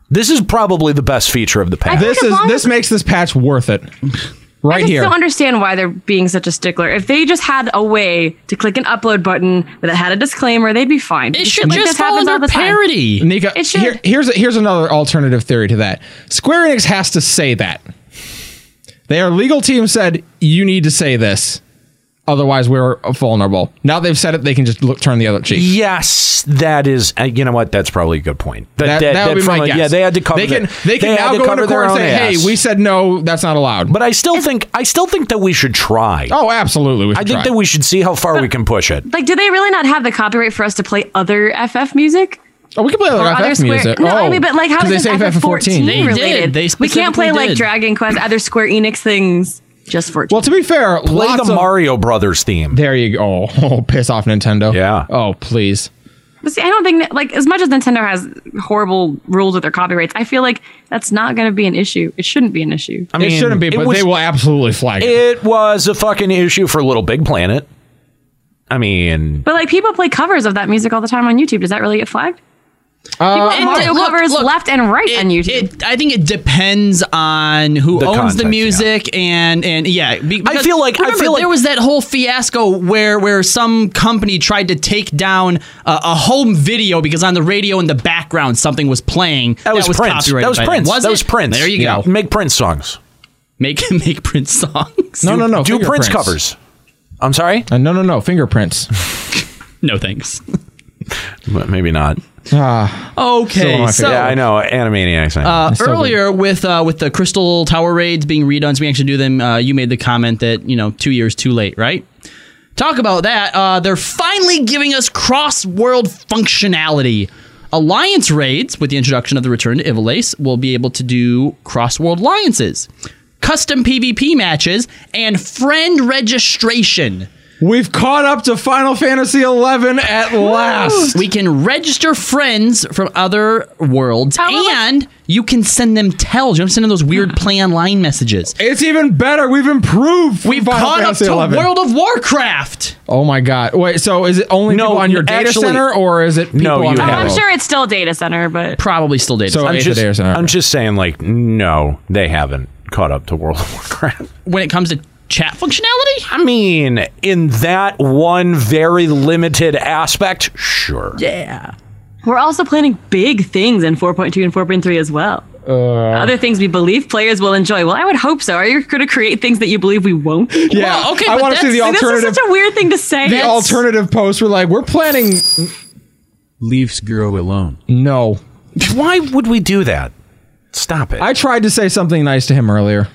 G: This is probably the best feature of the patch.
A: This is this makes this patch worth it.
H: I
A: Right
H: just
A: here.
H: don't understand why they're being such a stickler. If they just had a way to click an upload button that had a disclaimer, they'd be fine. It
B: should just fall under parody.
A: Nika,
H: It should.
A: here- here's here's another alternative theory to that. Square Enix has to say that. Their legal team said you need to say this, otherwise we're vulnerable. Now they've said it, they can just look, turn the other cheek.
G: Yes, that is. Uh, you know what? That's probably a good point.
A: That, that, would be
G: from
A: my
G: a-
A: guess.
G: Yeah, they had to cover.
A: They can
G: their-
A: they can
G: had
A: now
G: to
A: go into
G: cover their
A: court and
G: own
A: say,
G: ass.
A: "Hey, we said no, that's not allowed."
G: But I still think I still think that we should try.
A: Oh, absolutely.
G: I think that we should see how far we can push it.
H: Like, do they really not have the copyright for us to play other FF music?
A: Oh, we can play other
H: Or
A: FF music.
H: No, I
A: Oh,
H: mean, but like, how
A: 'cause
H: does
A: they
H: this
A: say
H: FF fourteen
A: They did.
H: related?
A: They
H: we can't play
A: specifically
H: like
A: did.
H: Dragon Quest, other Square Enix things, just for.
A: Well, to be fair,
G: Play
A: lots
G: the
A: of-
G: Mario Brothers theme.
A: There you go. Oh, piss off Nintendo.
G: Yeah.
A: Oh, please.
H: But see, I don't think that, like as much as Nintendo has horrible rules with their copyrights, I feel like that's not going to be an issue. It shouldn't be an issue.
G: I mean,
A: it shouldn't be,
G: it
A: but
G: was-
A: they will absolutely flag it.
G: It was a fucking issue for Little Big Planet. I mean,
H: But like people play covers of that music all the time on YouTube. Does that really get flagged?
A: Uh,
H: people have
B: It-
H: Mario
B: look,
H: covers
B: look,
H: left and right on YouTube.
B: It, I think it depends on who
G: The
B: owns
G: context,
B: the music and and yeah. be-
G: I
B: because
G: feel like- I
B: remember,
G: feel like-
B: there was that whole fiasco where where some company tried to take down a, a home video because on the radio in the background something was playing
G: that was, Prince.
B: copyrighted
G: That was
B: by them.
G: Prince. that
B: it?
G: was Prince.
B: There you
G: Yeah.
B: go.
G: Make Prince songs.
B: Make make Prince songs.
A: No, no, no.
G: Do Prince
A: fingerprints.
G: covers. I'm sorry.
A: Uh, no, no, no. Fingerprints.
B: No thanks.
A: Uh,
G: But maybe not.
A: Ah. Still on
B: Okay,
A: my
B: so
A: favorite.
G: yeah, I know. Animaniacs. I know.
B: Uh,
A: so good.
B: earlier with uh, with the crystal tower raids being redone, so we actually do them. Uh, you made the comment that you know two years too late, right? Talk about that. Uh, they're finally giving us cross world functionality. Alliance raids with the introduction of the return to Ivalace will be able to do cross world alliances, custom PvP matches, and friend registration.
A: We've caught up to Final Fantasy XI at last.
B: We can register friends from other worlds, and you can send them tells. You don't send them those weird play online messages.
A: It's even better. We've improved. from
B: We've
A: Final
B: caught up
A: Fantasy
B: to
A: XI.
B: World of Warcraft.
A: Oh my god! Wait, so is it only
G: No,
A: people on your data
G: actually-
A: center, or is it people
G: No,
A: on
G: you
A: the
G: have
H: Oh, I'm
A: network?
H: sure it's still data center, but
B: Probably still data.
A: So
B: center.
G: I'm
A: Eighth
G: just,
A: Day or something.
G: I'm just saying, like, no, they haven't caught up to World of Warcraft.
B: when it comes to chat functionality,
G: I mean, in that one very limited aspect, sure.
B: yeah.
H: we're also planning big things in 4.2 and 4.3 as well.
A: Uh,
H: Other things we believe players will enjoy. Well, I would hope so. Are you going to create things that you believe we won't?
A: Yeah,
B: Well, okay,
A: I
B: but
A: want to see the
B: that's- see,
H: This is
A: alternative.
H: such a weird thing to say.
A: The alternative posts were like, we're planning.
O: Leave Skuro alone.
A: No,
G: Why would we do that? Stop it.
A: I tried to say something nice to him earlier.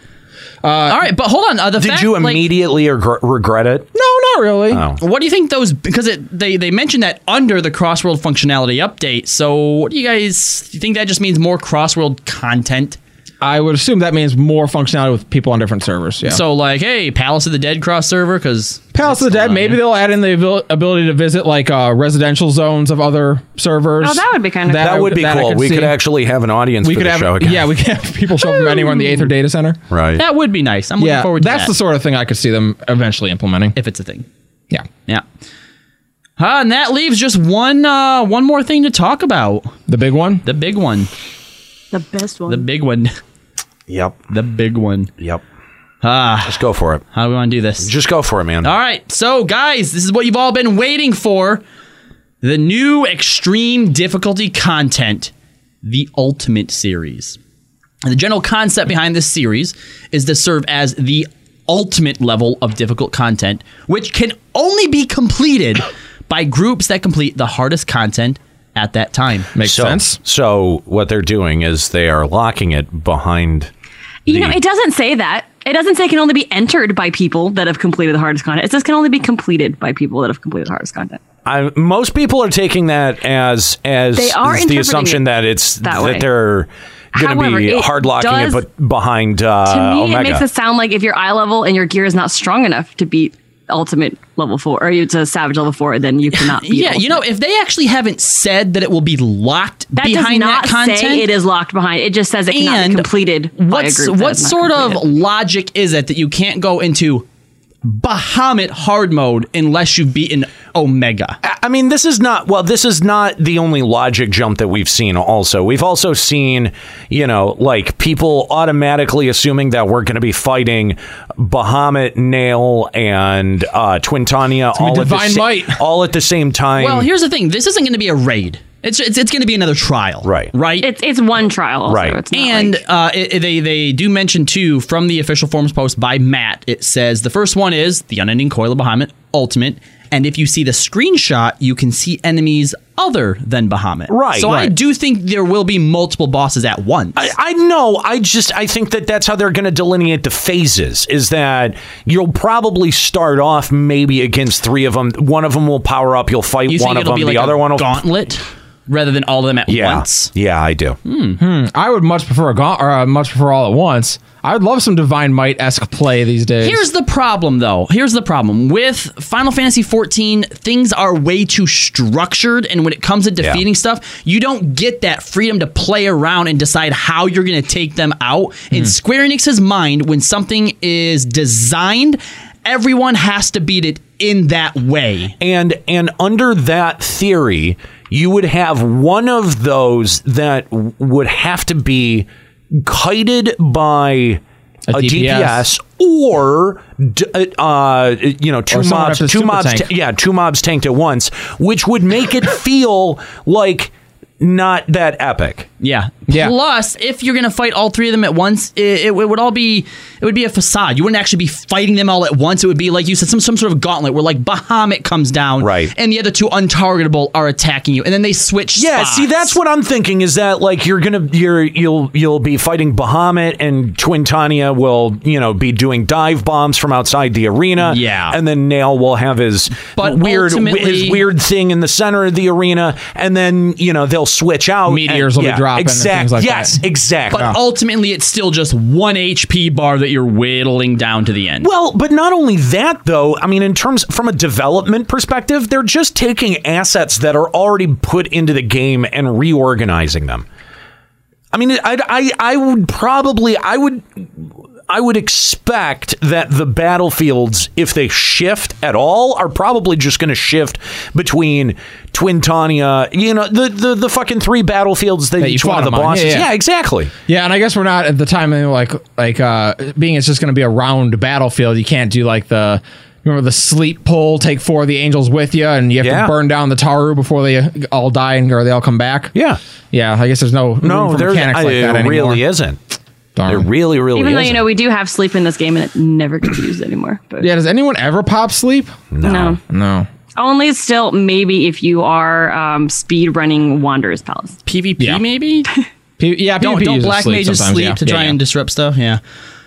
B: All right, but hold on. Uh, the
G: Did
B: fact,
G: you
B: like-
G: immediately regr- regret it?
B: No,
A: not really.
G: Oh.
B: What do you think those? Because it, they they mentioned that under the Crossworld functionality update. So what do you guys do you think that just means more Crossworld content?
A: I would assume that means more functionality with people on different servers. Yeah.
B: So like, hey, Palace of the Dead cross server because
A: Palace of the Dead, maybe they'll add in the abil- ability to visit like uh, residential zones of other servers.
H: Oh, that would be kinda
G: That,
A: I-
G: would be
A: that I
G: cool. we
A: see.
G: could actually have an audience
A: we
G: for
A: could
G: the
A: have
G: show again.
A: yeah we could have people show up from anywhere in the Aether data center.
G: Right.
B: That would be nice. I'm
A: yeah,
B: looking forward to
A: that's
B: that.
A: the sort of thing I could see them eventually implementing
B: if it's a thing.
A: Yeah.
B: Yeah. Uh, and that leaves just one uh, one more thing to talk about.
A: The big one.
B: The big one.
H: The best one.
B: The big one.
G: Yep.
B: The big one.
G: Yep.
B: Ah.
G: Just go for it.
B: How do we want to do this?
G: Just go for it, man.
B: All right. So, guys, this is what you've all been waiting for the new extreme difficulty content, the Ultimate Series. And the general concept behind this series is to serve as the ultimate level of difficult content, which can only be completed by groups that complete the hardest content at that time.
A: Makes
G: so, sense. So what they're doing is they are locking it behind.
H: You know, it doesn't say that. It doesn't say it can only be entered by people that have completed the hardest content. It says can only be completed by people that have completed the hardest content.
G: I, most people are taking that as as
H: They are
G: the
H: interpreting
G: assumption
H: it
G: that it's
H: that
G: that,
H: way.
G: they're going to
H: However,
G: be
H: it
G: hard locking
H: does-
G: it, but behind uh,
H: to me,
G: Omega.
H: it makes it sound like if your eye level and your gear is not strong enough to beat ultimate level four, or it's a savage level four, then you cannot. Beat
B: Yeah, you know, if they actually haven't said that it will be locked behind
H: does not
B: that content,
H: say it is locked behind. It just says it cannot
B: And
H: be completed. by a
B: What's
H: group that
B: what
H: is not
B: sort
H: completed.
B: of logic is it that you can't go into Bahamut hard mode unless you've beaten Omega?
G: I mean, this is not well. This is not the only logic jump that we've seen. Also, we've also seen, you know, like people automatically assuming that we're going to be fighting Bahamut, Nail, and uh, Twintania
A: gonna
G: all
A: be
G: at the
A: divine
G: sa-
A: might.
G: all at the same time.
B: Well, here's the thing: this isn't going to be a raid. It's it's, it's going to be another trial,
G: right?
B: Right?
H: It's it's one trial, also.
G: Right.
H: It's not
B: And
H: like-
B: uh, it, it- they they do mention too from the official forms post by Matt. It says the first one is the unending coil of Bahamut Ultimate, and if you see the screenshot, you can see enemies other than Bahamut.
G: Right.
B: So I
G: Right.
B: do think there will be multiple bosses at once.
G: I, I know. I just I think that that's how they're going to delineate the phases. Is that you'll probably start off maybe against three of them. One of them will power up. You'll fight
B: you
G: one
B: think
G: of
B: it'll
G: them.
B: be
G: The
B: like
G: other
B: a
G: one will
B: gauntlet rather than all of them at
G: yeah,
B: once?
G: yeah. I do.
A: Hmm. I would much prefer a gaunt or uh, much prefer all at once. I would love some divine might esque play these days.
B: Here's the problem, though. Here's the problem with Final Fantasy 14. Things are way too structured, and when it comes to
G: Yeah.
B: defeating stuff, you don't get that freedom to play around and decide how you're going to take them out. In
G: Hmm.
B: Square Enix's mind, when something is designed, everyone has to beat it in that way.
G: And and under that theory, you would have one of those that w- would have to be kited by a, DPS.
A: DPS.
G: or d- uh, uh, you know two
A: Or someone
G: mobs
A: with a
G: two
A: super
G: mobs
A: tank.
G: ta- yeah two mobs tanked at once, which would make it feel like not that epic.
B: Yeah.
G: Yeah.
B: Plus, if you're gonna fight all three of them at once, it, it would all be it would be a facade. You wouldn't actually be fighting them all at once. It would be like you said, some some sort of gauntlet where like Bahamut comes down,
G: Right.
B: and the other two untargetable are attacking you, and then they switch.
G: Yeah, see, that's what I'm thinking is that like you're gonna you're you'll you'll be fighting Bahamut and Twintania will you know be doing dive bombs from outside the arena.
B: Yeah.
G: and then Nail will have his
B: But
G: weird his
B: ultimately-
G: weird thing in the center of the arena, and then you know they'll switch out.
A: Meteors
G: and-
A: will be
G: yeah,
A: dropping and
G: Exact,
A: things like
G: yes,
A: that.
G: exactly.
B: But ultimately, it's still just one HP bar that you're whittling down to the end.
G: Well, but not only that though. I mean, in terms from a development perspective, they're just taking assets that are already put into the game and reorganizing them. I mean, I I I would probably I would I would expect that the battlefields, if they shift at all, are probably just going to shift between Twintania, you know, the, the the fucking three battlefields that,
A: That you
G: each one
A: fought
G: of the
A: them on.
G: bosses.
A: Yeah, yeah.
G: exactly.
A: Yeah, and I guess we're not at the time and like like uh being it's just gonna be a round battlefield, you can't do like the remember the sleep pull, take four of the angels with you and you have
G: Yeah.
A: to burn down the Taru before they all die and or they all come back.
G: Yeah.
A: Yeah, I guess there's no room
G: No,
A: for
G: there
A: mechanics like
G: it
A: that anymore.
G: really isn't.
A: Darn.
G: It really, really
H: even though
G: isn't.
H: you know we do have sleep in this game and it never gets used anymore. But
A: Yeah, does anyone ever pop sleep?
H: no.
A: No.
H: Only still maybe if you are um, speed running Wanderer's Palace.
B: PvP maybe?
A: P- yeah,
B: don't
A: PvP
B: don't
A: uses
B: black
A: sleep
B: mages
A: sometimes,
B: sleep
A: yeah.
B: to
A: Yeah,
B: try
A: yeah.
B: and disrupt stuff. Yeah.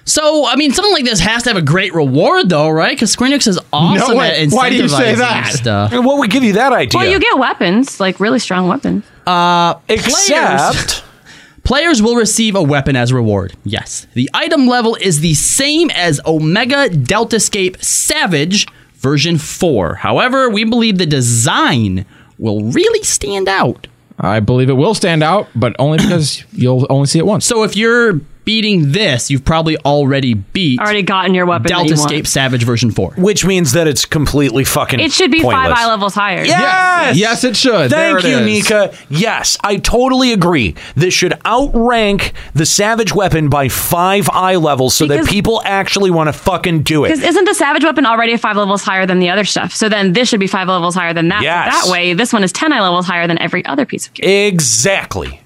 B: So, I mean, something like this has to have a great reward, though, right? Because Square Enix is awesome at incentivizing stuff.
G: What would give you that idea?
H: Well, you get weapons, like really strong weapons.
B: Uh,
G: Except-
B: players, players will receive a weapon as reward. Yes, the item level is the same as Omega Delta Scape Savage version four. However, we believe the design will really stand out.
A: I believe it will stand out, but only because you'll only see it once.
B: So if you're beating this, you've probably already beat
H: Already gotten your weapon. that
B: Delta
H: you want.
B: Scape Savage version four.
G: Which means that it's completely fucking.
H: It should be five
G: pointless.
H: eye levels higher.
G: Yes.
A: Yes, it should. There
G: Thank
A: it
G: you,
A: is.
G: Nika. Yes, I totally agree. This should outrank the Savage Weapon by five eye levels, so that
H: Because-
G: people actually want to fucking do
H: Because
G: it.
H: isn't the savage weapon already five levels higher than the other stuff? So then this should be five levels higher than that.
G: Yes.
H: That way, this one is ten eye levels higher than every other piece of gear.
G: Exactly.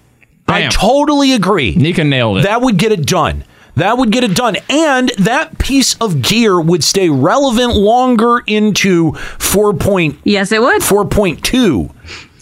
G: I totally agree.
A: Nika nailed it.
G: That would get it done. That would get it done. And that piece of gear would stay relevant longer into 4. Point,
H: yes, it would.
G: 4.2.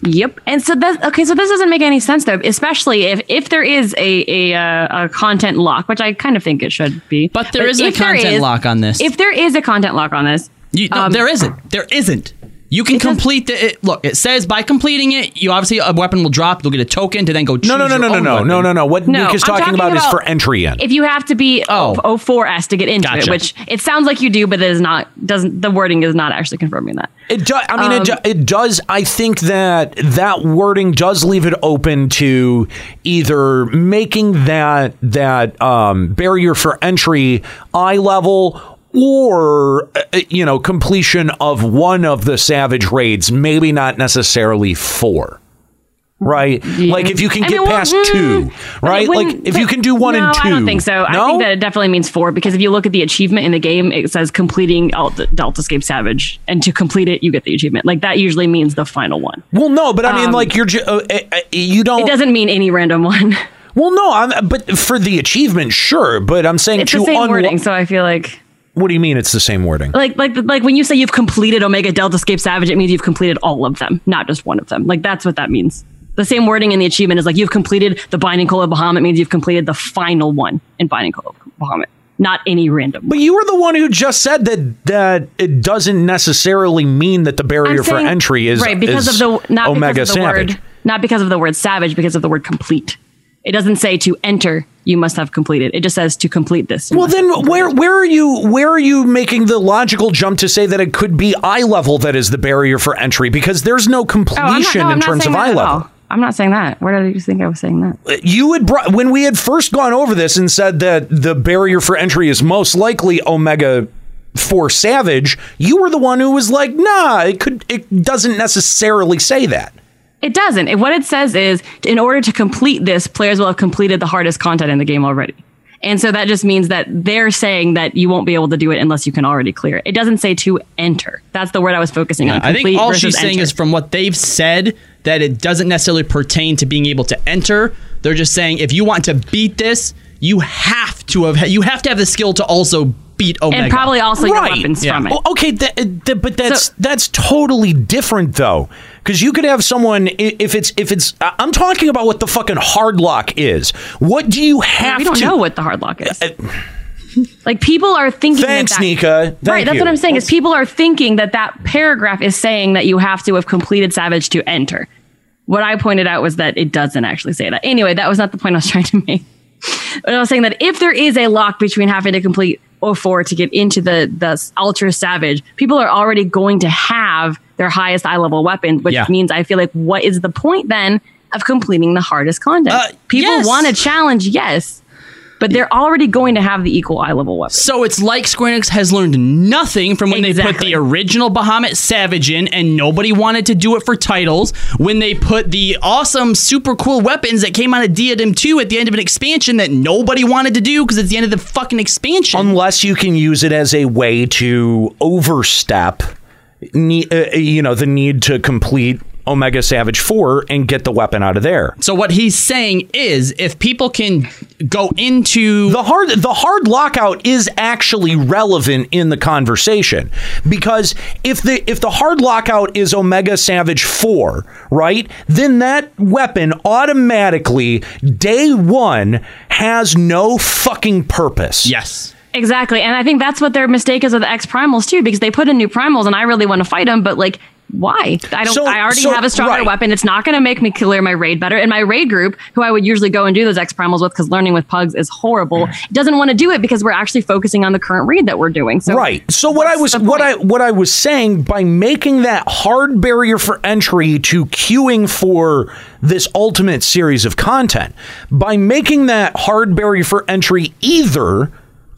H: Yep. And so that okay, so this doesn't make any sense though, especially if if there is a a, uh, a content lock, which I kind of think it should be. But
B: there isn't a
H: if there
B: content
H: is-
B: lock on this.
H: If there is a content lock on this,
B: You, no,
H: um,
B: there isn't. There isn't. You can complete the. It, look, it says by completing it, you obviously a weapon will drop. You'll get a token to then go.
G: No, no, no, no, no, no, no, no, no. What
H: No,
G: Nika's
H: I'm
G: talking,
H: talking
G: about, is
H: about-
G: for entry in.
H: If you have to be oh. 04S to get into
G: Gotcha.
H: it, which it sounds like you do, but it is not doesn't the wording is not actually confirming that.
G: It does. I mean, it,
H: um,
G: do- it does. I think that that wording does leave it open to either making that that um, barrier for entry eye level. Or uh, uh, you know completion of one of the savage raids, maybe not necessarily four, right? Like if you can
H: I
G: get
H: mean, well,
G: past
H: hmm,
G: two,
H: But it
G: right? Like
H: wouldn't-
G: if you
H: but-
G: can do one
H: no,
G: and two.
H: I don't think so. I think that it definitely means four because if you look at the achievement in the game, it says completing Alt- Delta Escape Savage, and to complete it, you get the achievement. Like that usually means the final one.
G: Well, no, but I mean,
H: Um,
G: like you're ju- uh, uh, uh, you don't.
H: It doesn't mean any random one.
G: Well, no, I'm, but for the achievement, sure. But I'm saying
H: It's
G: to
H: the same
G: unlo-
H: wording, so I feel like.
G: What do you mean? It's the same wording.
H: Like, like, like when you say you've completed Omega Delta Escape Savage, it means you've completed all of them, not just one of them. Like that's what that means. The same wording in the achievement is like you've completed the Binding Call of Bahamut means you've completed the final one in Binding Call of Bahamut, not any random.
G: But you were the one who just said that that it doesn't necessarily mean that the barrier
H: I'm saying-
G: for entry is
H: right because
G: is
H: of the not
G: Omega
H: because of the
G: Savage.
H: word not because of the word savage because of the word complete. It doesn't say to enter you must have completed. It just says to complete this. you
G: Well,
H: must-
G: then where where are you where are you making the logical jump to say that it could be eye level that is the barrier for entry because there's no
H: Oh, I'm
G: completion
H: no, I'm
G: in terms
H: saying
G: of
H: that
G: eye
H: at
G: level.
H: all. I'm not saying that. Where did you think I was saying that?
G: you had brought when we had first gone over this and said that the barrier for entry is most likely omega 4 savage you were the one who was like nah it could it doesn't necessarily say that
H: It doesn't. It, what it says is, in order to complete this, players will have completed the hardest content in the game already. And so that just means that they're saying that you won't be able to do it unless you can already clear it. It doesn't say to enter. That's the word I was focusing on.
B: I think
H: complete
B: all
H: versus
B: she's saying
H: enter.
B: is from what they've said that it doesn't necessarily pertain to being able to enter. They're just saying if you want to beat this, you have to have you have to have the skill to also beat Omega
H: and probably also your
G: Right.
H: weapons
B: Yeah.
H: from it.
G: Oh, okay that, that- but that's that's totally different though because you could have someone i- if it's if it's I- i'm talking about what the fucking hard lock is what do you have
H: we don't
G: to Uh,
H: know what the hard lock is. Like people are thinking.
G: Thanks,
H: that that,
G: Nika. Thank
H: right, that's
G: you.
H: what I'm saying. Is people are thinking that that paragraph is saying that you have to have completed Savage to enter. What I pointed out was that it doesn't actually say that. Anyway, that was not the point I was trying to make. But I was saying that if there is a lock between having to complete 04 to get into the the ultra savage, people are already going to have their highest eye level weapon, which
B: Yeah.
H: means I feel like what is the point then of completing the hardest content? people
B: yes.
H: want a challenge, yes, but they're already going to have the equal eye level weapon.
B: So it's like Square Enix has learned nothing from when they put the original Bahamut Savage in, and nobody wanted to do it for titles. When they put the awesome, super cool weapons that came out of Diadem 2 at the end of an expansion that nobody wanted to do because it's the end of the fucking expansion.
G: unless you can use it as a way to overstep ne- uh, you know the need to complete Omega Savage 4 and get the weapon out of there.
B: So what he's saying is if people can go into
G: the hard the hard lockout is actually relevant in the conversation because if the if the hard lockout is Omega Savage 4, right? Then that weapon automatically day 1 has no fucking purpose.
B: Yes.
H: Exactly. And I think that's what their mistake is with the X primals too, because they put in new primals and I really want to fight them, but like why? I don't.
G: So-
H: I already
G: so-
H: have a stronger
G: right.
H: weapon. It's not going to make me clear my raid better. And my raid group, who I would usually go and do those X primals with, because learning with pugs is horrible,
G: Mm.
H: doesn't want to do it because we're actually focusing on the current raid that we're doing. So
G: right. So what I was what I what I was saying by making that hard barrier for entry to queuing for this ultimate series of content, by making that hard barrier for entry either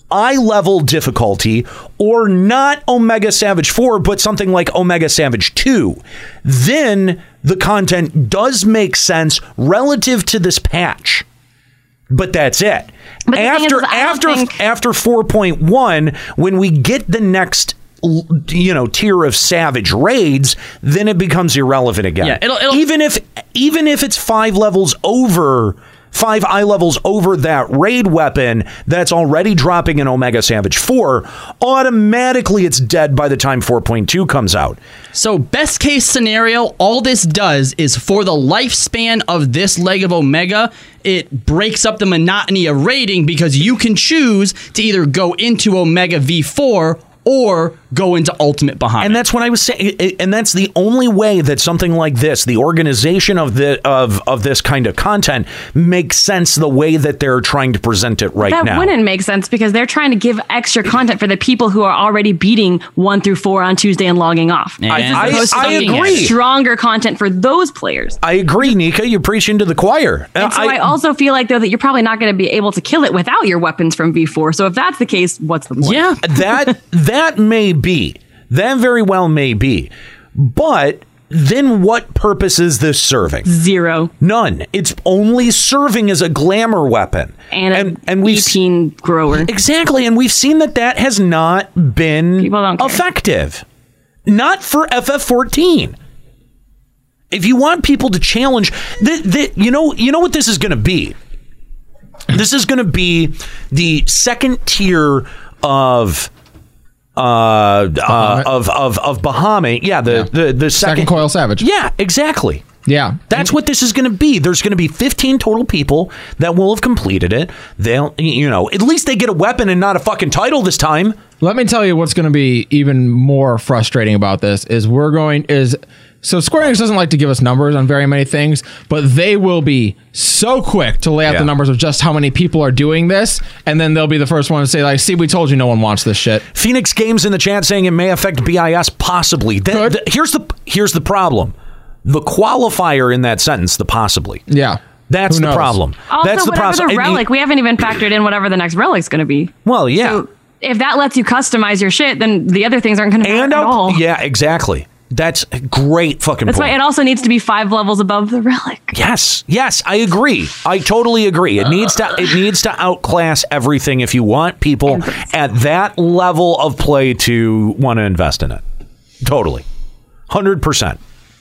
G: eye level difficulty or not Omega Savage 4 but something like Omega Savage 2, then the content does make sense relative to this patch. But that's it. after after after 4.1 when we get the next l- you know tier of savage raids then it becomes irrelevant again.
B: Yeah, it'll-
G: even if even if it's 5 levels over 5 eye levels over that raid weapon that's already dropping an Omega Savage 4 automatically it's dead by the time 4.2 comes out.
B: So, best case scenario, all this does is for the lifespan of this leg of Omega, it breaks up the monotony of raiding because you can choose to either go into Omega V4 or go into Ultimate behind.
G: And that's what I was saying. And that's the only way that something like this, the organization of the of of this kind of content, makes sense the way that they're trying to present it right
H: that
G: now.
H: wouldn't make sense because they're trying to give extra content for the people who are already beating one through four on Tuesday and logging off.
G: I-
H: This is
G: I-
H: supposed to
G: I
H: be
G: agree.
H: Stronger content for those players.
G: I agree, Nika. You're preaching to the choir.
H: And so I, also feel like though that you're probably not going to be able to kill it without your weapons from V4. So if that's the case, what's the point?
B: Yeah,
G: that that may be. That very well may be. But then what purpose is this serving?
H: Zero.
G: None. It's only serving as a glamour weapon.
H: And a E
G: and, and we've
H: seen grower.
G: Exactly. And we've seen that that has not been effective. Not for FF14. If you want people to challenge, th- th- you know, you know what this is going to be this is going to be the second tier of uh, uh of of of Bahama. Yeah, the the the second,
A: coil savage.
G: Yeah, exactly.
A: Yeah,
G: that's what this is going to be. There's going to be 15 total people that will have completed it. They'll, you know, at least they get a weapon and not a fucking title this time.
A: Let me tell you what's going to be even more frustrating about this is we're going is so Square Enix doesn't like to give us numbers on very many things, but they will be so quick to lay out the numbers of just how many people are doing this, and then they'll be the first one to say like, "See, we told you no one wants this shit."
G: Phoenix Games in the chat saying it may affect BIS possibly. The- the- here's the here's the problem. The qualifier in that sentence, the possibly.
A: Yeah.
G: That's
A: Who
G: the
A: knows?
G: problem.
H: Also,
G: That's the
H: whatever
G: problem.
H: the relic, we haven't even factored in whatever the next relic's going to be.
G: Well, yeah.
H: If that lets you customize your shit, then the other things aren't going to matter at all.
G: Yeah, exactly. That's a great fucking
H: That's
G: point.
H: why it also needs to be five levels above the relic.
G: yes, yes, I agree. I totally agree. It needs to it needs to outclass everything if you want people at that level of play to want to invest in it. Totally. 100%.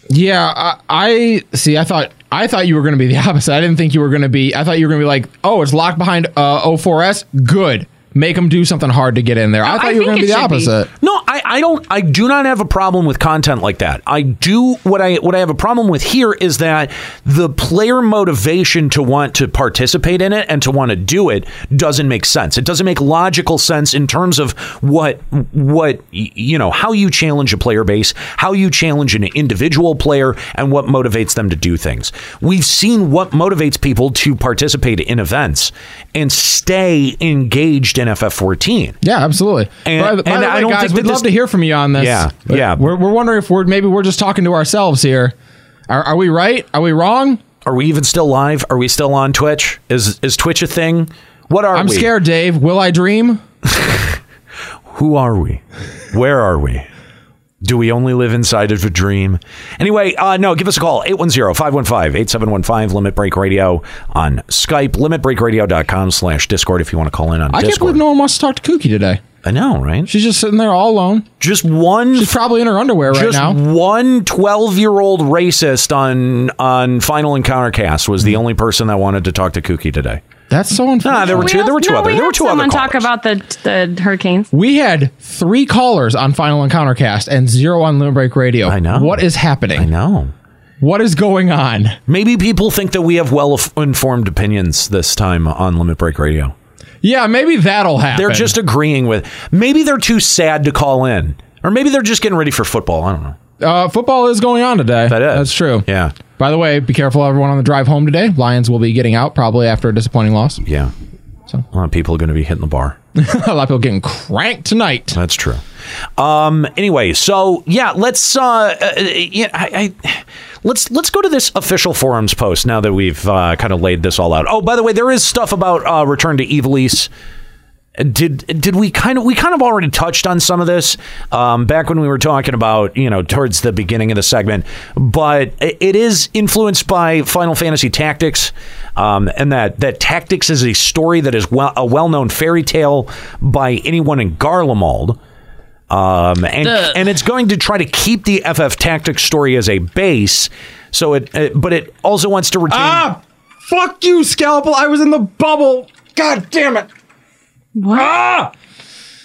A: Yeah, I, I see. I thought I thought you were going to be the opposite. I didn't think you were going to be. I thought you were going to be like, "Oh, it's locked behind uh, O4S. Good, make them do something hard to get in there." I thought you were going to be the opposite.
G: No, I, I don't. I do not have a problem with content like that. I do what I what I have a problem with here is that the player motivation to want to participate in it and to want to do it doesn't make sense. It doesn't make logical sense in terms of what what y- you know how you challenge a player base, how you challenge an individual player, and what motivates them to do things. We've seen what motivates people to participate in events and stay engaged in FF14.
A: Yeah, absolutely.
G: And-
A: by, by
G: and
A: the way,
G: I don't
A: guys,
G: think that
A: we'd love
G: this-
A: to hear from you on this.
G: Yeah,
A: But
G: yeah.
A: We're, we're wondering if we're maybe we're just talking to ourselves here. Are, are we right? Are we wrong?
G: Are we even still live? Are we still on Twitch? Is is Twitch a thing? What are
A: I'm
G: we?
A: scared, Dave. Will I dream?
G: Who are we? Where are we? Do we only live inside of a dream? Anyway, uh, no, give us a call 810-515-8715 Limit Break Radio on Skype, limitbreakradio.com slash Discord if you want to call in on
A: I can't
G: Discord.
A: believe no one wants to talk to Kookie today.
G: I know, right?
A: She's just sitting there all alone.
G: Just one.
A: She's probably in her underwear right
G: Just
A: now.
G: one 12 year old racist on on Final Encounter cast was
A: Hmm.
G: the only person that wanted to talk to Kookie today.
A: That's so unfortunate.
G: Nah, there were two. There were two
H: No,
G: other.
H: we
G: There
H: had
G: were two other
H: someone
G: callers.
H: talk about the the hurricanes.
A: We had three callers on Final Encounter Cast and zero on Limit Break Radio. I know. What is happening? I
G: know.
A: What is going on?
G: Maybe people think that we have well informed opinions this time on Limit Break Radio.
A: Yeah, maybe that'll happen.
G: They're just agreeing with. Maybe they're too sad to call in, or maybe they're just getting ready for football. I don't know.
A: Uh, football is going on today. That is. That's true.
G: Yeah.
A: By the way, be careful, everyone, on the drive home today. Lions will be getting out probably after a disappointing loss.
G: Yeah.
A: So
G: a lot of people are going to be hitting the bar.
A: a lot of people getting cranked tonight.
G: That's true. Um. Anyway, so yeah, let's uh, uh yeah, I, I let's let's go to this official forums post now that we've uh, kind of laid this all out. Oh, by the way, there is stuff about uh, Return to Evilise. Did did we kind of we kind of already touched on some of this um, back when we were talking about you know towards the beginning of the segment, but i- it is influenced by Final Fantasy Tactics, um, and that that Tactics is a story that is well, a well known fairy tale by anyone in Garlemald. Um, and and it's going to try to keep the FF Tactics story as a base. So it, uh, but it also wants to retain.
A: Ah, fuck you, Scalpel. I was in the bubble. God damn it. Ah!
H: What?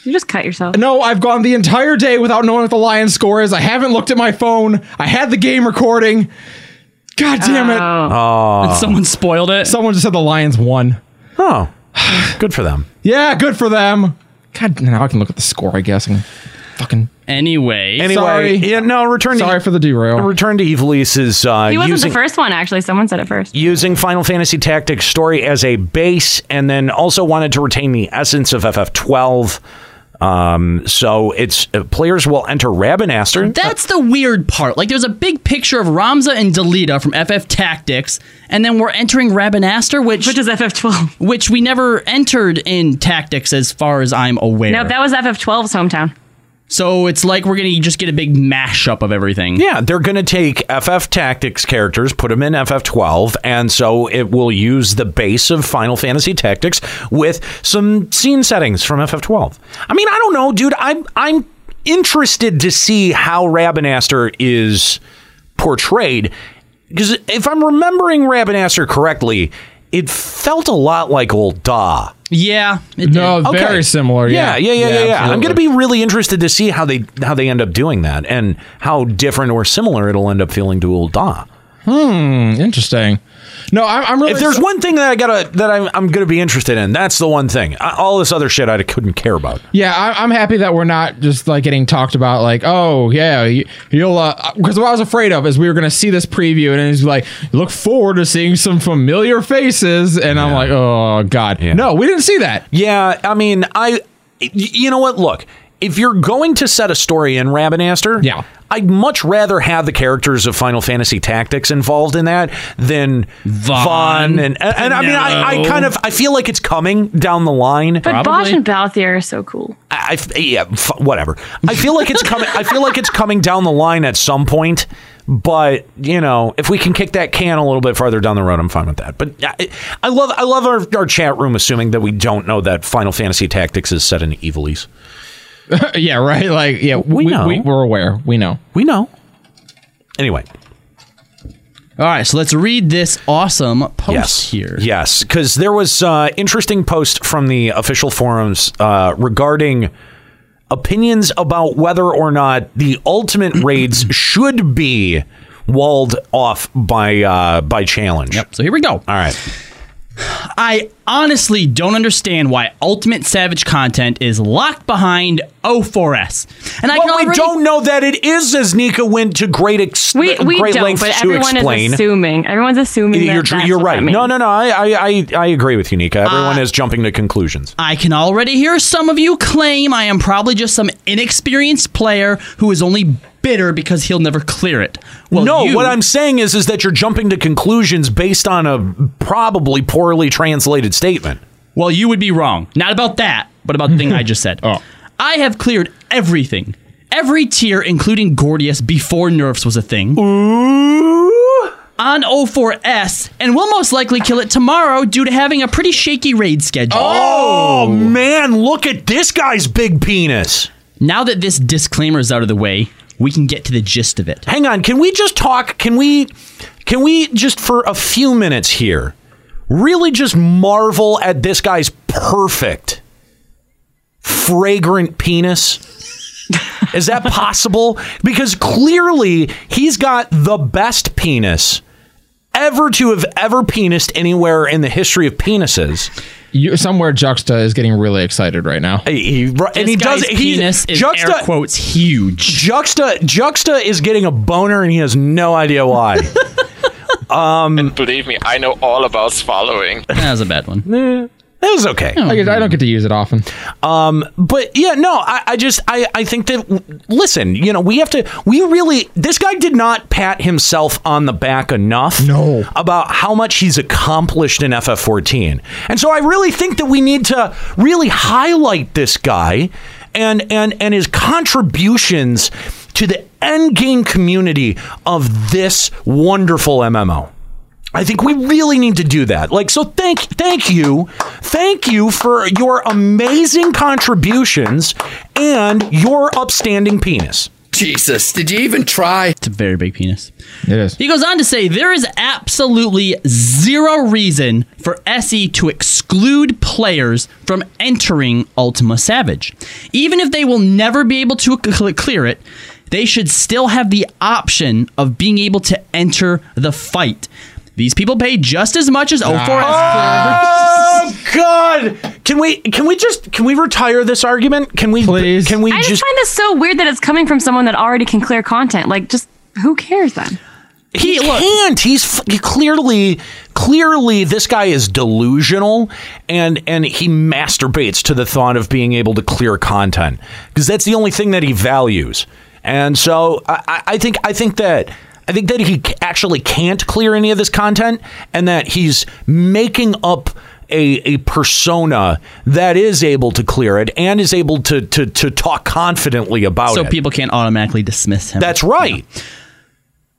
H: You just cut yourself.
A: No, I've gone the entire day without knowing what the Lions score is. I haven't looked at my phone. I had the game recording. God damn it.
G: Oh.
B: And someone spoiled it.
A: Someone just said the Lions won.
G: Oh, good for them.
A: Yeah, good for them. God, now I can look at the score, I guess. And fucking.
B: Anyway,
G: Anyway,
A: Sorry.
G: yeah, no. Return.
A: Sorry
G: to,
A: for the derail.
G: Return to Evilise is uh,
H: he wasn't
G: using
H: the first one, actually. Someone said it first.
G: using Final Fantasy Tactics story as a base, and then also wanted to retain the essence of FF12. Um, so it's uh, players will enter Rabinaster.
B: That's the weird part. Like, there's a big picture of Ramza and Delita from FF Tactics, and then we're entering Rabinaster, which which
H: is FF12,
B: which we never entered in Tactics, as far as I'm aware.
H: No, that was FF12's hometown.
B: so it's like we're gonna just get a big mashup of everything.
G: Yeah, they're going to take FF Tactics characters, put them in FF12, and so it will use the base of Final Fantasy Tactics with some scene settings from FF12. I mean, I don't know, dude. I'm I'm interested to see how Rabinaster is portrayed because if I'm remembering Rabinaster correctly, it felt a lot like old Da.
B: Yeah.
A: no, very similar. Yeah,
G: yeah, yeah, yeah. yeah, I'm
A: absolutely.
G: going to be really interested to see how they how they end up doing that and how different or similar it'll end up feeling to old Da.
A: Hmm, interesting. No, I'm, I'm really.
G: If there's one thing that I gotta that I'm, I'm gonna be interested in, that's the one thing. I, all this other shit I couldn't care about.
A: Yeah, I, I'm happy that we're not just like getting talked about. Like, oh yeah, you, you'll because what I was afraid of is we were gonna see this preview and it's like look forward to seeing some familiar faces, and I'm like, oh god, no, we didn't see that.
G: Yeah, I mean, I, y- you know what? Look, if you're going to set a story in Rabinaster, yeah, I'd much rather have the characters of Final Fantasy Tactics involved in that than Vaughn, and and, and I mean, I, I
H: Pinello.
G: kind of I feel like it's coming down the line.
H: But Bosch and Balthier are so cool.
G: I, I f- yeah, f- whatever. I feel like it's coming. I feel like it's coming down the line at some point. But you know, if we can kick that can a little bit farther down the road, I'm fine with that. But I, I love, I love our, our chat room, assuming that we don't know that Final Fantasy Tactics is set in Evilies.
A: Uh, yeah, right. Like, yeah,
G: We know.
A: We, we're aware. We know.
G: We know. Anyway,
B: All right, so let's read this awesome post
G: yes,
B: Oh, here.
G: yes, because there was uh, interesting post from the official forums uh, regarding opinions about whether or not the ultimate raids should be walled off by uh, by challenge. Yep.
B: So here we go. All
G: right.
B: I honestly don't understand why Ultimate Savage content is locked behind O4S. And I
G: Well,
B: can
G: we
B: already-
G: don't know that it is, as Nika went to great ex-
H: We, we
G: great
H: don't,
G: lengths
H: but
G: to
H: everyone
G: explain.
H: is assuming. Everyone's assuming
G: you're
H: that
G: tr-
H: that's
G: you're
H: what that
G: right.
H: means. Uh,
G: No, no, no. I I, I, I agree with you, Nika. Everyone is jumping to conclusions.
B: I can already hear some of you claim I am probably just some inexperienced player who is only bitter because he'll never clear it. Well,
G: no,
B: you-
G: what I'm saying is is that you're jumping to conclusions based on a probably poorly translated statement.
B: Well, you would be wrong. Not about that, but about the thing I just said. Oh. I have cleared everything. Every tier, including Gordius, before nerfs was a thing. Ooh. on O4S and will most likely kill it tomorrow due to having a pretty shaky raid schedule.
G: Oh, man, look at this guy's big penis.
B: Now that this disclaimer is out of the way, we can get to the gist of it.
G: Hang on, can we just talk? Can we can we just for a few minutes here really just marvel at this guy's perfect fragrant penis? Is that possible? Because clearly he's got the best penis ever to have ever penised anywhere in the history of penises.
A: You, somewhere Juxta is getting really excited right now.
G: He, and he does he-
B: penis is air quotes huge.
G: Juxta Juxta is getting a boner and he has no idea why. um
Q: And believe me, I know all about swallowing.
B: That was a bad one.
G: That was okay.
A: I, get- I don't get to use it often.
G: Um, but yeah, no, I, I just I, I think that listen, you know, we have to we really this guy did not pat himself on the back enough no. about how much he's accomplished in FF14. And so I really think that we need to really highlight this guy and and and his contributions to the end game community of this wonderful MMO. I think we really need to do that. Like, so thank, thank you, thank you for your amazing contributions and your upstanding penis.
B: Jesus, did you even try? It's a very big penis. It is. He goes on to say there is absolutely zero reason for SE to exclude players from entering Ultima Savage. Even if they will never be able to cl- clear it, they should still have the option of being able to enter the fight. These people pay just as much as O4S Ah!
G: Oh God! Can we can we just can we retire this argument? Can we please? Can we
H: I just
G: just?
H: find this so weird that it's coming from someone that already can clear content. Like, just who cares then?
G: He can't. He's f- he clearly, clearly, this guy is delusional, and and he masturbates to the thought of being able to clear content because that's the only thing that he values. And so I, I- I think I think that I think that he c- actually can't clear any of this content, and that he's making up. A, a persona that is able to clear it and is able to to, to talk confidently about
B: so
G: it.
B: people can't automatically dismiss him.
G: Oh, That's right.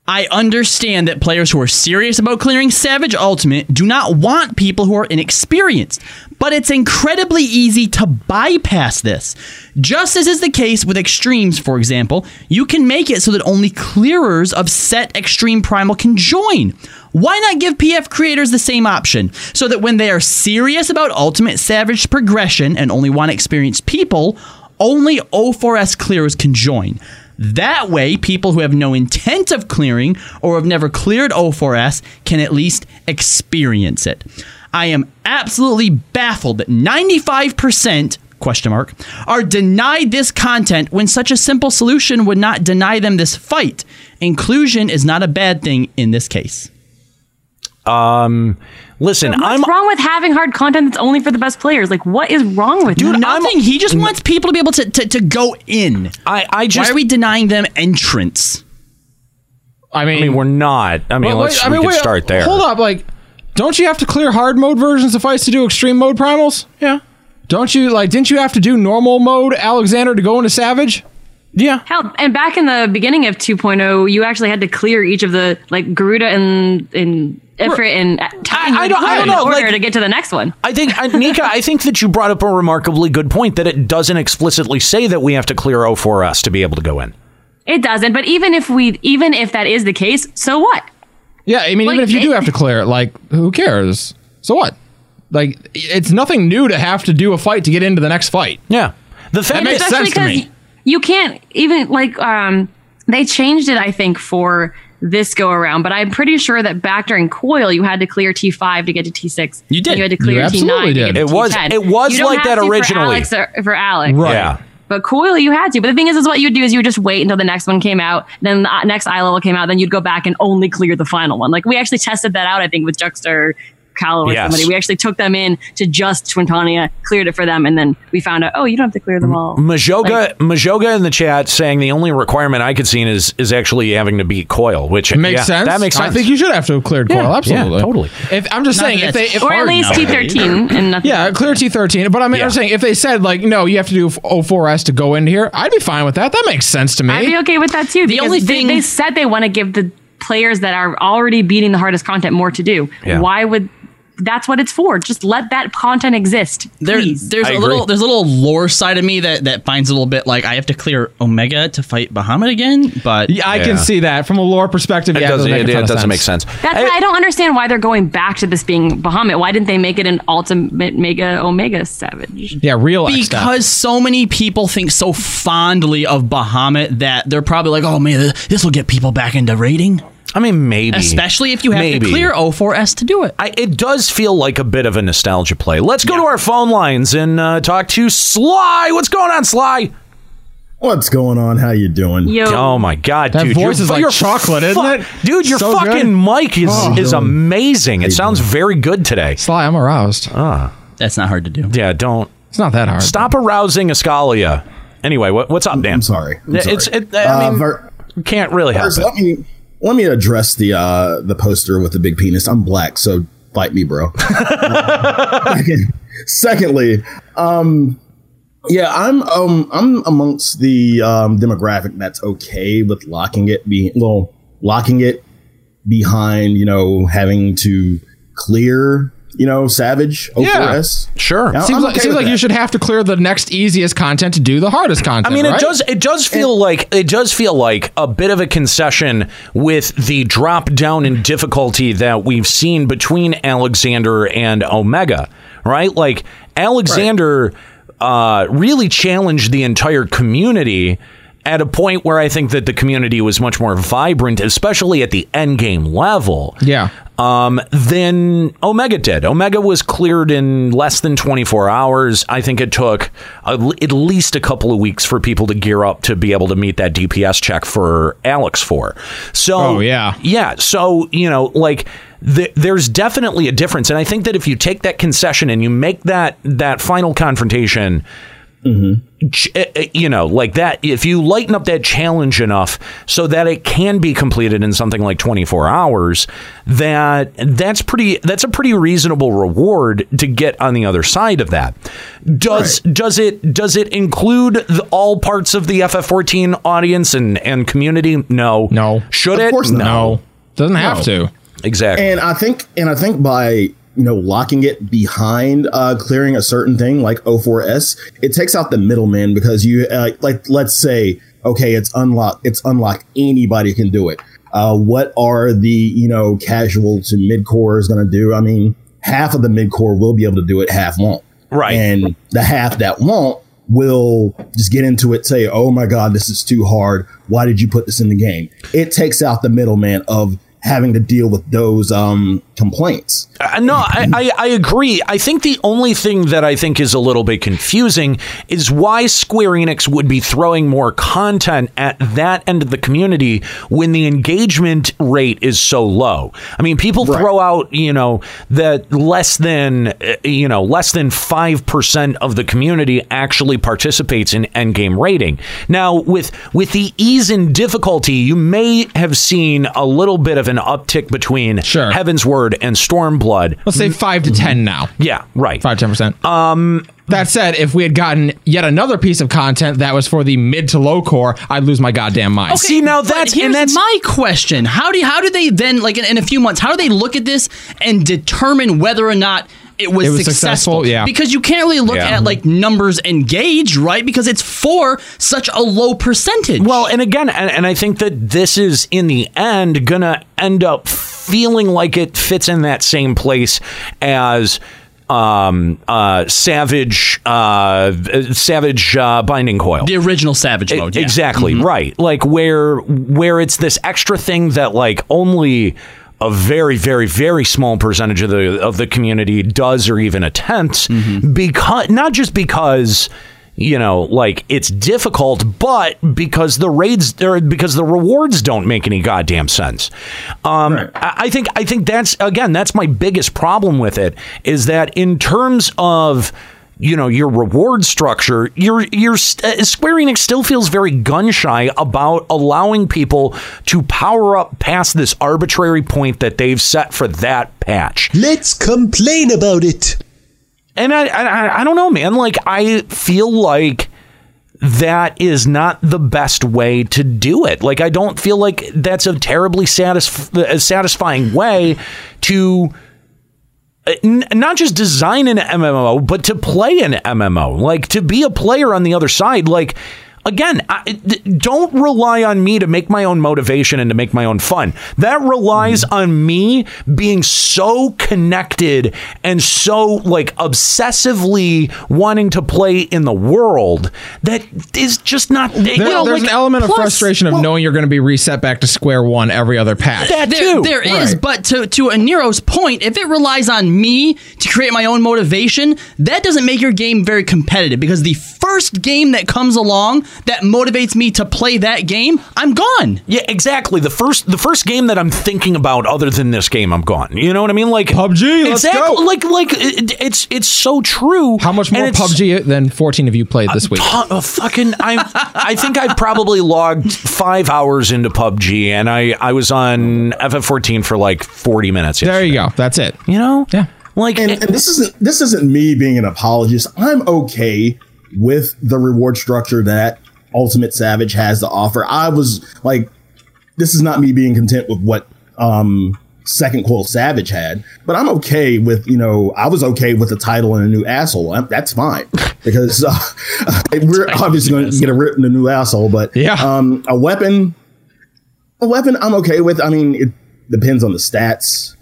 B: I understand that players who are serious about clearing Savage Ultimate do not want people who are inexperienced, but it's incredibly easy to bypass this. Just as is the case with extremes, for example, you can make it so that only clearers of set extreme primal can join. Why not give PF creators the same option so that when they are serious about Ultimate Savage progression and only want experienced people, only O4S clearers can join. That way, people who have no intent of clearing or have never cleared O4S can at least experience it. I am absolutely baffled that 95% question mark are denied this content when such a simple solution would not deny them this fight. Inclusion is not a bad thing in this case.
G: Um, listen,
H: What's wrong with having hard content that's only for the best players? Like, what is wrong with
B: Dude,
H: that?
B: nothing. he just wants people to be able to, to, to go in.
G: I, I
B: just why are we denying them entrance?
A: I mean,
G: I mean, we're not. I mean, uh,
A: Well,
G: let's
A: wait, I
G: we
A: mean,
G: could
A: wait,
G: start there.
A: Hold up, like, don't you have to clear hard mode versions of fights to do extreme mode primals?
G: Yeah.
A: Don't you like? Didn't you have to do normal mode Alexander to go into Savage?
G: Yeah.
H: Hell, and back in the beginning of 2.0, you actually had to clear each of the like Garuda and and Ifrit and
G: I don't- I don't
H: in
G: know,
H: order
G: like-
H: to get to the next one.
G: I think, I, Nika, I think that you brought up a remarkably good point that it doesn't explicitly say that we have to clear O4S to be able to go in.
H: It doesn't. But even if we, even if that is the case, so what?
A: Yeah, I mean, even if you do have to clear it, like, who cares? So what? Like, it's nothing new to have to do a fight to get into the next fight.
G: Yeah, the
A: that makes
H: Especially
A: sense to me.
H: You can't even like um they changed it I think for this go around, but I'm pretty sure that back during Coil you had to clear T5 to get to T6.
G: You did.
H: You had to
G: You
H: clear
G: absolutely
H: T9. to
G: did.
H: get to
G: It was-
H: T10.
G: it was
H: You don't
G: like
H: have
G: that
H: to
G: originally.
H: for Alex. Or, for Alex.
G: Right. Yeah.
H: But Coil you had to. But the thing is is what you would do is you would just wait until the next one came out, then the uh, next eye level came out, then you'd go back and only clear the final one. Like we actually tested that out I think with Juxta or Callow or
G: Yes.
H: somebody. We actually took them in to just Twintania, cleared it for them, and then we found out, oh, you don't have to clear them all.
G: Majoga, Majoga in the chat saying the only requirement I could see is is actually having to beat Coil, which
A: Makes
G: yeah,
A: sense.
G: That makes sense.
A: I think you should have to have cleared
G: Yeah,
A: Coil.
G: yeah,
A: Absolutely.
G: totally.
A: If I'm just
H: Not
A: saying,
H: that
A: if they,
H: it's-
A: if
H: Or at least T13 and nothing.
A: Yeah, clear T13. But I mean,
H: Yeah.
A: I'm saying if they said like, no, you have to do 04S to go in here, I'd be fine with that. That makes sense to me.
H: I'd be okay with that too. The
A: only thing-
H: they, said they want to give the players that are already beating the hardest content more to do.
B: Yeah.
H: Why would that's what it's for? Just let that content exist.
B: There,
H: please.
B: there's a little there's a little lore side of me that that finds a little bit like I have to clear Omega to fight Bahamut again, but
A: Yeah, I can see that from a lore perspective.
B: It
A: yeah,
B: doesn't-
A: doesn't, make
B: it-
A: a
B: it
A: ton of
B: doesn't
A: sense.
B: make sense.
H: That's why I don't understand why they're going back to this being Bahamut. Why didn't they make it an ultimate Mega Omega Savage?
A: Yeah, real
B: because so many people think so fondly of Bahamut that they're probably like, oh man, this will get people back into raiding.
G: I mean, maybe,
B: especially if you have
G: Maybe.
B: to clear O4S to do it.
G: I, it does feel like a bit of a nostalgia play. Let's go to our phone lines and uh, talk to Sly. What's going on, Sly?
R: What's going on? How you doing?
G: Yo. Oh my God, That dude, voice your- is like your chocolate, isn't fu- it? dude, your So fucking good. Oh. mic is- is amazing. It sounds very good today.
A: Sly, I'm aroused.
G: Ah,
B: that's not hard to do.
G: Yeah, don't.
A: It's not that hard.
G: Stop arousing Ascalia. Anyway, what, what's up, Dan? I'm
R: sorry. I'm
G: It's
R: sorry.
G: it, I
R: Uh,
G: mean,
R: Ver-
G: can't really help
R: First,
G: it.
R: let me let me address the uh, the poster with the big penis. I'm black, so fight me, bro. Second- Secondly, um, yeah, I'm um, I'm amongst the um, demographic that's okay with locking it be well locking it behind you know having to clear you know savage O4S.
G: sure.
A: seems like, seems like you should have to clear the next easiest content to do the hardest content.
G: I mean,
A: right?
G: it does. It does feel like it does feel like a bit of a concession with the drop down in difficulty that we've seen between Alexander and Omega, right? Like Alexander Uh, really challenged the entire community at a point where I think that the community was much more vibrant, especially at the end game level.
A: Yeah.
G: Um, then Omega did. Omega was cleared in less than 24 hours. I think it took a, at least a couple of weeks for people to gear up to be able to meet that DPS check for Alex for. So,
A: Oh, yeah.
G: yeah. So, you know, like th- there's definitely a difference. And I think that if you take that concession and you make that that final confrontation, ch- eh, eh, you know, like that, if you lighten up that challenge enough so that it can be completed in something like 24 hours, that that's pretty that's a pretty reasonable reward to get on the other side of that. Does does it does it include the, all parts of the FF14 audience and and community? No. No. Should
R: Of
G: it?
R: course not. No.
A: Doesn't
R: have No. to.
G: Exactly.
R: And I think and I think by you know locking it behind uh, clearing a certain thing like O4S, it takes out the middleman because you uh, like let's say okay, it's unlocked, it's unlocked, anybody can do it. Uh, what are the you know casual to mid core is going to do? I mean, half of the mid core will be able to do it, half won't.
G: Right.
R: And the half that won't will just get into it, say, oh my God, this is too hard. Why did you put this in the game? It takes out the middleman of having to deal with those um, complaints.
G: Uh, no, I, I, I agree. I think the only thing that I think is a little bit confusing is why Square Enix would be throwing more content at that end of the community when the engagement rate is so low. I mean, people throw out, you know, that less than, uh, you know, less than 5% of the community actually participates in endgame rating. Now, with with the ease in difficulty, you may have seen a little bit of an uptick between Heaven's Word and Stormblood.
A: Let's say five to ten now.
G: Yeah, right.
A: Five ten percent. Um. That said, if we had gotten yet another piece of content that was for the mid to low core, I'd lose my goddamn mind.
B: See now that's here's my question. How do how do they then like in, in a few months? How do they look at this and determine whether or not it was,
A: It was
B: successful?
A: successful, yeah.
B: because you can't really look
A: Yeah.
B: at like numbers engaged, right? Because it's for such a low percentage.
G: Well, and again, and, and I think that this is in the end gonna end up feeling like it fits in that same place as um uh savage uh savage uh binding coil
B: the original
G: e-
B: savage mode yeah.
G: exactly
B: Mhm.
G: right like where where it's this extra thing that like only a very very very small percentage of the of the community does or even attempts
B: Mm-hmm.
G: because not just because you know like it's difficult but because the raids or because the rewards don't make any goddamn sense um I, I think i think that's again that's my biggest problem with it is that in terms of you know your reward structure your your uh, Square Enix still feels very gun shy about allowing people to power up past this arbitrary point that they've set for that patch
F: Let's complain about it.
G: and I, I I- I don't know man like I feel like that is not the best way to do it. Like I don't feel like that's a terribly satisf- a satisfying way to uh, n- not just design an MMO, but to play an MMO, like to be a player on the other side, like. Again, I, d- don't rely on me to make my own motivation and to make my own fun. That relies on me being so connected and so like obsessively wanting to play in the world that is just not. you
A: There-
G: know,
A: there's
G: like-
A: an element of
G: plus-
A: frustration of knowing you're going to be reset back to square one every other patch.
B: there, there is, but to to a Nero's point, if it relies on me to create my own motivation, that doesn't make your game very competitive because the first game that comes along that motivates me to play that game, I'm gone.
G: Yeah, exactly. The first the first game that I'm thinking about other than this game, I'm gone. You know what I mean? Like PUBG.
A: let's
G: Exactly.
A: go.
G: Like like it, it's it's so true. How much
A: More PUBG than 14 of you played this week.
G: Ton of uh, fucking I I think I probably logged five hours into PUBG and I I was on FF14 for like 40 minutes. There you
A: go. That's it.
G: You know? Yeah. Like
R: and, and this isn't this isn't me being an apologist. I'm okay with the reward structure that Ultimate Savage has to offer. I was like this is not me being content with what um second coil savage had but i'm okay with you know i was okay with the title and a new asshole I'm- that's fine because uh, we're obviously going to get a, ri- a new asshole but yeah um a weapon a weapon i'm okay with i mean it depends on the stats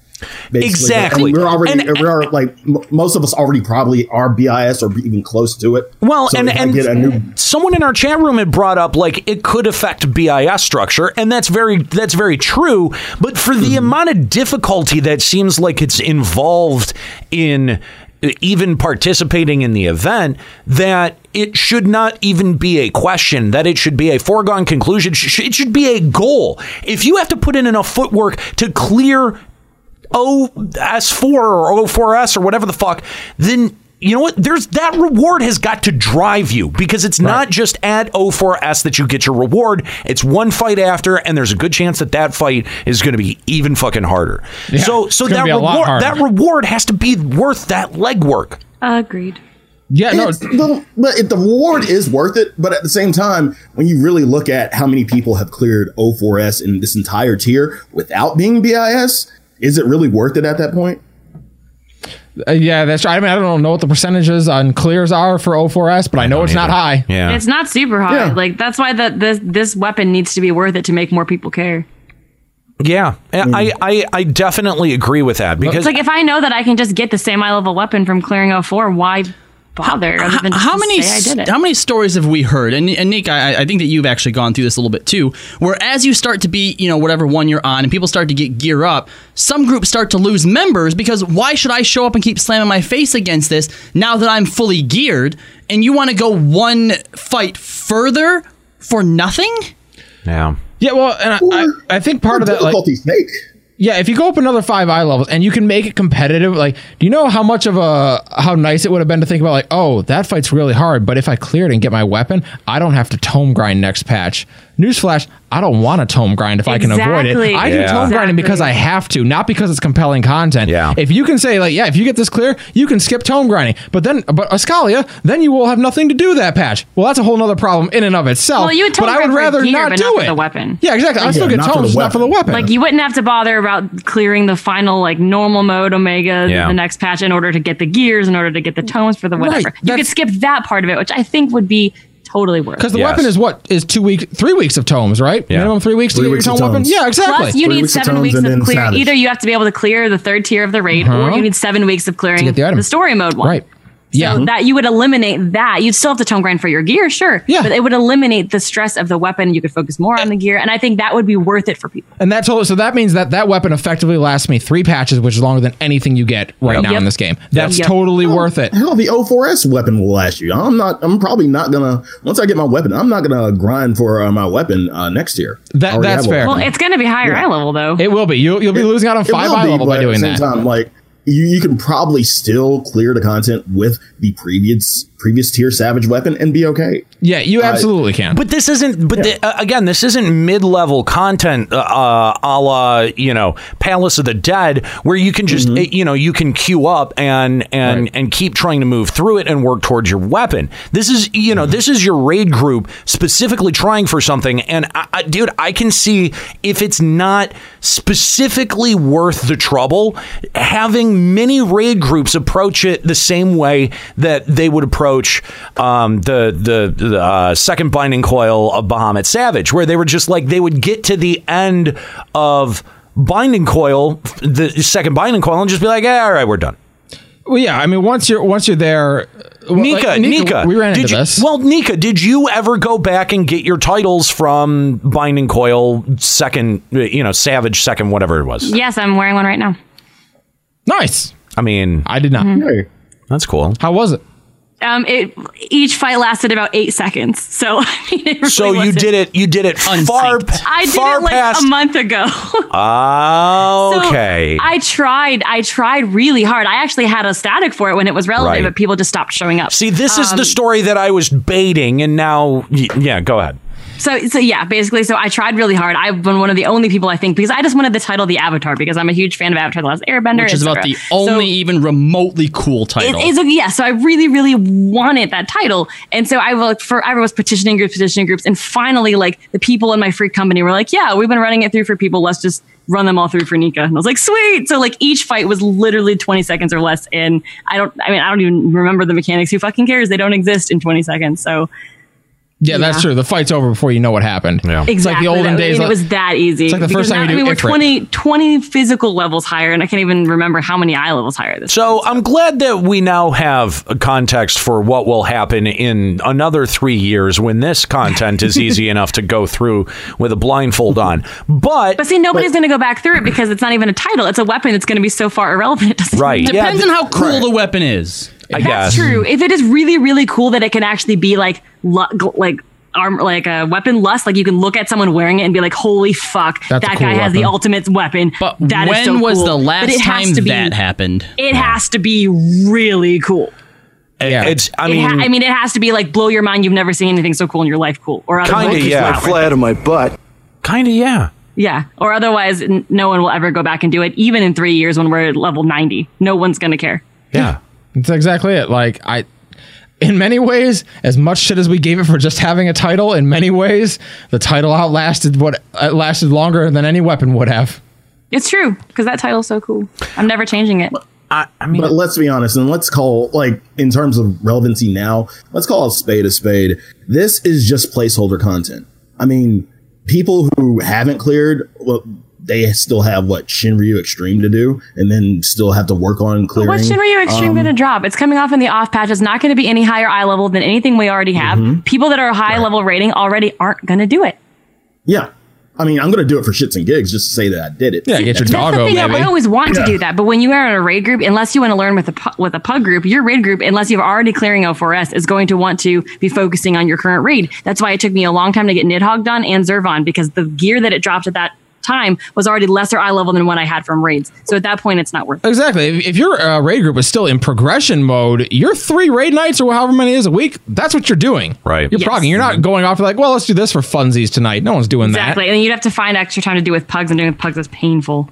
R: basically.
G: Exactly.
R: we're already we're already- like m- most of us already probably are bis or even close to it
G: Well,
R: So
G: and
R: if I
G: and
R: get a new
G: someone in our chat room had brought up like it could affect BIS structure, and that's very that's very true. But for
R: Mm-hmm.
G: the amount of difficulty that seems like it's involved in uh, even participating in the event, that it should not even be a question. That it should be a foregone conclusion. Sh- sh- It should be a goal. If you have to put in enough footwork to clear OS4 or O4S or whatever the fuck, then you know what? There's that reward has got to drive you because it's not just at O4S that you get your reward. It's one fight after, and there's a good chance that that fight is going to be even fucking harder.
A: Yeah,
G: so,
A: it's
G: so
A: gonna
G: that
A: be a lot
G: reward,
A: harder.
G: that reward has to be worth that legwork.
H: Agreed.
A: Yeah,
R: no. Well, but it, the reward is worth it. But at the same time, when you really look at how many people have cleared O4S in this entire tier without being BIS, is it really worth it at that point?
A: Uh, yeah, that's right. I mean, I don't know what the percentages on clears are for O4S, but I, know it's not high.
H: It's not super high. Like that's why that this this weapon needs to be worth it to make more people care.
G: Yeah, and I, I I definitely agree with that because
H: It's like if I know that I can just get the same eye level weapon from clearing 04, why bother? other than just
B: how
H: to
B: many
H: say I did it?
B: how many stories have we heard? And, and Nick, I, I think that you've actually gone through this a little bit too. Where as you start to be, you know, whatever one you're on, and people start to get gear up, some groups start to lose members because why should I show up and keep slamming my face against this now that I'm fully geared? And you want to go one fight further for nothing?
G: yeah.
A: Yeah, well, and I, I, I think part of that like,
R: difficulty's
A: Yeah, if you go up another five eye levels and you can make it competitive, like, do you know how much of a how nice it would have been to think about like, oh, that fight's really hard, but if I clear it and get my weapon, I don't have to tome grind next patch. Newsflash, I don't want to tome grind if I can avoid
F: Exactly.
A: it. I do
F: Yeah.
A: tome grinding because I have to, not because it's compelling content. Yeah. If you can say like, yeah, if you get this clear, you can skip tome grinding, but then but Ascalia, then you will have nothing to do that patch. Well, that's a whole nother problem in and of itself.
H: Well, you would tome
A: but I
H: grind
A: would
H: for
A: rather
H: gear,
A: not
H: but
A: do
H: not for
A: it.
H: the weapon.
A: Yeah, exactly. I still
H: Yeah,
A: get
H: not for
A: tomes,
H: the
A: just not for the weapon.
H: Like you wouldn't have to bother about clearing the final like normal mode omega
A: Yeah.
H: the next patch in order to get the gears in order to get the tones for the whatever.
A: Right,
H: You could skip that part of it, which I think would be totally worth.
A: Because the weapon is what is two weeks, three weeks of tomes, right? Minimum three weeks
H: Three
A: to get
H: weeks
A: your
H: of
A: tome weapon.
H: tomes.
A: Yeah, exactly.
H: Plus, you need seven weeks of clear. Either you have to be able to clear the third tier of the raid, or
A: Uh-huh.
H: you need seven weeks of clearing
A: get the
H: the,
A: item.
H: story mode one.
A: Right.
H: So
A: Yeah.
H: that you would eliminate that. You'd still have to tone grind for your gear, sure. Yeah. But it would eliminate the stress of the weapon. You could focus more on the gear. And I think that would be worth it for people.
A: and that total, so that means that that weapon effectively lasts me three patches, which is longer than anything you get right
R: Yep.
A: now
R: Yep.
A: in this game. That's
R: Yep.
A: totally worth it.
R: Hell, the O4S weapon will last you. I'm not. I'm probably not gonna. Once I get my weapon, I'm not gonna grind for uh, my weapon uh, next year. I
A: That,
R: already
A: that's
R: have a
A: fair.
R: weapon.
G: Mm.
H: gonna be higher
R: Yeah.
H: eye level though.
A: It will be. You'll, you'll be losing out on
R: It
A: five
R: will
A: eye
R: be,
A: level
R: but
A: by
R: at
A: doing
R: the same
A: that.
R: Time, like you, you can probably still clear the content with the previous previous tier savage weapon and be okay.
A: Yeah, you absolutely can.
G: But this isn't. But the, uh, again, this isn't mid-level content, uh, uh, a la you know Palace of the Dead, where you can just uh, you know you can queue up and and and keep trying to move through it and work towards your weapon. This is you know this is your raid group specifically trying for something. And I, I, dude, I can see if it's not specifically worth the trouble, having many raid groups approach it the same way that they would approach um, the the, the uh, second binding coil of Bahamut Savage, where they were just like they would get to the end of binding coil, the second binding coil, and just be like, "Eh, all right, we're done.
A: Well, yeah. I mean, once you're once you're there, well,
G: Nika,
A: like,
G: Nika,
A: we ran
G: did
A: into
G: you,
A: this.
G: Well, Nika, did you ever go back and get your titles from Binding Coil second, uh, you know, Savage second, whatever it was?
H: Yes, I'm wearing one right now.
A: Nice.
G: I mean,
A: I did not.
H: Mm-hmm.
G: That's cool.
A: How was it?
H: Um, it each fight lasted about eight seconds, so I mean, it really
G: So you
H: wasn't-
G: did it. You did it far. p-
H: I did
G: far
H: it like
G: past.
H: a month ago. So
G: Ah, okay.
H: I tried. I tried really hard. I actually had a static for it when it was relevant,
G: Right.
H: but people just stopped showing up.
G: See, this
H: um,
G: is the story that I was baiting, and now, y- yeah, go ahead.
H: So, so yeah, basically, so I tried really hard. I've been one of the only people I think because I just wanted the title the Avatar because I'm a huge fan of Avatar: The Last Airbender,
B: Which is about
H: etc..
B: the only even remotely cool title.
H: It is a, yeah. So I really, really wanted that title, and so I looked for. I was petitioning groups, petitioning groups, and finally, like the people in my free company were like, "Yeah, we've been running it through for people. Let's just run them all through for Nika." And I was like, "Sweet!" So like each fight was literally twenty seconds or less, and I don't. I mean, I don't even remember the mechanics. Who fucking cares? They don't exist in twenty seconds. So
A: Yeah, that's
H: Yeah.
A: true. The fight's over before you know what happened. Yeah.
H: exactly,
A: It's like the olden
H: that-
A: days.
H: and it
A: like-
H: was that easy.
A: It's like the
H: Because
A: first time
H: now-
A: you do
H: I mean, we're
A: Ifrit.
H: 20, 20 physical levels higher, and I can't even remember how many eye levels higher this.
G: So I'm glad that we now have a context for what will happen in another three years when this content is easy enough to go through with a blindfold on. But
H: But see, nobody's going to go back through it because it's not even a title. It's a weapon that's going to be so far irrelevant. It doesn't
G: Right.
H: matter.
G: Depends Yeah, th-
B: how cool the weapon is.
G: I
H: That's
G: guess.
H: true. If it is really, really cool that it can actually be like, lu- gl- like arm, like a weapon lust, like you can look at someone wearing it and be like, "Holy fuck,
B: That's a
H: that
B: cool
H: guy has the
B: weapon.
H: ultimate weapon." But that is
B: when
H: so
B: was
H: cool.
B: the
H: But
B: last
H: it has
B: time
H: to be-
B: that happened?
H: It has to be really cool.
G: yeah. it's. I
H: It
G: mean,
H: ha- I mean, it has to be like blow your mind. You've never seen anything so cool in your life. Cool, or otherwise,
G: Kinda,
H: it's
G: yeah.
H: not worth
G: Fly
H: it.
G: out of my butt. Kinda, yeah.
H: Yeah, or otherwise, n- no one will ever go back and do it. Even in three years, when we're at level ninety, no one's going to care.
G: Yeah.
A: That's exactly it. Like I in many ways, as much shit as we gave it for just having a title, in many ways, the title outlasted what it lasted longer than any weapon would have.
H: It's true because that title's so cool. I'm never changing it.
G: I,
R: but let's be honest, and let's call like in terms of relevancy now, let's call a spade a spade. This is just placeholder content. I mean, people who haven't cleared, well, they still have what Shinryu Extreme to do, and then still have to work on clearing.
H: What's Shinryu Extreme
R: Um,
H: going to drop? It's coming off in the off patch. It's not going to be any higher eye level than anything we already have. People that are high level rating already aren't going to do it.
R: Yeah, I mean, I'm gonna do it for shits and gigs, just to say that I did it.
A: Yeah, get your
R: That's
A: dog
H: That's the thing. I always want to do that, but when you are in a raid group, unless you want to learn with a pu- with a pug group, your raid group, unless you're already clearing O4S, is going to want to be focusing on your current raid. That's why it took me a long time to get Nidhogg done and Zervon because the gear that it dropped at that time was already lesser eye level than what I had from raids. So at that point, it's not worth it.
A: Exactly. If, if your uh, raid group is still in progression mode, your three raid nights or however many is a week, that's what you're doing.
G: Right.
A: You're
H: Yes.
A: progging. You're
R: Mm-hmm.
A: not going off like, well, let's do this for funsies tonight. No one's doing
H: Exactly, and then you'd have to find extra time to do with pugs, and doing with pugs is painful.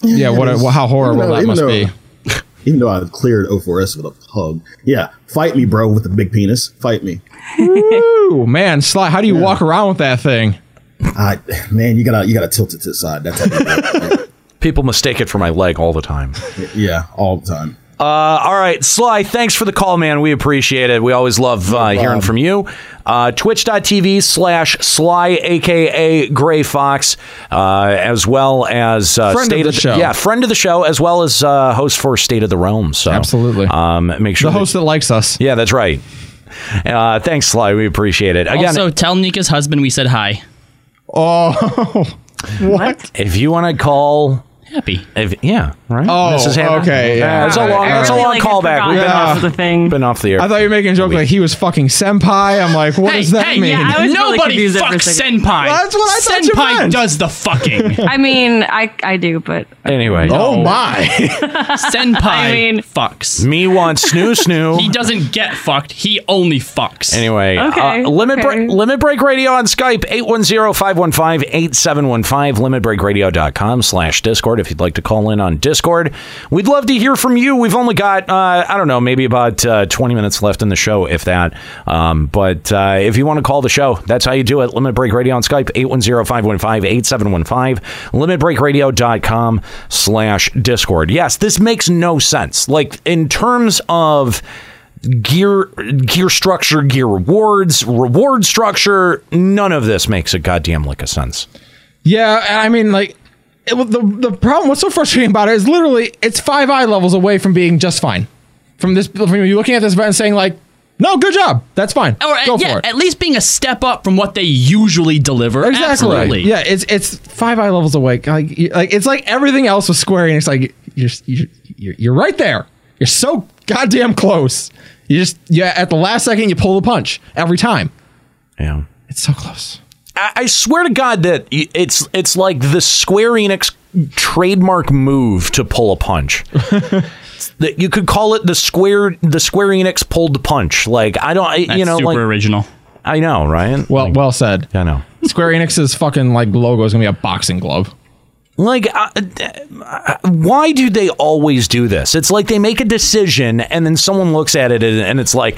A: that. Yeah. What? A, how horrible
R: Even though-
A: that
R: even
A: must
R: though-
A: be.
R: Even though I've cleared O4S with a pug, yeah, fight me, bro, with a big penis. Fight me.
A: Ooh, man, Sly, how do you walk around with that thing?
R: I, man, you gotta you gotta tilt it to the side. That's
G: people mistake it for my leg all the time.
R: yeah, all the time.
G: Uh, all right, Sly, thanks for the call, man. We appreciate it. We always love uh, hearing from you. Uh, Twitch.tv slash Sly, aka Gray Fox, uh, as well as uh,
A: Friend of the
G: State
A: show.
G: yeah, friend of the show, as well as uh, host for State of the Realm. So absolutely, um, make sure
A: The host that likes us.
G: Yeah, that's right. Uh, thanks, Sly. We appreciate it. Again,
B: also, tell Nika's husband we said hi.
A: Oh, what?
G: if you want to call
B: happy.
G: yeah, right.
A: Oh,
G: this is happening.
A: okay, yeah.
G: that's a
A: I-
G: long,
A: I
G: that's a
A: really,
G: long
A: like,
G: callback.
A: forgot
G: We've been
A: about
G: off
A: the
G: thing. Been off the air.
A: I thought you were making a joke like he was fucking senpai. I'm like, what
H: Hey,
A: does that
H: hey,
A: mean?
H: yeah, I was really
B: Nobody
H: confused there for a
B: fucks
H: second.
B: senpai.
A: Well, that's what I thought you
B: senpai
A: meant.
B: does the fucking.
H: I mean, I I do, but
G: anyway.
A: Oh my!
B: senpai
H: I mean-
B: fucks.
G: Me wants snoo snoo.
B: He doesn't get fucked. He only fucks.
G: Anyway,
B: Okay,
G: uh, limit
B: okay.
G: break limit break radio on Skype 810-515-8715 limitbreakradio.com slash discord if you'd like to call in on Discord. We'd love to hear from you. We've only got uh, I don't know, maybe about uh, 20 minutes left in the show if that. Um, but uh, if you want to call the show, that's how you do it. Limit Break Radio on Skype 810-515-8715 limitbreakradio.com slash discord. Yes, this makes no sense. Like in terms of gear gear structure, gear rewards, reward structure. None of this makes a goddamn lick of sense.
A: Yeah, and I mean, like it, well, the the problem. What's so frustrating about it is literally it's five eye levels away from being just fine. From this, from you looking at this event and saying like, "No, good job, that's fine,
B: Or uh,
A: go
B: yeah,
A: for it."
B: at least being a step up from what they usually deliver. Absolutely.
A: Yeah, it's it's five eye levels away. Like, you- like it's like everything else with Square Enix. Like you're you're you're, you're right there. You're so goddamn close. You just yeah. At the last second, you pull the punch every time.
G: Yeah,
A: it's so close.
G: I, I swear to God that i- it's it's like the Square Enix trademark move to pull a punch. It's that you could call it the Square the Square Enix pulled the punch. Like I don't, I, you
B: That's
G: know,
B: super
G: like
B: original.
G: I know, Ryan.
A: Well, well said.
G: I know.
A: Square Enix's fucking like logo is gonna be a boxing glove.
G: Like, uh, uh, why do they always do this? It's like they make a decision and then someone looks at it and, and it's like,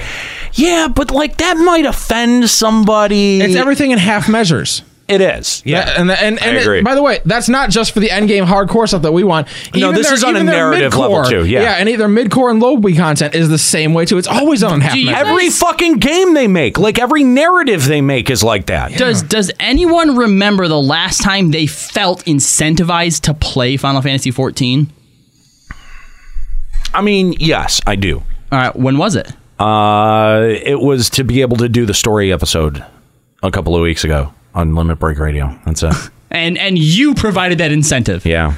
G: yeah, but like that might offend somebody.
A: It's everything in half measures.
G: It is. Yeah.
A: That- and and,
G: I
A: and it-
G: agree.
A: by the way, that's not just for the end game hardcore stuff that we want.
G: No, this
A: their-
G: is on a
A: even their
G: narrative level,
A: mid-core-
G: too, yeah.
A: yeah, and either midcore and low B content is the same way too. It's always on half.
B: Do you
A: measures.
G: every fucking game they make, like every narrative they make is like that.
B: Does does anyone remember the last time they felt incentivized to play Final Fantasy 14?
G: I mean, yes, I do.
B: All right, when was it?
G: Uh, it was to be able to do the story episode a couple of weeks ago on Limit Break Radio. That's it.
B: And and you provided that incentive.
G: yeah.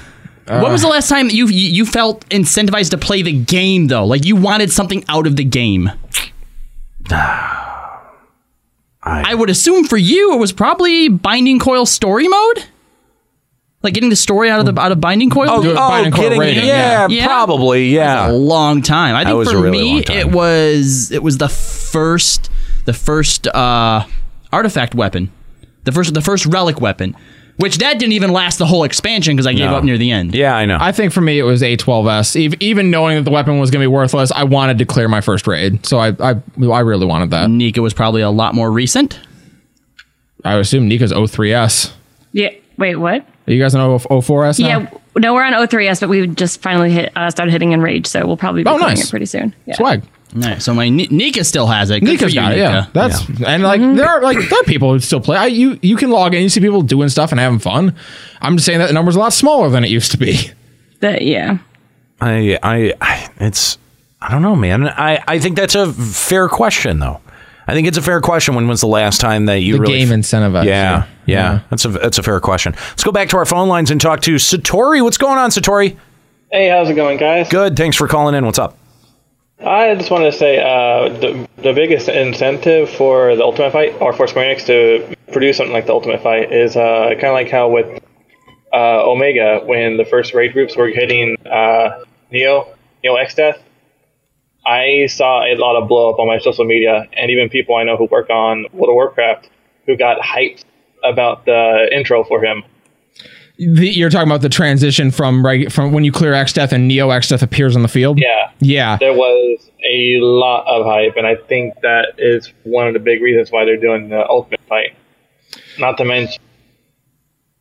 B: when
G: Uh.
B: was the last time you you you felt incentivized to play the game though? Like you wanted something out of the game? I, would assume for you it was probably Binding Coil story mode. Like getting the story out of the out of Binding Coil.
G: Oh, oh getting, yeah, probably, yeah.
B: a long time. I
G: That
B: think
G: was
B: for
G: a really long
B: me,
G: time.
B: it was it was the first the first uh, artifact weapon, the first the first relic weapon, which that didn't even last the whole expansion because I gave up near the end.
G: Yeah, I know.
A: I think for me it was A12S. Ev- Even knowing that the weapon was going to be worthless, I wanted to clear my first raid, so I I, I really wanted that.
B: Nika was probably a lot more recent.
A: I would assume Nika's 03S.
H: yeah. Wait, what?
A: Are you guys on 04S now?
H: Yeah, w- no, we're on O3S, but we just finally hit uh, started hitting Enrage, so we'll probably be
A: Oh,
H: doing
A: nice.
H: it pretty soon. Yeah.
A: Swag.
B: Nice. So my N- Nika still has it. Good
A: Nika's
B: for you,
A: got it.
B: Nika.
A: Yeah, that's and like there are like there are people who still play. I, you you can log in, you see people doing stuff and having fun. I'm just saying that the number's a lot smaller than it used to be.
H: That- yeah.
G: I, I, I, it's, I don't know, man. I, I think that's a fair question, though. I think it's a fair question. When was the last time that you
A: The
G: really
A: game incentivized
G: Yeah, yeah,
A: you. Yeah.
G: That's a that's a fair question. Let's go back to our phone lines and talk to Satori. What's going on, Satori?
F: Hey, how's it going, guys?
G: Good. Thanks for calling in. What's up?
F: I just wanted to say uh, the, the biggest incentive for the Ultimate Fight, or for Square Enix to produce something like the Ultimate Fight, is uh, kind of like how with uh, Omega, when the first raid groups were hitting uh, Neo, Neo X Death, I saw a lot of blow up on my social media, and even people I know who work on World of Warcraft who got hyped about the intro for him.
A: The, you're talking about the transition from right from when you clear X Death and Neo X Death appears on the field.
F: Yeah.
A: yeah.
F: There was a lot of hype, and I think that is one of the big reasons why they're doing the ultimate fight. Not to mention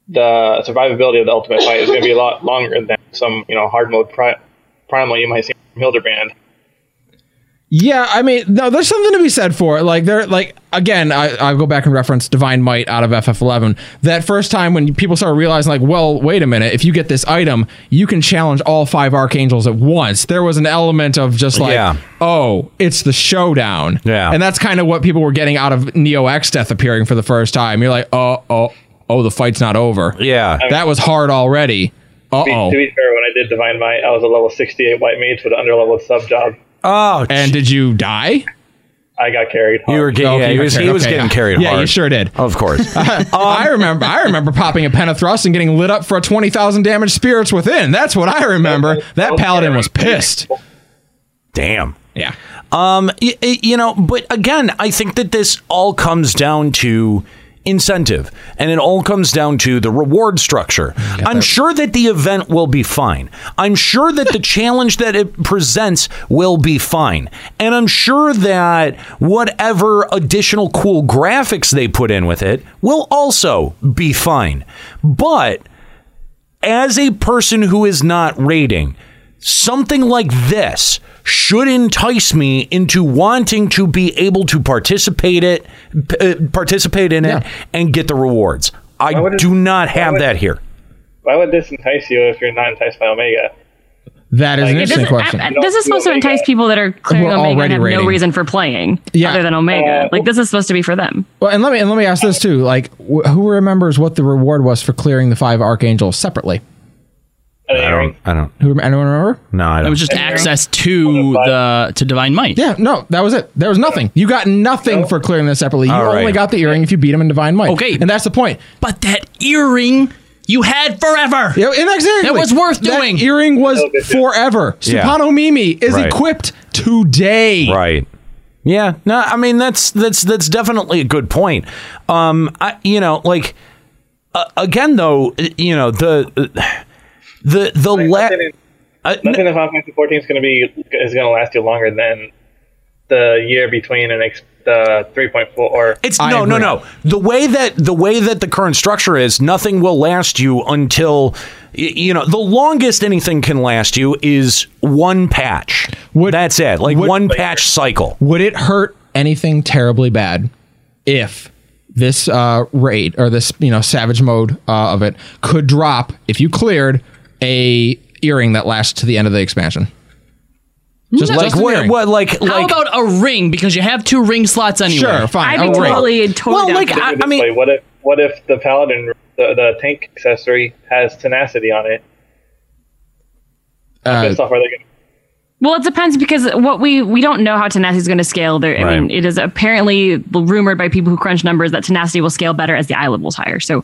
F: the survivability of the ultimate fight is going to be a lot longer than some you know hard mode pri- primal you might see from Hildebrand.
A: Yeah, I mean, no, there's something to be said for it. Like, there, like again, I, I go back and reference Divine Might out of FF11. That first time when people started realizing, like, well, wait a minute, if you get this item, you can challenge all five archangels at once. There was an element of just like,
G: Yeah.
A: oh, it's the showdown.
G: Yeah.
A: and that's kind of what people were getting out of Neo X Death appearing uh, for the first time. You're like, oh, oh, oh, the fight's not over.
G: Yeah,
A: that was hard already.
F: To be,
G: Oh.
F: to be fair, when I did Divine Might, I was a level 68 white mage with an underleveled sub job.
A: Oh, and did you die?
F: I got carried.
G: You were getting,
A: Okay,
G: yeah, he
A: you
G: was,
A: got
G: he was
A: carried.
G: getting
A: Okay,
G: carried
A: yeah,
G: hard.
A: you sure did.
G: Of course.
A: Oh, I remember. I remember popping a pentathrust and getting lit up for twenty thousand damage spirits within. That's what I remember. That paladin was pissed.
G: Damn.
A: Yeah.
G: Um, y- y- you know, but again, I think that this all comes down to incentive and it all comes down to the reward structure. I'm sure that the event will be fine. I'm sure that the challenge that it presents will be fine. And I'm sure that whatever additional cool graphics they put in with it will also be fine. But as a person who is not rating, something like this should entice me into wanting to be able to participate it, p- uh, participate in it, and get the rewards. I do not have
F: would-
G: that here.
F: Why would this entice you if you're not enticed by Omega?
A: That is an
H: It
A: interesting
H: doesn't-
A: question.
H: I- I- this is supposed to entice people that are clearly
A: Who are
H: Omega and
A: already
H: have
A: rating.
H: no reason for playing
A: Yeah.
H: other than Omega. like this is supposed to be for them.
A: Well, and let me and let me ask this too. Like, wh- who remembers what the reward was for clearing the five archangels separately?
G: I don't. I don't.
A: Who, anyone remember?
G: No, I
B: It was just access to the to divine might.
A: Yeah, no, that was it. There was nothing. You got nothing for clearing this separately. You
B: All right.
A: only got the earring if you beat him in Divine Might. Okay, and that's the point.
B: But that earring you had forever.
A: Yeah, and exactly.
B: That was worth
A: That
B: doing.
A: earring was forever.
G: Yeah.
A: Supano Mimi is
G: Right.
A: equipped today.
G: Right. Yeah. No, I mean that's that's that's definitely a good point. Um I you know, like uh, again though, you know, the the the la-
F: Nothing in Final Fantasy 14 is going to be is going to last you longer than the year between an ex, the 3.4 or
G: It's no, no, no. The way that the way that the current structure is, nothing will last you until y- you know the longest anything can last you is one patch. That's it, like one patch cycle.
A: Would it hurt anything terribly bad if this uh, raid or this you know savage mode uh, of it could drop if you cleared a earring that lasts to the end of the expansion? Hmm? Just
B: No.
A: like Just an what- earring. what, like-
B: how
A: like-
B: about a ring? Because you have two ring slots anyway.
A: Sure, fine, Oh, I'd be a ring. totally- totally Well, down like, for that. I- I mean-
F: what if what if the paladin the, the tank accessory has tenacity on it?
A: Uh,
F: Based off where they're gonna-
H: Well, it depends because what we we don't know how tenacity is going to scale. There, I mean,
F: Right.
H: it is apparently rumored by people who crunch numbers that tenacity will scale better as the eye level's higher. So,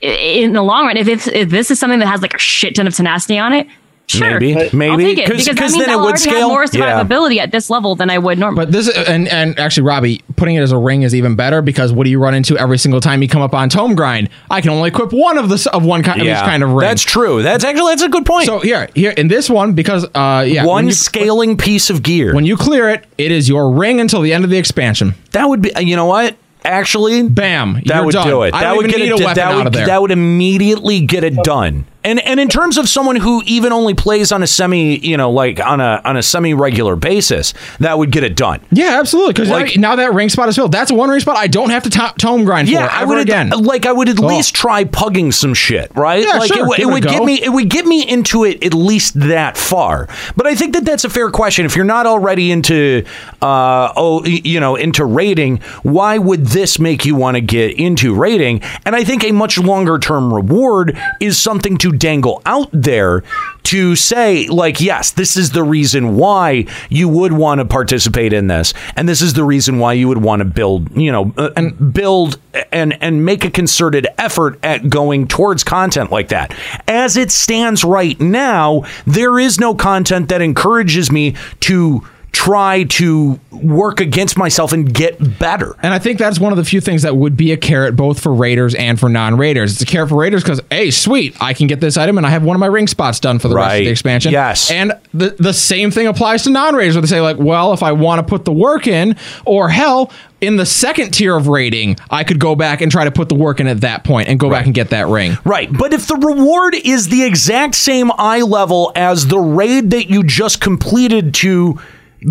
H: i- in the long run, if it's, if this is something that has like a shit ton of tenacity on it, sure,
G: Maybe.
H: I'll
G: Maybe.
H: take it
G: 'Cause-
H: because that
G: 'cause
H: means
G: then it
H: I'll
G: would
H: already
G: scale.
H: have more
G: Yeah.
H: survivability at this level than I would normally.
A: But this is, and and actually, Robbie, putting it as a ring is even better because what do you run into every single time you come up on tome grind? I can only equip one of this of one kind of
G: Yeah,
A: each kind of ring.
G: that's true. That's actually that's a good point.
A: So here, here in this one, because uh, yeah,
G: One scaling piece of gear.
A: When you clear it, it is your ring until the end of the expansion.
G: That would be, you know what? Actually,
A: bam,
G: That would do it. That would get it.
A: a
G: d-
A: weapon
G: that
A: out
G: would
A: of there.
G: that would immediately get it done. And and in terms of someone who even only plays on a semi, you know, like on a on a semi regular basis, that would get it done.
A: yeah, absolutely. Because
G: Like-
A: now that ring spot is filled, that's a one ring spot. I don't have to to- tome grind
G: Yeah,
A: for
G: I
A: ever
G: would
A: again.
G: like I would at
A: Oh.
G: least try pugging some shit, right?
A: Yeah,
G: like
A: sure,
G: it,
A: give
G: w- it
A: it a
G: would get
A: go.
G: me it would get me into it at least that far. But I think that that's a fair question. If you're not already into uh oh y- you know into rating, why would this make you want to get into rating? And I think a much longer term reward is something to dangle out there to say like yes, this is the reason why you would want to participate in this and this is the reason why you would want to build, you know, uh, and build and and make a concerted effort at going towards content like that. As it stands right now, there is no content that encourages me to try to work against myself and get better.
A: And I think that's one of the few things that would be a carrot both for Raiders and for non Raiders. It's a carrot for Raiders because, hey, sweet, I can get this item and I have one of my ring spots done for the rest of
G: Right.
A: the expansion.
G: Yes.
A: And the, the same thing applies to non Raiders where they say, like, well, if I want to put the work in, or hell, in the second tier of rating, I could go back and try to put the work in at that point and go back and get that ring.
G: Right, but if the reward is the exact same eye level as the raid that you just completed to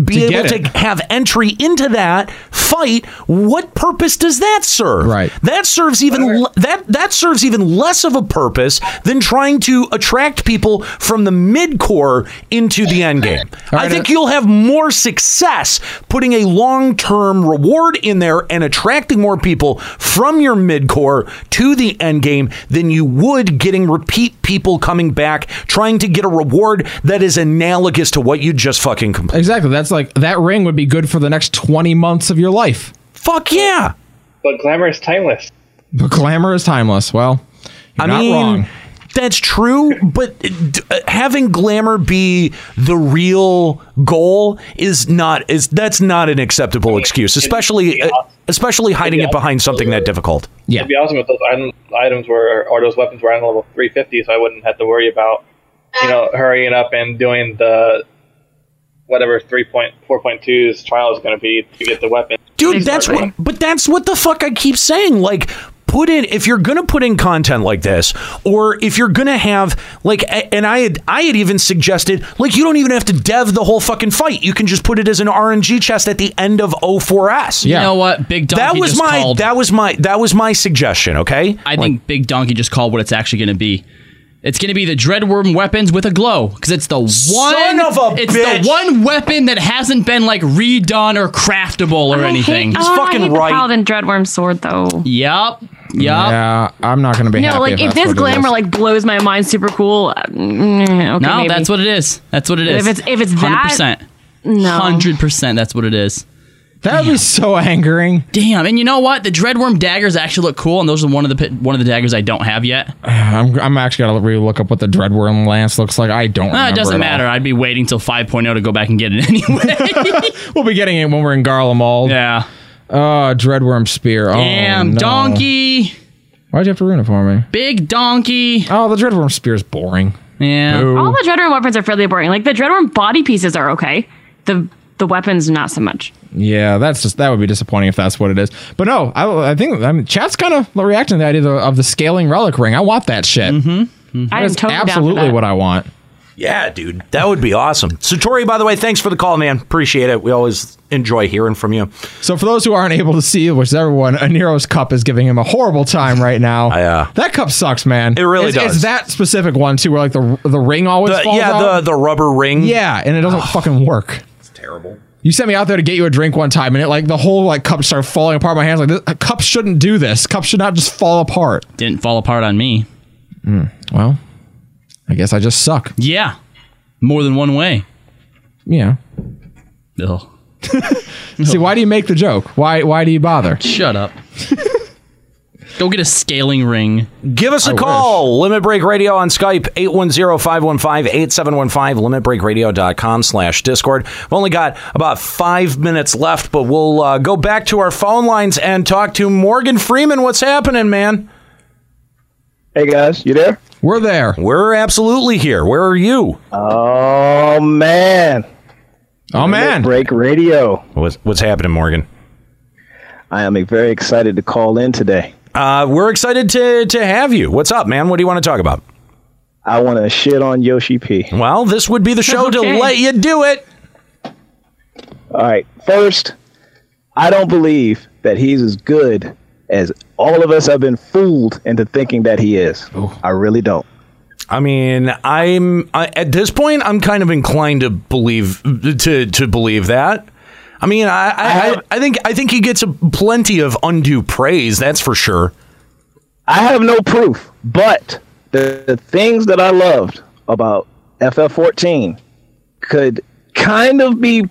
G: be
S: To
G: able
S: get
G: to
S: it.
G: have entry into that fight what purpose does that serve right that serves even le- that that serves even less of a purpose than trying to attract people from the mid core into the end game i think you'll have more success putting a long-term reward in there and attracting more people from your mid core to the end game than you would getting repeat people coming back trying to get a reward that is analogous to what you just fucking completed
A: Exactly. That's like that ring would be good for the next 20 months of your life.
G: Fuck yeah.
F: But glamour is timeless.
A: But glamour is timeless. Well, you're not wrong.
G: That's true, but d- uh, having glamour be the real goal is not is that's not an acceptable excuse, especially uh, especially hiding it behind something that difficult.
A: Yeah.
F: It'd be awesome if those item, items were, or those weapons were item level 350, so I wouldn't have to worry about, you know, hurrying up and doing the whatever 3.4.2's trial is going to be to get the weapon.
G: Dude, that's what but that's what the fuck I keep saying. Like put in if you're going to put in content like this or if you're going to have like a- and I had I had even suggested like you don't even have to dev the whole fucking fight. You can just put it as an RNG chest at the end of 04S.
B: You know what? Big Donkey
G: That was
B: just
G: my
B: called.
G: that was my that was my suggestion, okay?
B: I think Big Donkey just called what it's actually going to be. It's going to be the Dreadworm weapons with a glow because it's the one
T: Son of a
B: it's
T: bitch.
B: the one weapon that hasn't been like redone or craftable or anything.
H: oh, I hate The Paladin Dreadworm sword though.
B: Yep. Yep.
A: Yeah, I'm not gonna be
H: no,
A: happy
H: like
A: if
H: if
A: that's
H: this
A: what it
H: glamour
A: is.
H: like blows my mind, super cool. uh, mm,
B: no,
H: okay, maybe.
B: that's what it is. That's what it is.
H: If it's- if it's that- No.
B: hundred percent. That's what it is.
A: That would be so angering.
B: Damn. And you know what? The Dreadworm daggers actually look cool, and those are one of the pi- one of the daggers I don't have yet.
A: I'm, I'm actually gonna re-look up what the Dreadworm Lance looks like. I don't.
B: Ah, it
A: remember at
B: doesn't
A: all.
B: matter. I'd be waiting till 5.0 to go back and get it anyway.
A: We'll be getting it when we're in Garlemald.
B: Yeah.
A: Uh, Dreadworm Spear. Oh,
B: Damn,
A: no.
B: donkey,
A: Why'd you have to ruin it for me?
B: big donkey.
A: Oh, the Dreadworm Spear is boring.
B: Yeah.
H: All the Dreadworm weapons are fairly boring. Like the Dreadworm body pieces are okay. The the weapons not so much.
A: Yeah, that's just that would be disappointing if that's what it is. But no, I, I think I mean, chat's kind of reacting to the idea of the, of the scaling relic ring. I want that shit. Mm-hmm.
H: I am totally down for
A: absolutely
H: that.
A: what I want.
G: Yeah, dude, that would be awesome. So, Tori, by the way, thanks for the call, man. Appreciate it. We always enjoy hearing from you.
A: So for those who aren't able to see, which is everyone, a Nero's cup is giving him a horrible time right now. Yeah, that cup sucks, man. It
G: really
A: it's, It's
G: does.
A: that specific one too, where like the the ring always
G: The-
A: falls
G: yeah,
A: out.
G: the the rubber ring.
A: yeah, and it doesn't fucking work. It's terrible. You sent me out there to get you a drink one time, and it like the whole like cup started falling apart. in My hands like this, cups shouldn't do this. Cups should not just fall apart.
B: Didn't fall apart on me.
A: Well, I guess I just suck.
B: Yeah. More than one way.
A: Yeah.
B: Ugh.
A: See, why do you make the joke? Why why do you bother?
B: Shut up. Go get a scaling ring.
G: Give us a call. Limit Break Radio on Skype, 810-515-8715, limitbreakradio.com slash Discord. We've only got about five minutes left, but we'll uh, go back to our phone lines and talk to Morgan Freeman. What's happening, man?
C: Hey, guys, you there?
A: We're there.
G: We're absolutely here. Where are you?
C: Oh man.
A: Oh man.
C: Break radio.
G: What's what's happening, Morgan?
C: I am very excited to call in today.
G: Uh, we're excited to, to have you. What's up, man? What do you want to talk about?
C: I want to shit on Yoshi P.
G: Well, this would be the show to
C: Okay.
G: let you do it.
C: All right. First, I don't believe that he's as good as all of us have been fooled into thinking that he is. I really don't.
G: I mean, I'm I, at this point, I'm kind of inclined to believe to to believe that. I mean, I I, I, I think I think he gets a plenty of undue praise. That's for sure.
C: I have no proof, but the, the things that I loved about FF14 could kind of be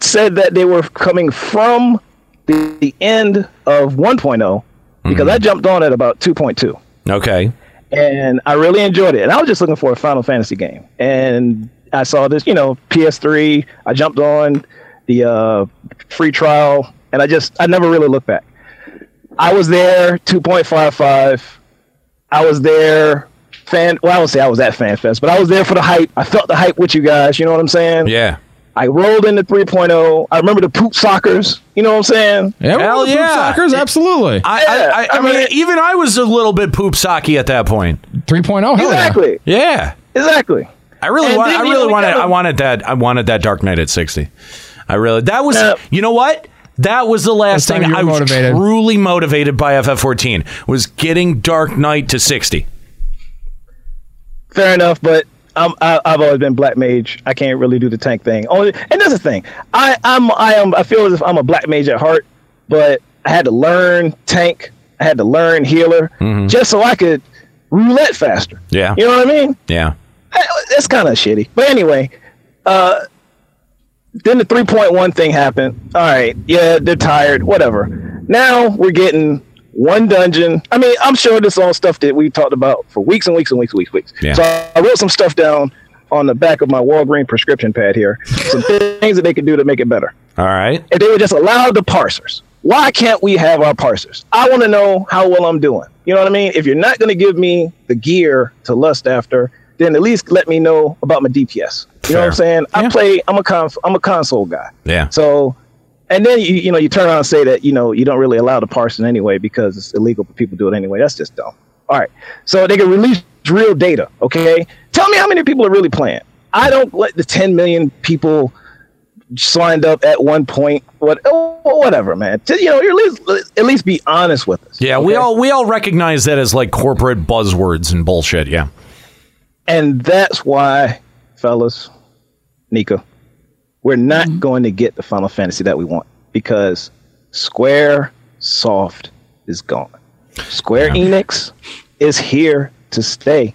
C: said that they were coming from the, the end of 1.0 because I jumped on at about 2.2
G: Okay.
C: and I really enjoyed it. And I was just looking for a Final Fantasy game, and I saw this, you know, PS3. I jumped on the uh, free trial, and I just I never really looked back. I was there 2.55. I was there fan. Well, I would say I was at FanFest, but I was there for the hype. I felt the hype with you guys. You know what I'm saying?
G: Yeah.
C: I rolled into 3.0. I remember the poop sockers. You know what I'm saying?
A: Yeah, Hell yeah. Sockers, absolutely.
G: I, I, I, I mean, even I was a little bit poop socky at that point.
A: 3.0. oh, Hell
C: Exactly.
G: Yeah.
C: Exactly.
G: I really
U: And
G: want.
U: then,
G: I
U: you know,
G: really
U: we
G: wanted.
U: gotta-
G: I wanted that. I wanted that Dark Knight at sixty. I really. That was. you know what? That was the last
U: time
G: thing
U: you were
G: I was
U: motivated.
G: truly motivated by FF14 was getting Dark Knight to sixty.
R: fair enough, but I'm, I, I've always been black mage. I can't really do the tank thing. Only, and that's the thing. I, I'm, I am, I feel as if I'm a black mage at heart, but I had to learn tank. I had to learn healer just so I could roulette faster.
G: Yeah.
R: You know what I mean?
G: Yeah.
R: It's kind of shitty. But anyway, uh, then the 3.1 thing happened. All right. Yeah, they're tired. Whatever. Now we're getting one dungeon. I mean, I'm sure this is all stuff that we talked about for weeks and weeks and weeks and weeks and weeks.
V: Yeah.
R: So I wrote some stuff down on the back of my Walgreen prescription pad here. Some things that they could do to make it better.
G: All right.
R: If they would just allow the parsers. Why can't we have our parsers? I want to know how well I'm doing. You know what I mean? If you're not going to give me the gear to lust after, then at least let me know about my DPS. You know what I'm saying? I play. I'm a conf, I'm a console guy.
G: Yeah.
R: So, and then you you know you turn around and say that you know you don't really allow the parsing anyway because it's illegal, but people do it anyway. That's just dumb. All right. So they can release real data. Okay. Tell me how many people are really playing. I don't let the 10 million people signed up at one point. What? Oh, whatever, man. Just, You know, at least at least be honest with us.
G: Yeah. We all we all recognize that as like corporate buzzwords and bullshit. Yeah.
R: And that's why, fellas, Nika, we're not going to get the Final Fantasy that we want because Square Soft is gone. Square Enix is here to stay.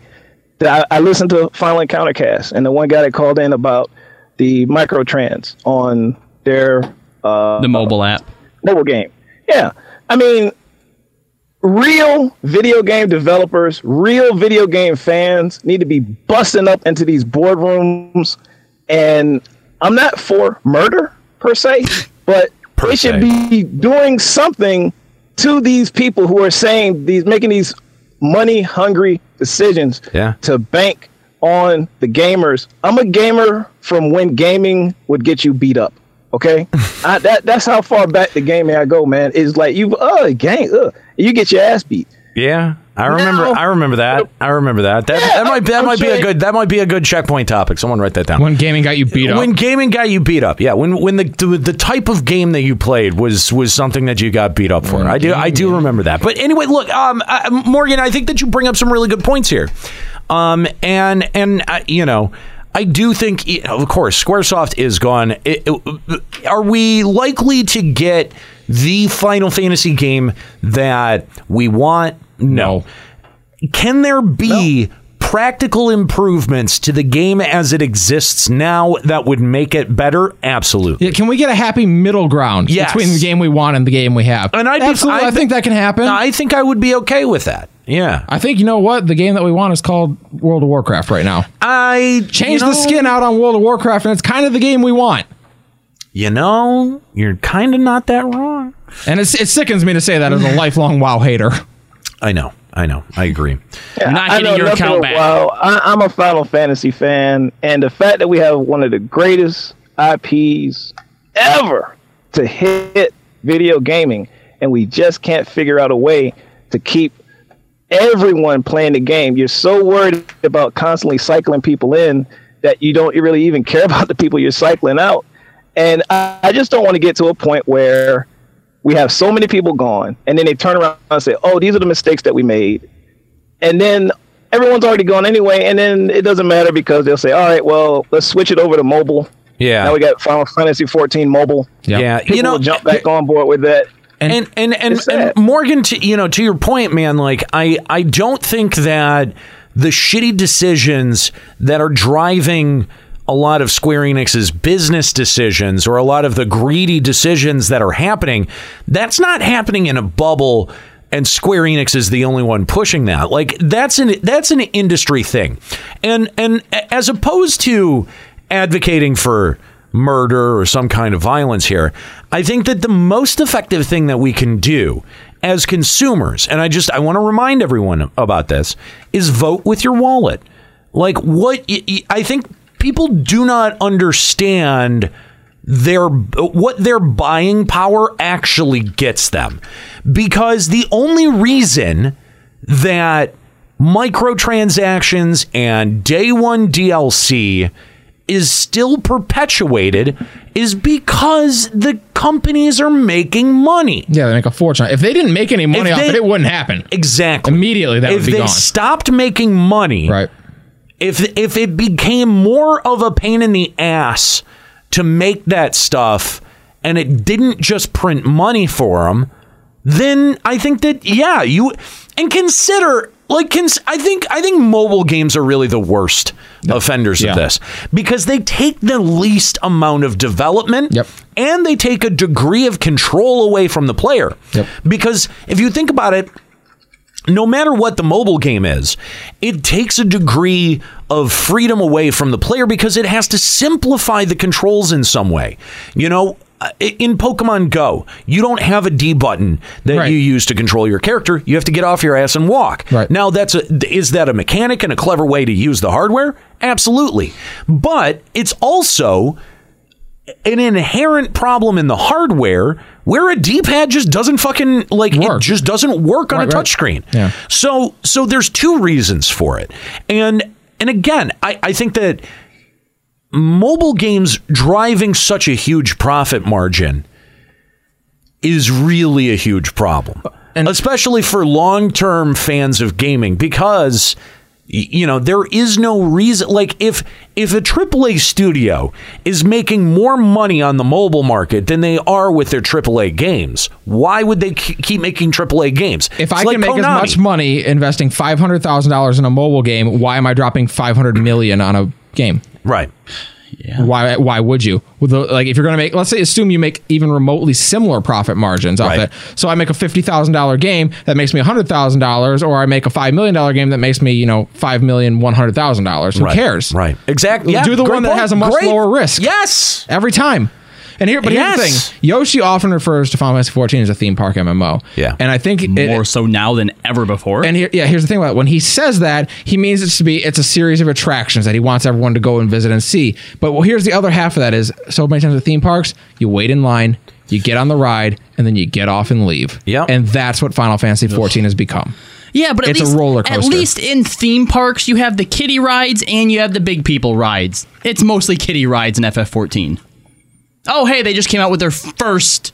R: I, I listened to Final Encounter cast, and the one guy that called in about the microtrans on their uh,
B: the mobile app.
R: mobile game. Yeah, I mean, real video game developers, real video game fans need to be busting up into these boardrooms. And I'm not for murder per se, but they should be doing something to these people who are saying these, making these money hungry decisions
G: Yeah.
R: to bank on the gamers. I'm a gamer from when gaming would get you beat up. Okay, I, that that's how far back the gaming I go, man. It's like you, uh, gang, uh, you get your ass beat.
G: Yeah. I remember. I remember that. I remember that. That, that might that
R: I'm
G: might be a
R: sure-
G: good that might be a good checkpoint topic. Someone write that down.
A: When gaming got you beat up.
G: When gaming got you beat up, yeah. When when the, the the type of game that you played was was something that you got beat up for. I do I do remember that. But anyway, look, um, uh, Morgan, I think that you bring up some really good points here. Um, and and uh, you know. I do think, you know, of course, SquareSoft is gone. It- it- are we likely to get the Final Fantasy game that we want? no can there be practical improvements to the game as it exists now that would make it better? Absolutely.
A: Yeah, can we get a happy middle ground
G: Yes.
A: between the game we want and the game we have?
G: And I'd be-
A: absolutely, I
G: I'd be-
A: think that can happen.
G: I think I would be okay with that. Yeah.
A: I think you know what the game that we want is called World of Warcraft right now.
G: I
A: Change
G: you
A: the
G: know-
A: skin out on World of Warcraft, and it's kind of the game we want.
G: You know, you're kind of not that wrong.
A: And it's, it sickens me to say that as a lifelong WoW hater.
G: I know. I know. I agree.
R: Yeah,
A: not
R: I
A: getting
R: know
A: your
R: nothing
A: account
R: of
A: back.
R: WoW. I, I'm a Final Fantasy fan, and the fact that we have one of the greatest IPs ever to hit video gaming, and we just can't figure out a way to keep everyone playing the game. You're so worried about constantly cycling people in that you don't really even care about the people you're cycling out. And I, I just don't want to get to a point where we have so many people gone, and then they turn around and say, "Oh, these are the mistakes that we made," and then everyone's already gone anyway, and then it doesn't matter because they'll say, "All right, well, let's switch it over to mobile."
G: Yeah.
R: Now we got Final Fantasy 14 mobile.
G: Yeah.
R: People
G: you know,
R: will jump back on board with that.
G: and and and, and,
R: It's sad.
G: Morgan, to, you know, to your point, man, like I I don't think that the shitty decisions that are driving a lot of Square Enix's business decisions or a lot of the greedy decisions that are happening, that's not happening in a bubble. And Square Enix is the only one pushing that. Like that's an that's an industry thing, and and as opposed to advocating for murder or some kind of violence here. I think that the most effective thing that we can do as consumers, and I just I want to remind everyone about this, is vote with your wallet. Like what y- y- I think people do not understand their what their buying power actually gets them because the only reason that microtransactions and day one DLC is still perpetuated is because the companies are making money.
A: Yeah, they make a fortune. If they didn't make any money
G: If
A: off
G: they-
A: it, it wouldn't happen.
G: Exactly.
A: Immediately, that
G: if
A: would be
G: they
A: gone.
G: stopped making money,
A: right?
G: If if it became more of a pain in the ass to make that stuff, and it didn't just print money for them, then I think that yeah, you and consider like cons- I think I think mobile games are really the worst offenders of this because they take the least amount of development and they take a degree of control away from the player. Because if you think about it, no matter what the mobile game is, it takes a degree of freedom away from the player because it has to simplify the controls in some way. You know, uh, i- in Pokemon Go, you don't have a D button that you use to control your character. You have to get off your ass and walk. Right. Now, that's a, is that a mechanic and a clever way to use the hardware? Absolutely. But it's also an inherent problem in the hardware where a D-pad just doesn't fucking like it just doesn't work on a touchscreen.
A: Yeah.
G: So so there's two reasons for it. And and again, I, I think that mobile games driving such a huge profit margin is really a huge problem, especially for long term fans of gaming because y- you know there is no reason like if if a AAA studio is making more money on the mobile market than they are with their AAA games, why would they ke- keep making AAA games?
A: If I can make as much money investing five hundred thousand dollars in a mobile game, why am I dropping five hundred million on a game?
G: Right.
A: Yeah. Why? Why would you? With the, like, if you're going to make, let's say, assume you make even remotely similar profit margins off it. So I make a fifty thousand dollar game that makes me hundred thousand dollars, or I make a five million dollar game that makes me, you know, five million one hundred thousand dollars. Who
G: Right.
A: cares?
G: Right. Exactly. Yeah,
A: do the
G: great
A: one that
G: point.
A: has a much
G: Great.
A: lower risk.
G: Yes.
A: Every time. And here, but here's
G: Yes.
A: the thing: Yoshi often refers to Final Fantasy 14 as a theme park MMO.
G: Yeah.
A: And I think
B: more so now than ever before.
A: And here, yeah, here's the thing about it. when he says that, he means it to be it's a series of attractions that he wants everyone to go and visit and see. But well, here's the other half of that is so many times with theme parks, you wait in line, you get on the ride, and then you get off and leave. Yeah. And that's what Final Fantasy 14 has become.
B: Yeah, but at
A: It's a
B: least,
A: roller coaster.
B: At least in theme parks, you have the kiddie rides and you have the big people rides. It's mostly kiddie rides in FF14. Oh, hey, they just came out with their first,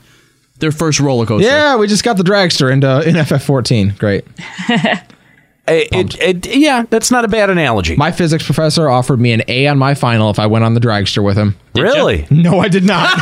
B: their first roller coaster.
A: Yeah, we just got the dragster in, uh, in FF14. Great.
G: It, it, yeah, that's not a bad analogy.
A: My physics professor offered me an A on my final if I went on the dragster with him.
G: Really?
A: No, I did not.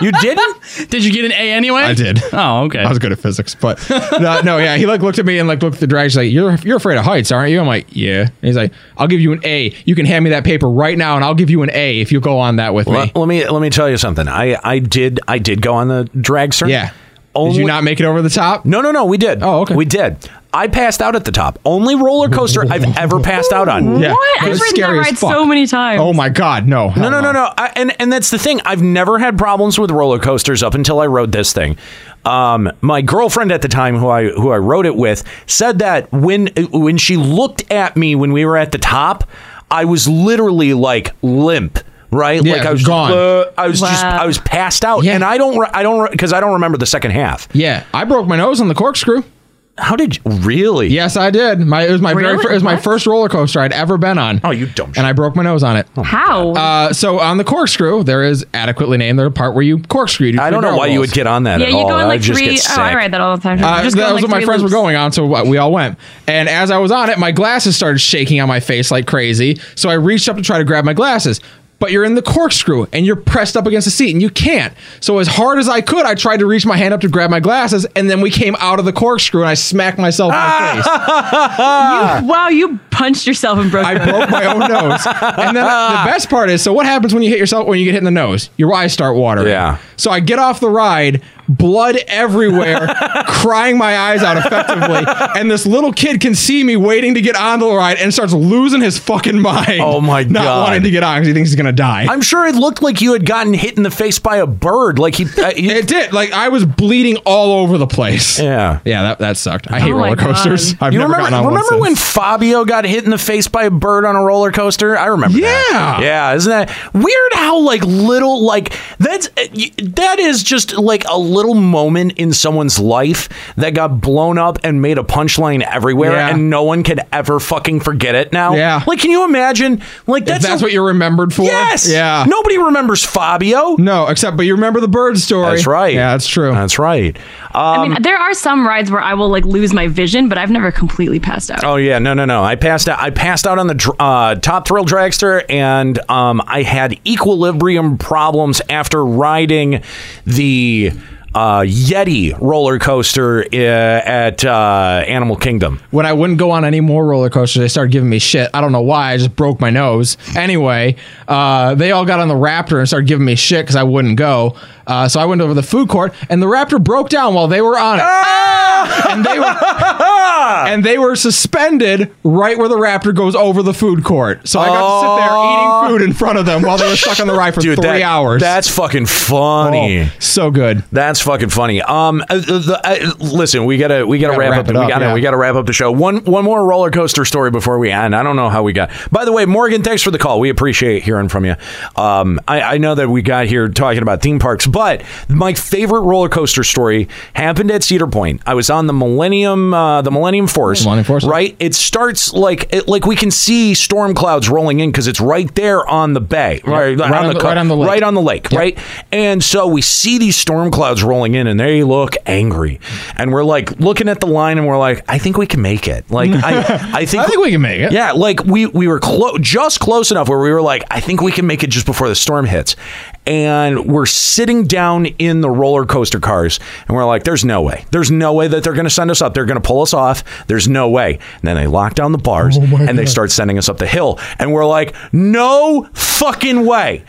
G: you didn't?
B: Did you get an A anyway?
A: I did.
B: Oh, okay.
A: I was good at physics, but no, no, yeah. He like looked at me and like looked at the drag. He's like, "You're you're afraid of heights, aren't you?" I'm like, "Yeah." And he's like, "I'll give you an A. You can hand me that paper right now, and I'll give you an A if you go on that with me."
G: Let, let me let me tell you something. I I did I did go on the dragster.
A: Yeah. Did you not make it over the top?
G: No, no, no. We did. Oh, okay. We did. I passed out at the top. Only roller coaster I've ever passed out on.
A: Yeah.
H: What? I've ridden that ride so many times.
A: Oh my god, no.
G: No, no, no, no. I, and and that's the thing. I've never had problems with roller coasters up until I rode this thing. Um, my girlfriend at the time, who I who I rode it with, said that when when she looked at me when we were at the top, I was literally like limp. Right,
A: Yeah,
G: like I was
A: gone.
G: uh, I was just,
A: Wow.
G: I was passed out, and I don't, re- I don't, because I don't remember the second half.
A: Yeah, I broke my nose on the corkscrew.
G: How did you really?
A: Yes, I did. My it was my very
H: Really?
A: fir- it was my
H: What?
A: first roller coaster I'd ever been on. Oh,
G: you dumb! Oh.
A: And I broke my nose on it.
H: How?
A: Uh, so on the corkscrew, there is adequately named the part where you corkscrew.
G: I don't know why you would get on that
H: yeah,
G: at
H: you
G: all.
H: go on
G: I
H: like
G: just
H: three
G: get
H: oh, I
G: sick.
H: ride that all the time.
A: Uh,
H: just go
A: that
H: on,
A: was
H: like,
A: what my
H: three
A: friends
H: loops.
A: were going on, so uh, we all went. And as I was on it, my glasses started shaking on my face like crazy. So I reached up to try to grab my glasses. But you're in the corkscrew and you're pressed up against the seat and you can't. So as hard as I could, I tried to reach my hand up to grab my glasses, and then we came out of the corkscrew and I smacked myself in
H: Ah!
A: the face.
H: You- wow, you punched yourself and broke.
A: I broke my own nose. And then the best part is, so what happens when you hit yourself when you get hit in the nose? Your eyes start watering. Yeah. So I get off the ride, blood everywhere, crying my eyes out effectively, and this little kid can see me waiting to get on the ride and starts losing his fucking mind.
G: Oh my
A: not
G: God.
A: wanting to get on because he thinks he's gonna die.
G: I'm sure it looked like you had gotten hit in the face by a bird. Like he, uh, he-
A: it did. Like I was bleeding all over the place.
G: Yeah,
A: yeah, that, that sucked. I hate
G: Oh my
A: roller coasters.
G: God.
A: I've
G: You
A: never
G: remember,
A: gotten on one
G: remember
A: since.
G: when Fabio got hit in the face by a bird on a roller coaster? I remember. Yeah, that. yeah. Isn't that weird? How like little like that's uh, y- that is just like a little moment in someone's life that got blown up and made a punchline everywhere,
A: Yeah.
G: and no one could ever fucking forget it now.
A: Yeah.
G: Like, can you imagine? Like, that's,
A: that's what you're remembered for?
G: Yes.
A: Yeah.
G: Nobody remembers Fabio.
A: No, except but you remember the bird story.
G: That's right. Uh,
A: Yeah, that's true.
G: That's right.
H: I mean, there are some rides where I will like lose my vision, but I've never completely passed out.
G: Oh yeah, no, no, no. I passed out. I passed out on the dr- uh, top thrill dragster, and um, I had equilibrium problems after riding the uh, Yeti roller coaster uh, at uh, Animal Kingdom.
A: when I wouldn't go on any more roller coasters, they started giving me shit. I don't know why. I just broke my nose. Anyway, uh, they all got on the Raptor and started giving me shit because I wouldn't go. Uh, so I went over the food court, and the Raptor broke down while they were on it.
G: Ah!
A: And they were, and they were suspended right where the Raptor goes over the food court. So I got to sit there eating food in front of them while they were stuck on the ride for
G: Oh. Dude,
A: three
G: that-
A: hours. Oh,
G: That's fucking funny.
A: so good.
G: That's fucking funny. Um, uh, the, uh, listen, we gotta we gotta,
A: Gotta
G: wrap,
A: wrap
G: up.
A: it
G: we
A: up,
G: gotta
A: yeah.
G: we gotta wrap up the show. One one more roller coaster story before we end. I don't know how we got. By the way, Morgan, thanks for the call. We appreciate hearing from you. Um, I, I know that we got here talking about theme parks, but my favorite roller coaster story happened at Cedar Point. I was on the Millennium uh, the Millennium Force. Millennium Force, right? It starts like it, like we can see storm clouds rolling in because it's right there on the bay, right,
A: Right on the-
G: co-
A: right on the lake.
G: right on the lake, right? And so we see these storm clouds rolling in and they look angry. And we're like looking at the line and we're like, I think we can make it. Like I I think
A: I think we can make it.
G: Yeah, like we we were close just close enough where we were like, I think we can make it just before the storm hits. And we're sitting down in the roller coaster cars and we're like, there's no way. There's no way that they're gonna send us up. They're gonna pull us off. There's no way. And then they lock down the bars
A: Oh
G: and they start sending us up the hill. And we're like, no fucking way.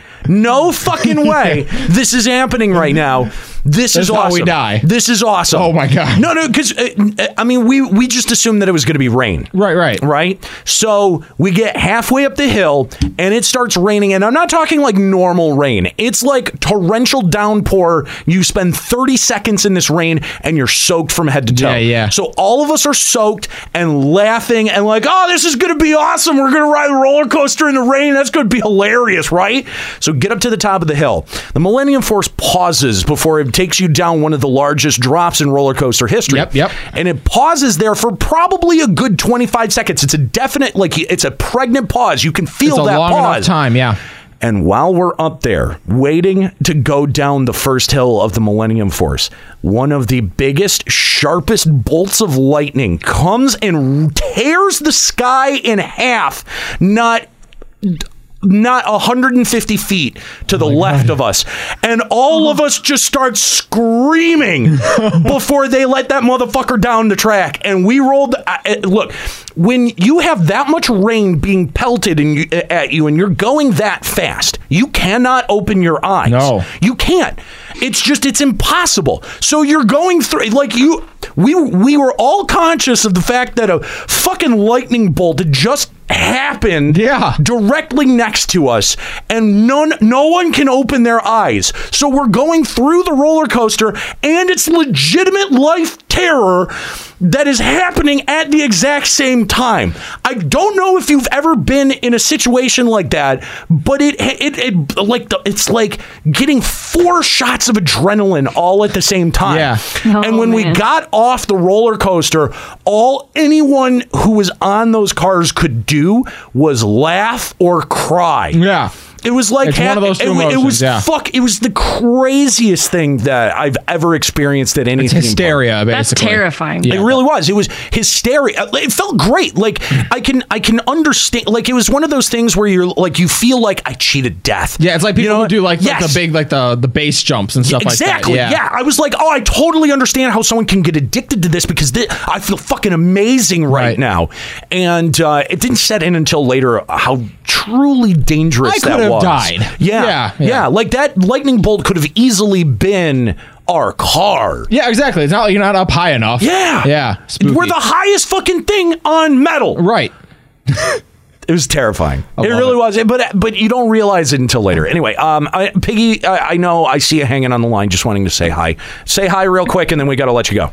G: No fucking way. this is happening right now. This
A: That's
G: is
A: how
G: awesome.
A: we die.
G: This is awesome.
A: Oh my God.
G: No, no, because uh, uh, I mean, we we just assumed that it was going to be rain.
A: Right, right,
G: right. So we get halfway up the hill and it starts raining, and I'm not talking like normal rain. It's like torrential downpour. You spend 30 seconds in this rain and you're soaked from head to toe. Yeah, yeah. So all of us are soaked and laughing and like, oh, this is going to be awesome. We're going to ride a roller coaster in the rain. That's going to be hilarious, right? So get up to the top of the hill. The Millennium Force pauses before it takes you down one of the largest drops in roller coaster history. Yep, yep. And it pauses there for probably a good 25 seconds. It's a definite, like, it's a pregnant pause. You can feel
A: It's a
G: that
A: long enough
G: pause.
A: time, yeah.
G: And while we're up there waiting to go down the first hill of the Millennium Force, one of the biggest, sharpest bolts of lightning comes and tears the sky in half, not not 150 feet to the left of us. And all of us just start screaming before they let that motherfucker down the track. And we rolled. I, I- look, when you have that much rain being pelted in you, uh, at you and you're going that fast, you cannot open your eyes. No. You can't. It's just, it's impossible. So you're going through, like, you. We, we were all conscious of the fact that a fucking lightning bolt had just happened yeah. directly next to us and none no one can open their eyes so we're going through the roller coaster and it's legitimate life terror that is happening at the exact same time i don't know if you've ever been in a situation like that but it it, it like the, it's like getting four shots of adrenaline all at the same time yeah. and when we
H: man.
G: got got off the roller coaster, all anyone who was on those cars could do was laugh or cry.
A: Yeah.
G: It was like
A: It's one of those
G: it,
A: two
G: wa- it
A: emotions,
G: was
A: yeah.
G: fuck. It was the craziest thing that I've ever experienced at any. theme park.
A: hysteria, That's basically. terrifying. Yeah.
G: It really was. It was hysteria. Uh, It felt great. Like I can, I can understand. Like it was one of those things where you're like, you feel like I cheated death.
A: Yeah, it's like people who do like, like,
G: Yes.
A: the big like the the base jumps and stuff
G: exactly.
A: like that.
G: yeah. I was like, oh, I totally understand how someone can get addicted to this because thi- I feel fucking amazing right, now. And uh, it didn't set in until later how truly dangerous
A: I
G: that
A: could have
G: was.
A: died. Yeah,
G: Yeah, yeah,
A: yeah.
G: Like that lightning bolt could have easily been our car.
A: Yeah, exactly. It's not like you're not up high enough.
G: Yeah.
A: Yeah.
G: We're the highest fucking thing on metal.
A: Right.
G: It was terrifying. it really was, but but you don't realize it until later. Anyway, um, I, Piggy, I, I know I see you hanging on the line, just wanting to say hi. Say hi real quick, and then we got to let you go.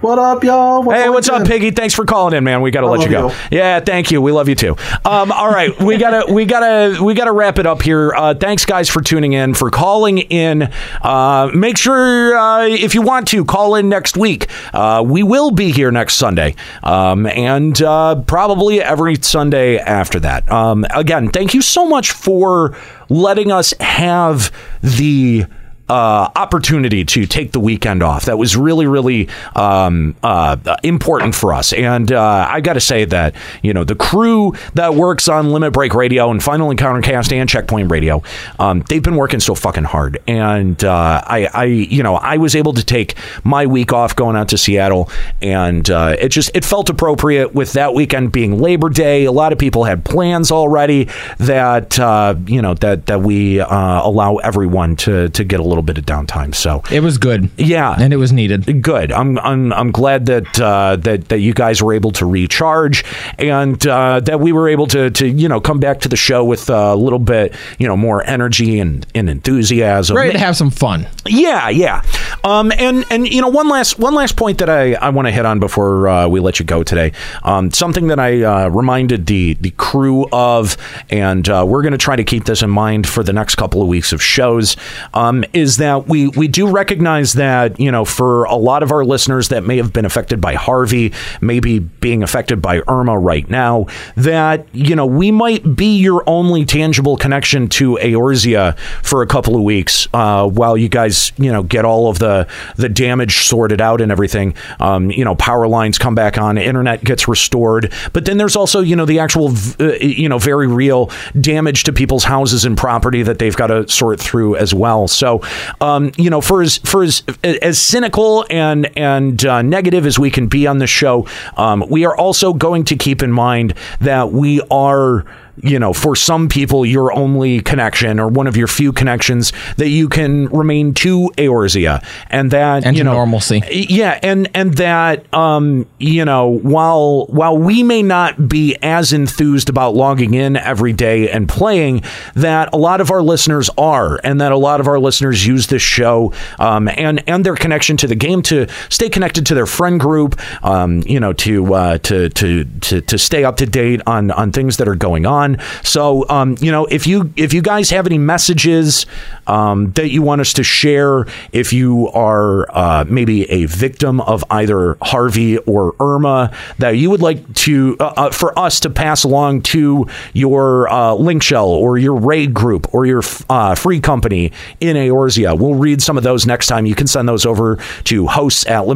R: What up, y'all?
G: hey, what's up, Piggy? Thanks for calling in, man. We gotta
R: I
G: let you go.
R: love
G: Yeah, thank you. We love you too. Um, all right, we gotta we gotta we gotta wrap it up here. Uh, thanks, guys, for tuning in, for calling in. Uh, make sure uh, if you want to call in next week. Uh, we will be here next Sunday, um, and uh, probably every Sunday after that. Um, again, thank you so much for letting us have the uh, opportunity to take the weekend off. That was really, really um, uh, important for us. And uh, I got to say that, you know, the crew that works on Limit Break Radio and Final Encounter Cast and Checkpoint Radio, um, they've been working so fucking hard. And uh, I, I, you know, I was able to take my week off going out to Seattle. And uh, it just, it felt appropriate with that weekend being Labor Day. A lot of people had plans already that, uh, you know, that, that we uh, allow everyone to, to get a little bit of downtime. So
A: It was good.
G: yeah,
A: and it was needed.
G: Good. I'm I'm, I'm glad that uh, that that you guys were able to recharge and uh, that we were able to to you know come back to the show with a little bit you know more energy and, and enthusiasm.
A: Ready to have some fun.
G: Yeah, yeah. Um, and and you know one last one last point that I, I want to hit on before uh, we let you go today. Um, something that I uh, reminded the the crew of, and uh, we're going to try to keep this in mind for the next couple of weeks of shows. Um, is that we we do recognize that you know for a lot of our listeners that may have been affected by Harvey, maybe being affected by Irma right now, that you know we might be your only tangible connection to Eorzea for a couple of weeks uh, while you guys you know get all of the the damage sorted out and everything. Um, you know, power lines come back on, internet gets restored, but then there's also you know the actual v- uh, you know very real damage to people's houses and property that they've got to sort through as well. So um, you know, for as for as as cynical and and uh, negative as we can be on this show, um, we are also going to keep in mind that we are. You know, for some people, your only connection or one of your few connections that you can remain to Eorzea, and that
A: And
G: you know
A: normalcy.
G: yeah and and that um you know while while we may not be as enthused about logging in every day and playing that a lot of our listeners are and that a lot of our listeners use this show um and and their connection to the game to stay connected to their friend group um you know to uh to to to, to stay up to date on on things that are going on so um you know if you if you guys have any messages um that you want us to share if you are uh, maybe a victim of either Harvey or Irma that you would like to uh, uh, for us to pass along to your uh, link shell or your raid group or your uh, free company in Eorzea. We'll read some of those next time. You can send those over to hosts at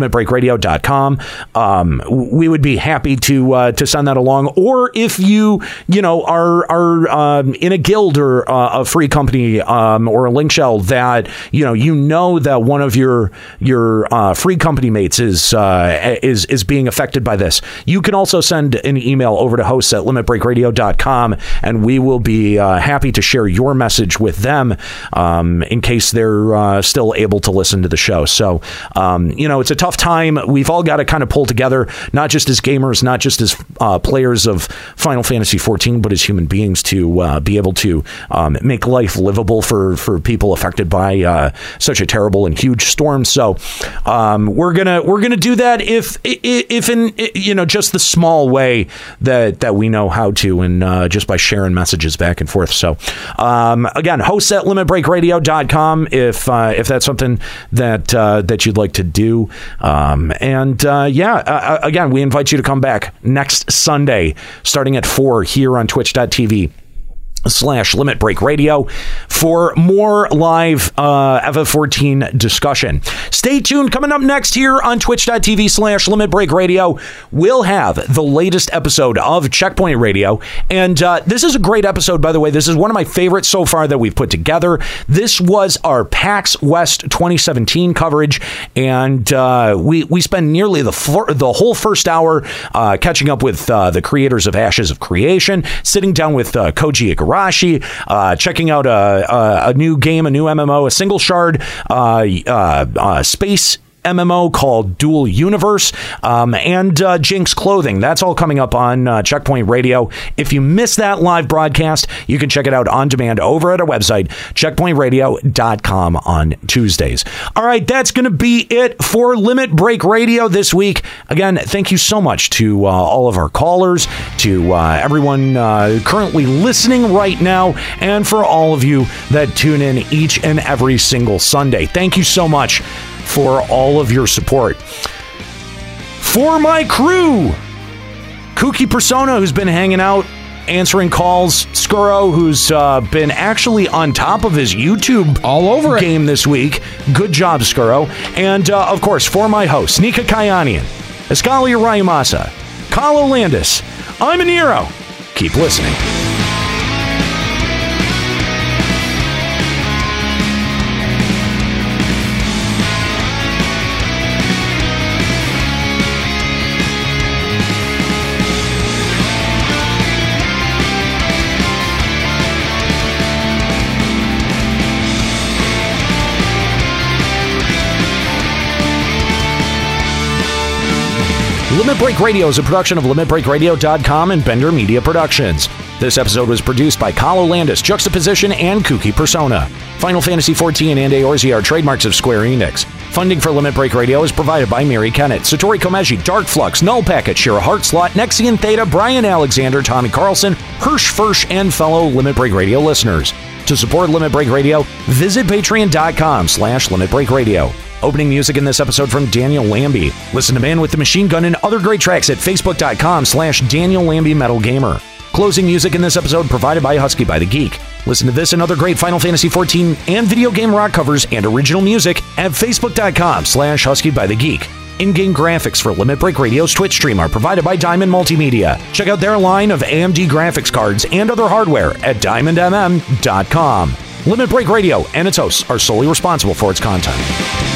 G: limitbreakradio.com. Um, we would be happy to uh, to send that along. Or if you you know are are um, in a guild or uh, a free company um, or a link shell that you know you know that one of your your uh, free company mates is uh, is is being affected by this. You can also send an email over to hosts at limitbreakradio.com and we will be uh, happy to share your message with them um, in case they're uh, still able to listen to the show. So um, you know it's a tough time. We've all got to kind of pull together, not just as gamers, not just as uh, players of Final Fantasy 14, but as human beings to uh, be able to um, make life livable for for people affected by uh, such a terrible and huge storm. So um, we're gonna we're gonna do that if i- i- if in i- you know just the small way that that we know how to, and uh, just by sharing messages back and forth. So um, again, host at limitbreakradio.com if uh, if that's something that uh, that you'd like to do. Um, and uh, yeah, uh, uh, again, we invite you to come back next Sunday, starting at four here on Twitch.tv slash limit break radio for more live uh eva 14 discussion stay tuned coming up next here on twitch.tv slash limit break radio we'll have the latest episode of checkpoint radio and uh this is a great episode by the way this is one of my favorites so far that we've put together this was our pax west 2017 coverage and uh we we spend nearly the fir- the whole first hour uh catching up with uh the creators of ashes of creation sitting down with uh, Koji Igarashi, uh, checking out a, a, a new game, a new MMO, a single shard uh, uh, uh, space MMO called Dual Universe, um, and uh, Jinx clothing. That's all coming up on uh, Checkpoint Radio. If you missed that live broadcast, you can check it out on demand over at our website, checkpointradio.com on Tuesdays. All right, that's going to be it for Limit Break Radio this week. Again, thank you so much to uh, all of our callers, to uh, everyone uh, currently listening right now, and for all of you that tune in each and every single Sunday. Thank you so much for all of your support. For my crew, Kooky Persona, who's been hanging out, answering calls, Skuro, who's uh, been actually on top of his YouTube all over game this week. Good job, Skuro. And uh, of course, for my hosts, Nika Kayanian, Escalia Rayamasa, Kalo Landis, I'm an hero. Keep listening. Limit Break Radio is a production of LimitBreakRadio.com and Bender Media Productions. This episode was produced by Kalo Landis, Juxtaposition, and Kooky Persona. Final Fantasy XIV and Eorzea are trademarks of Square Enix. Funding for Limit Break Radio is provided by Mary Kennett, Satori Komeji, Dark Flux, Null Packet, Shira Heartslot, Nexian Theta, Brian Alexander, Tommy Carlson, Hirsch Fersh, and fellow Limit Break Radio listeners. To support Limit Break Radio, visit patreon.com slash Limit Break Radio. Opening music in this episode from Daniel Lambie. Listen to Man with the Machine Gun and other great tracks at facebook.com slash Daniel Lambie Metal Gamer. Closing music in this episode provided by Husky by the Geek. Listen to this and other great Final Fantasy XIV and video game rock covers and original music at facebook.com slash Husky by the Geek. In-game graphics for Limit Break Radio's Twitch stream are provided by Diamond Multimedia. Check out their line of AMD graphics cards and other hardware at diamondmm.com. Limit Break Radio and its hosts are solely responsible for its content.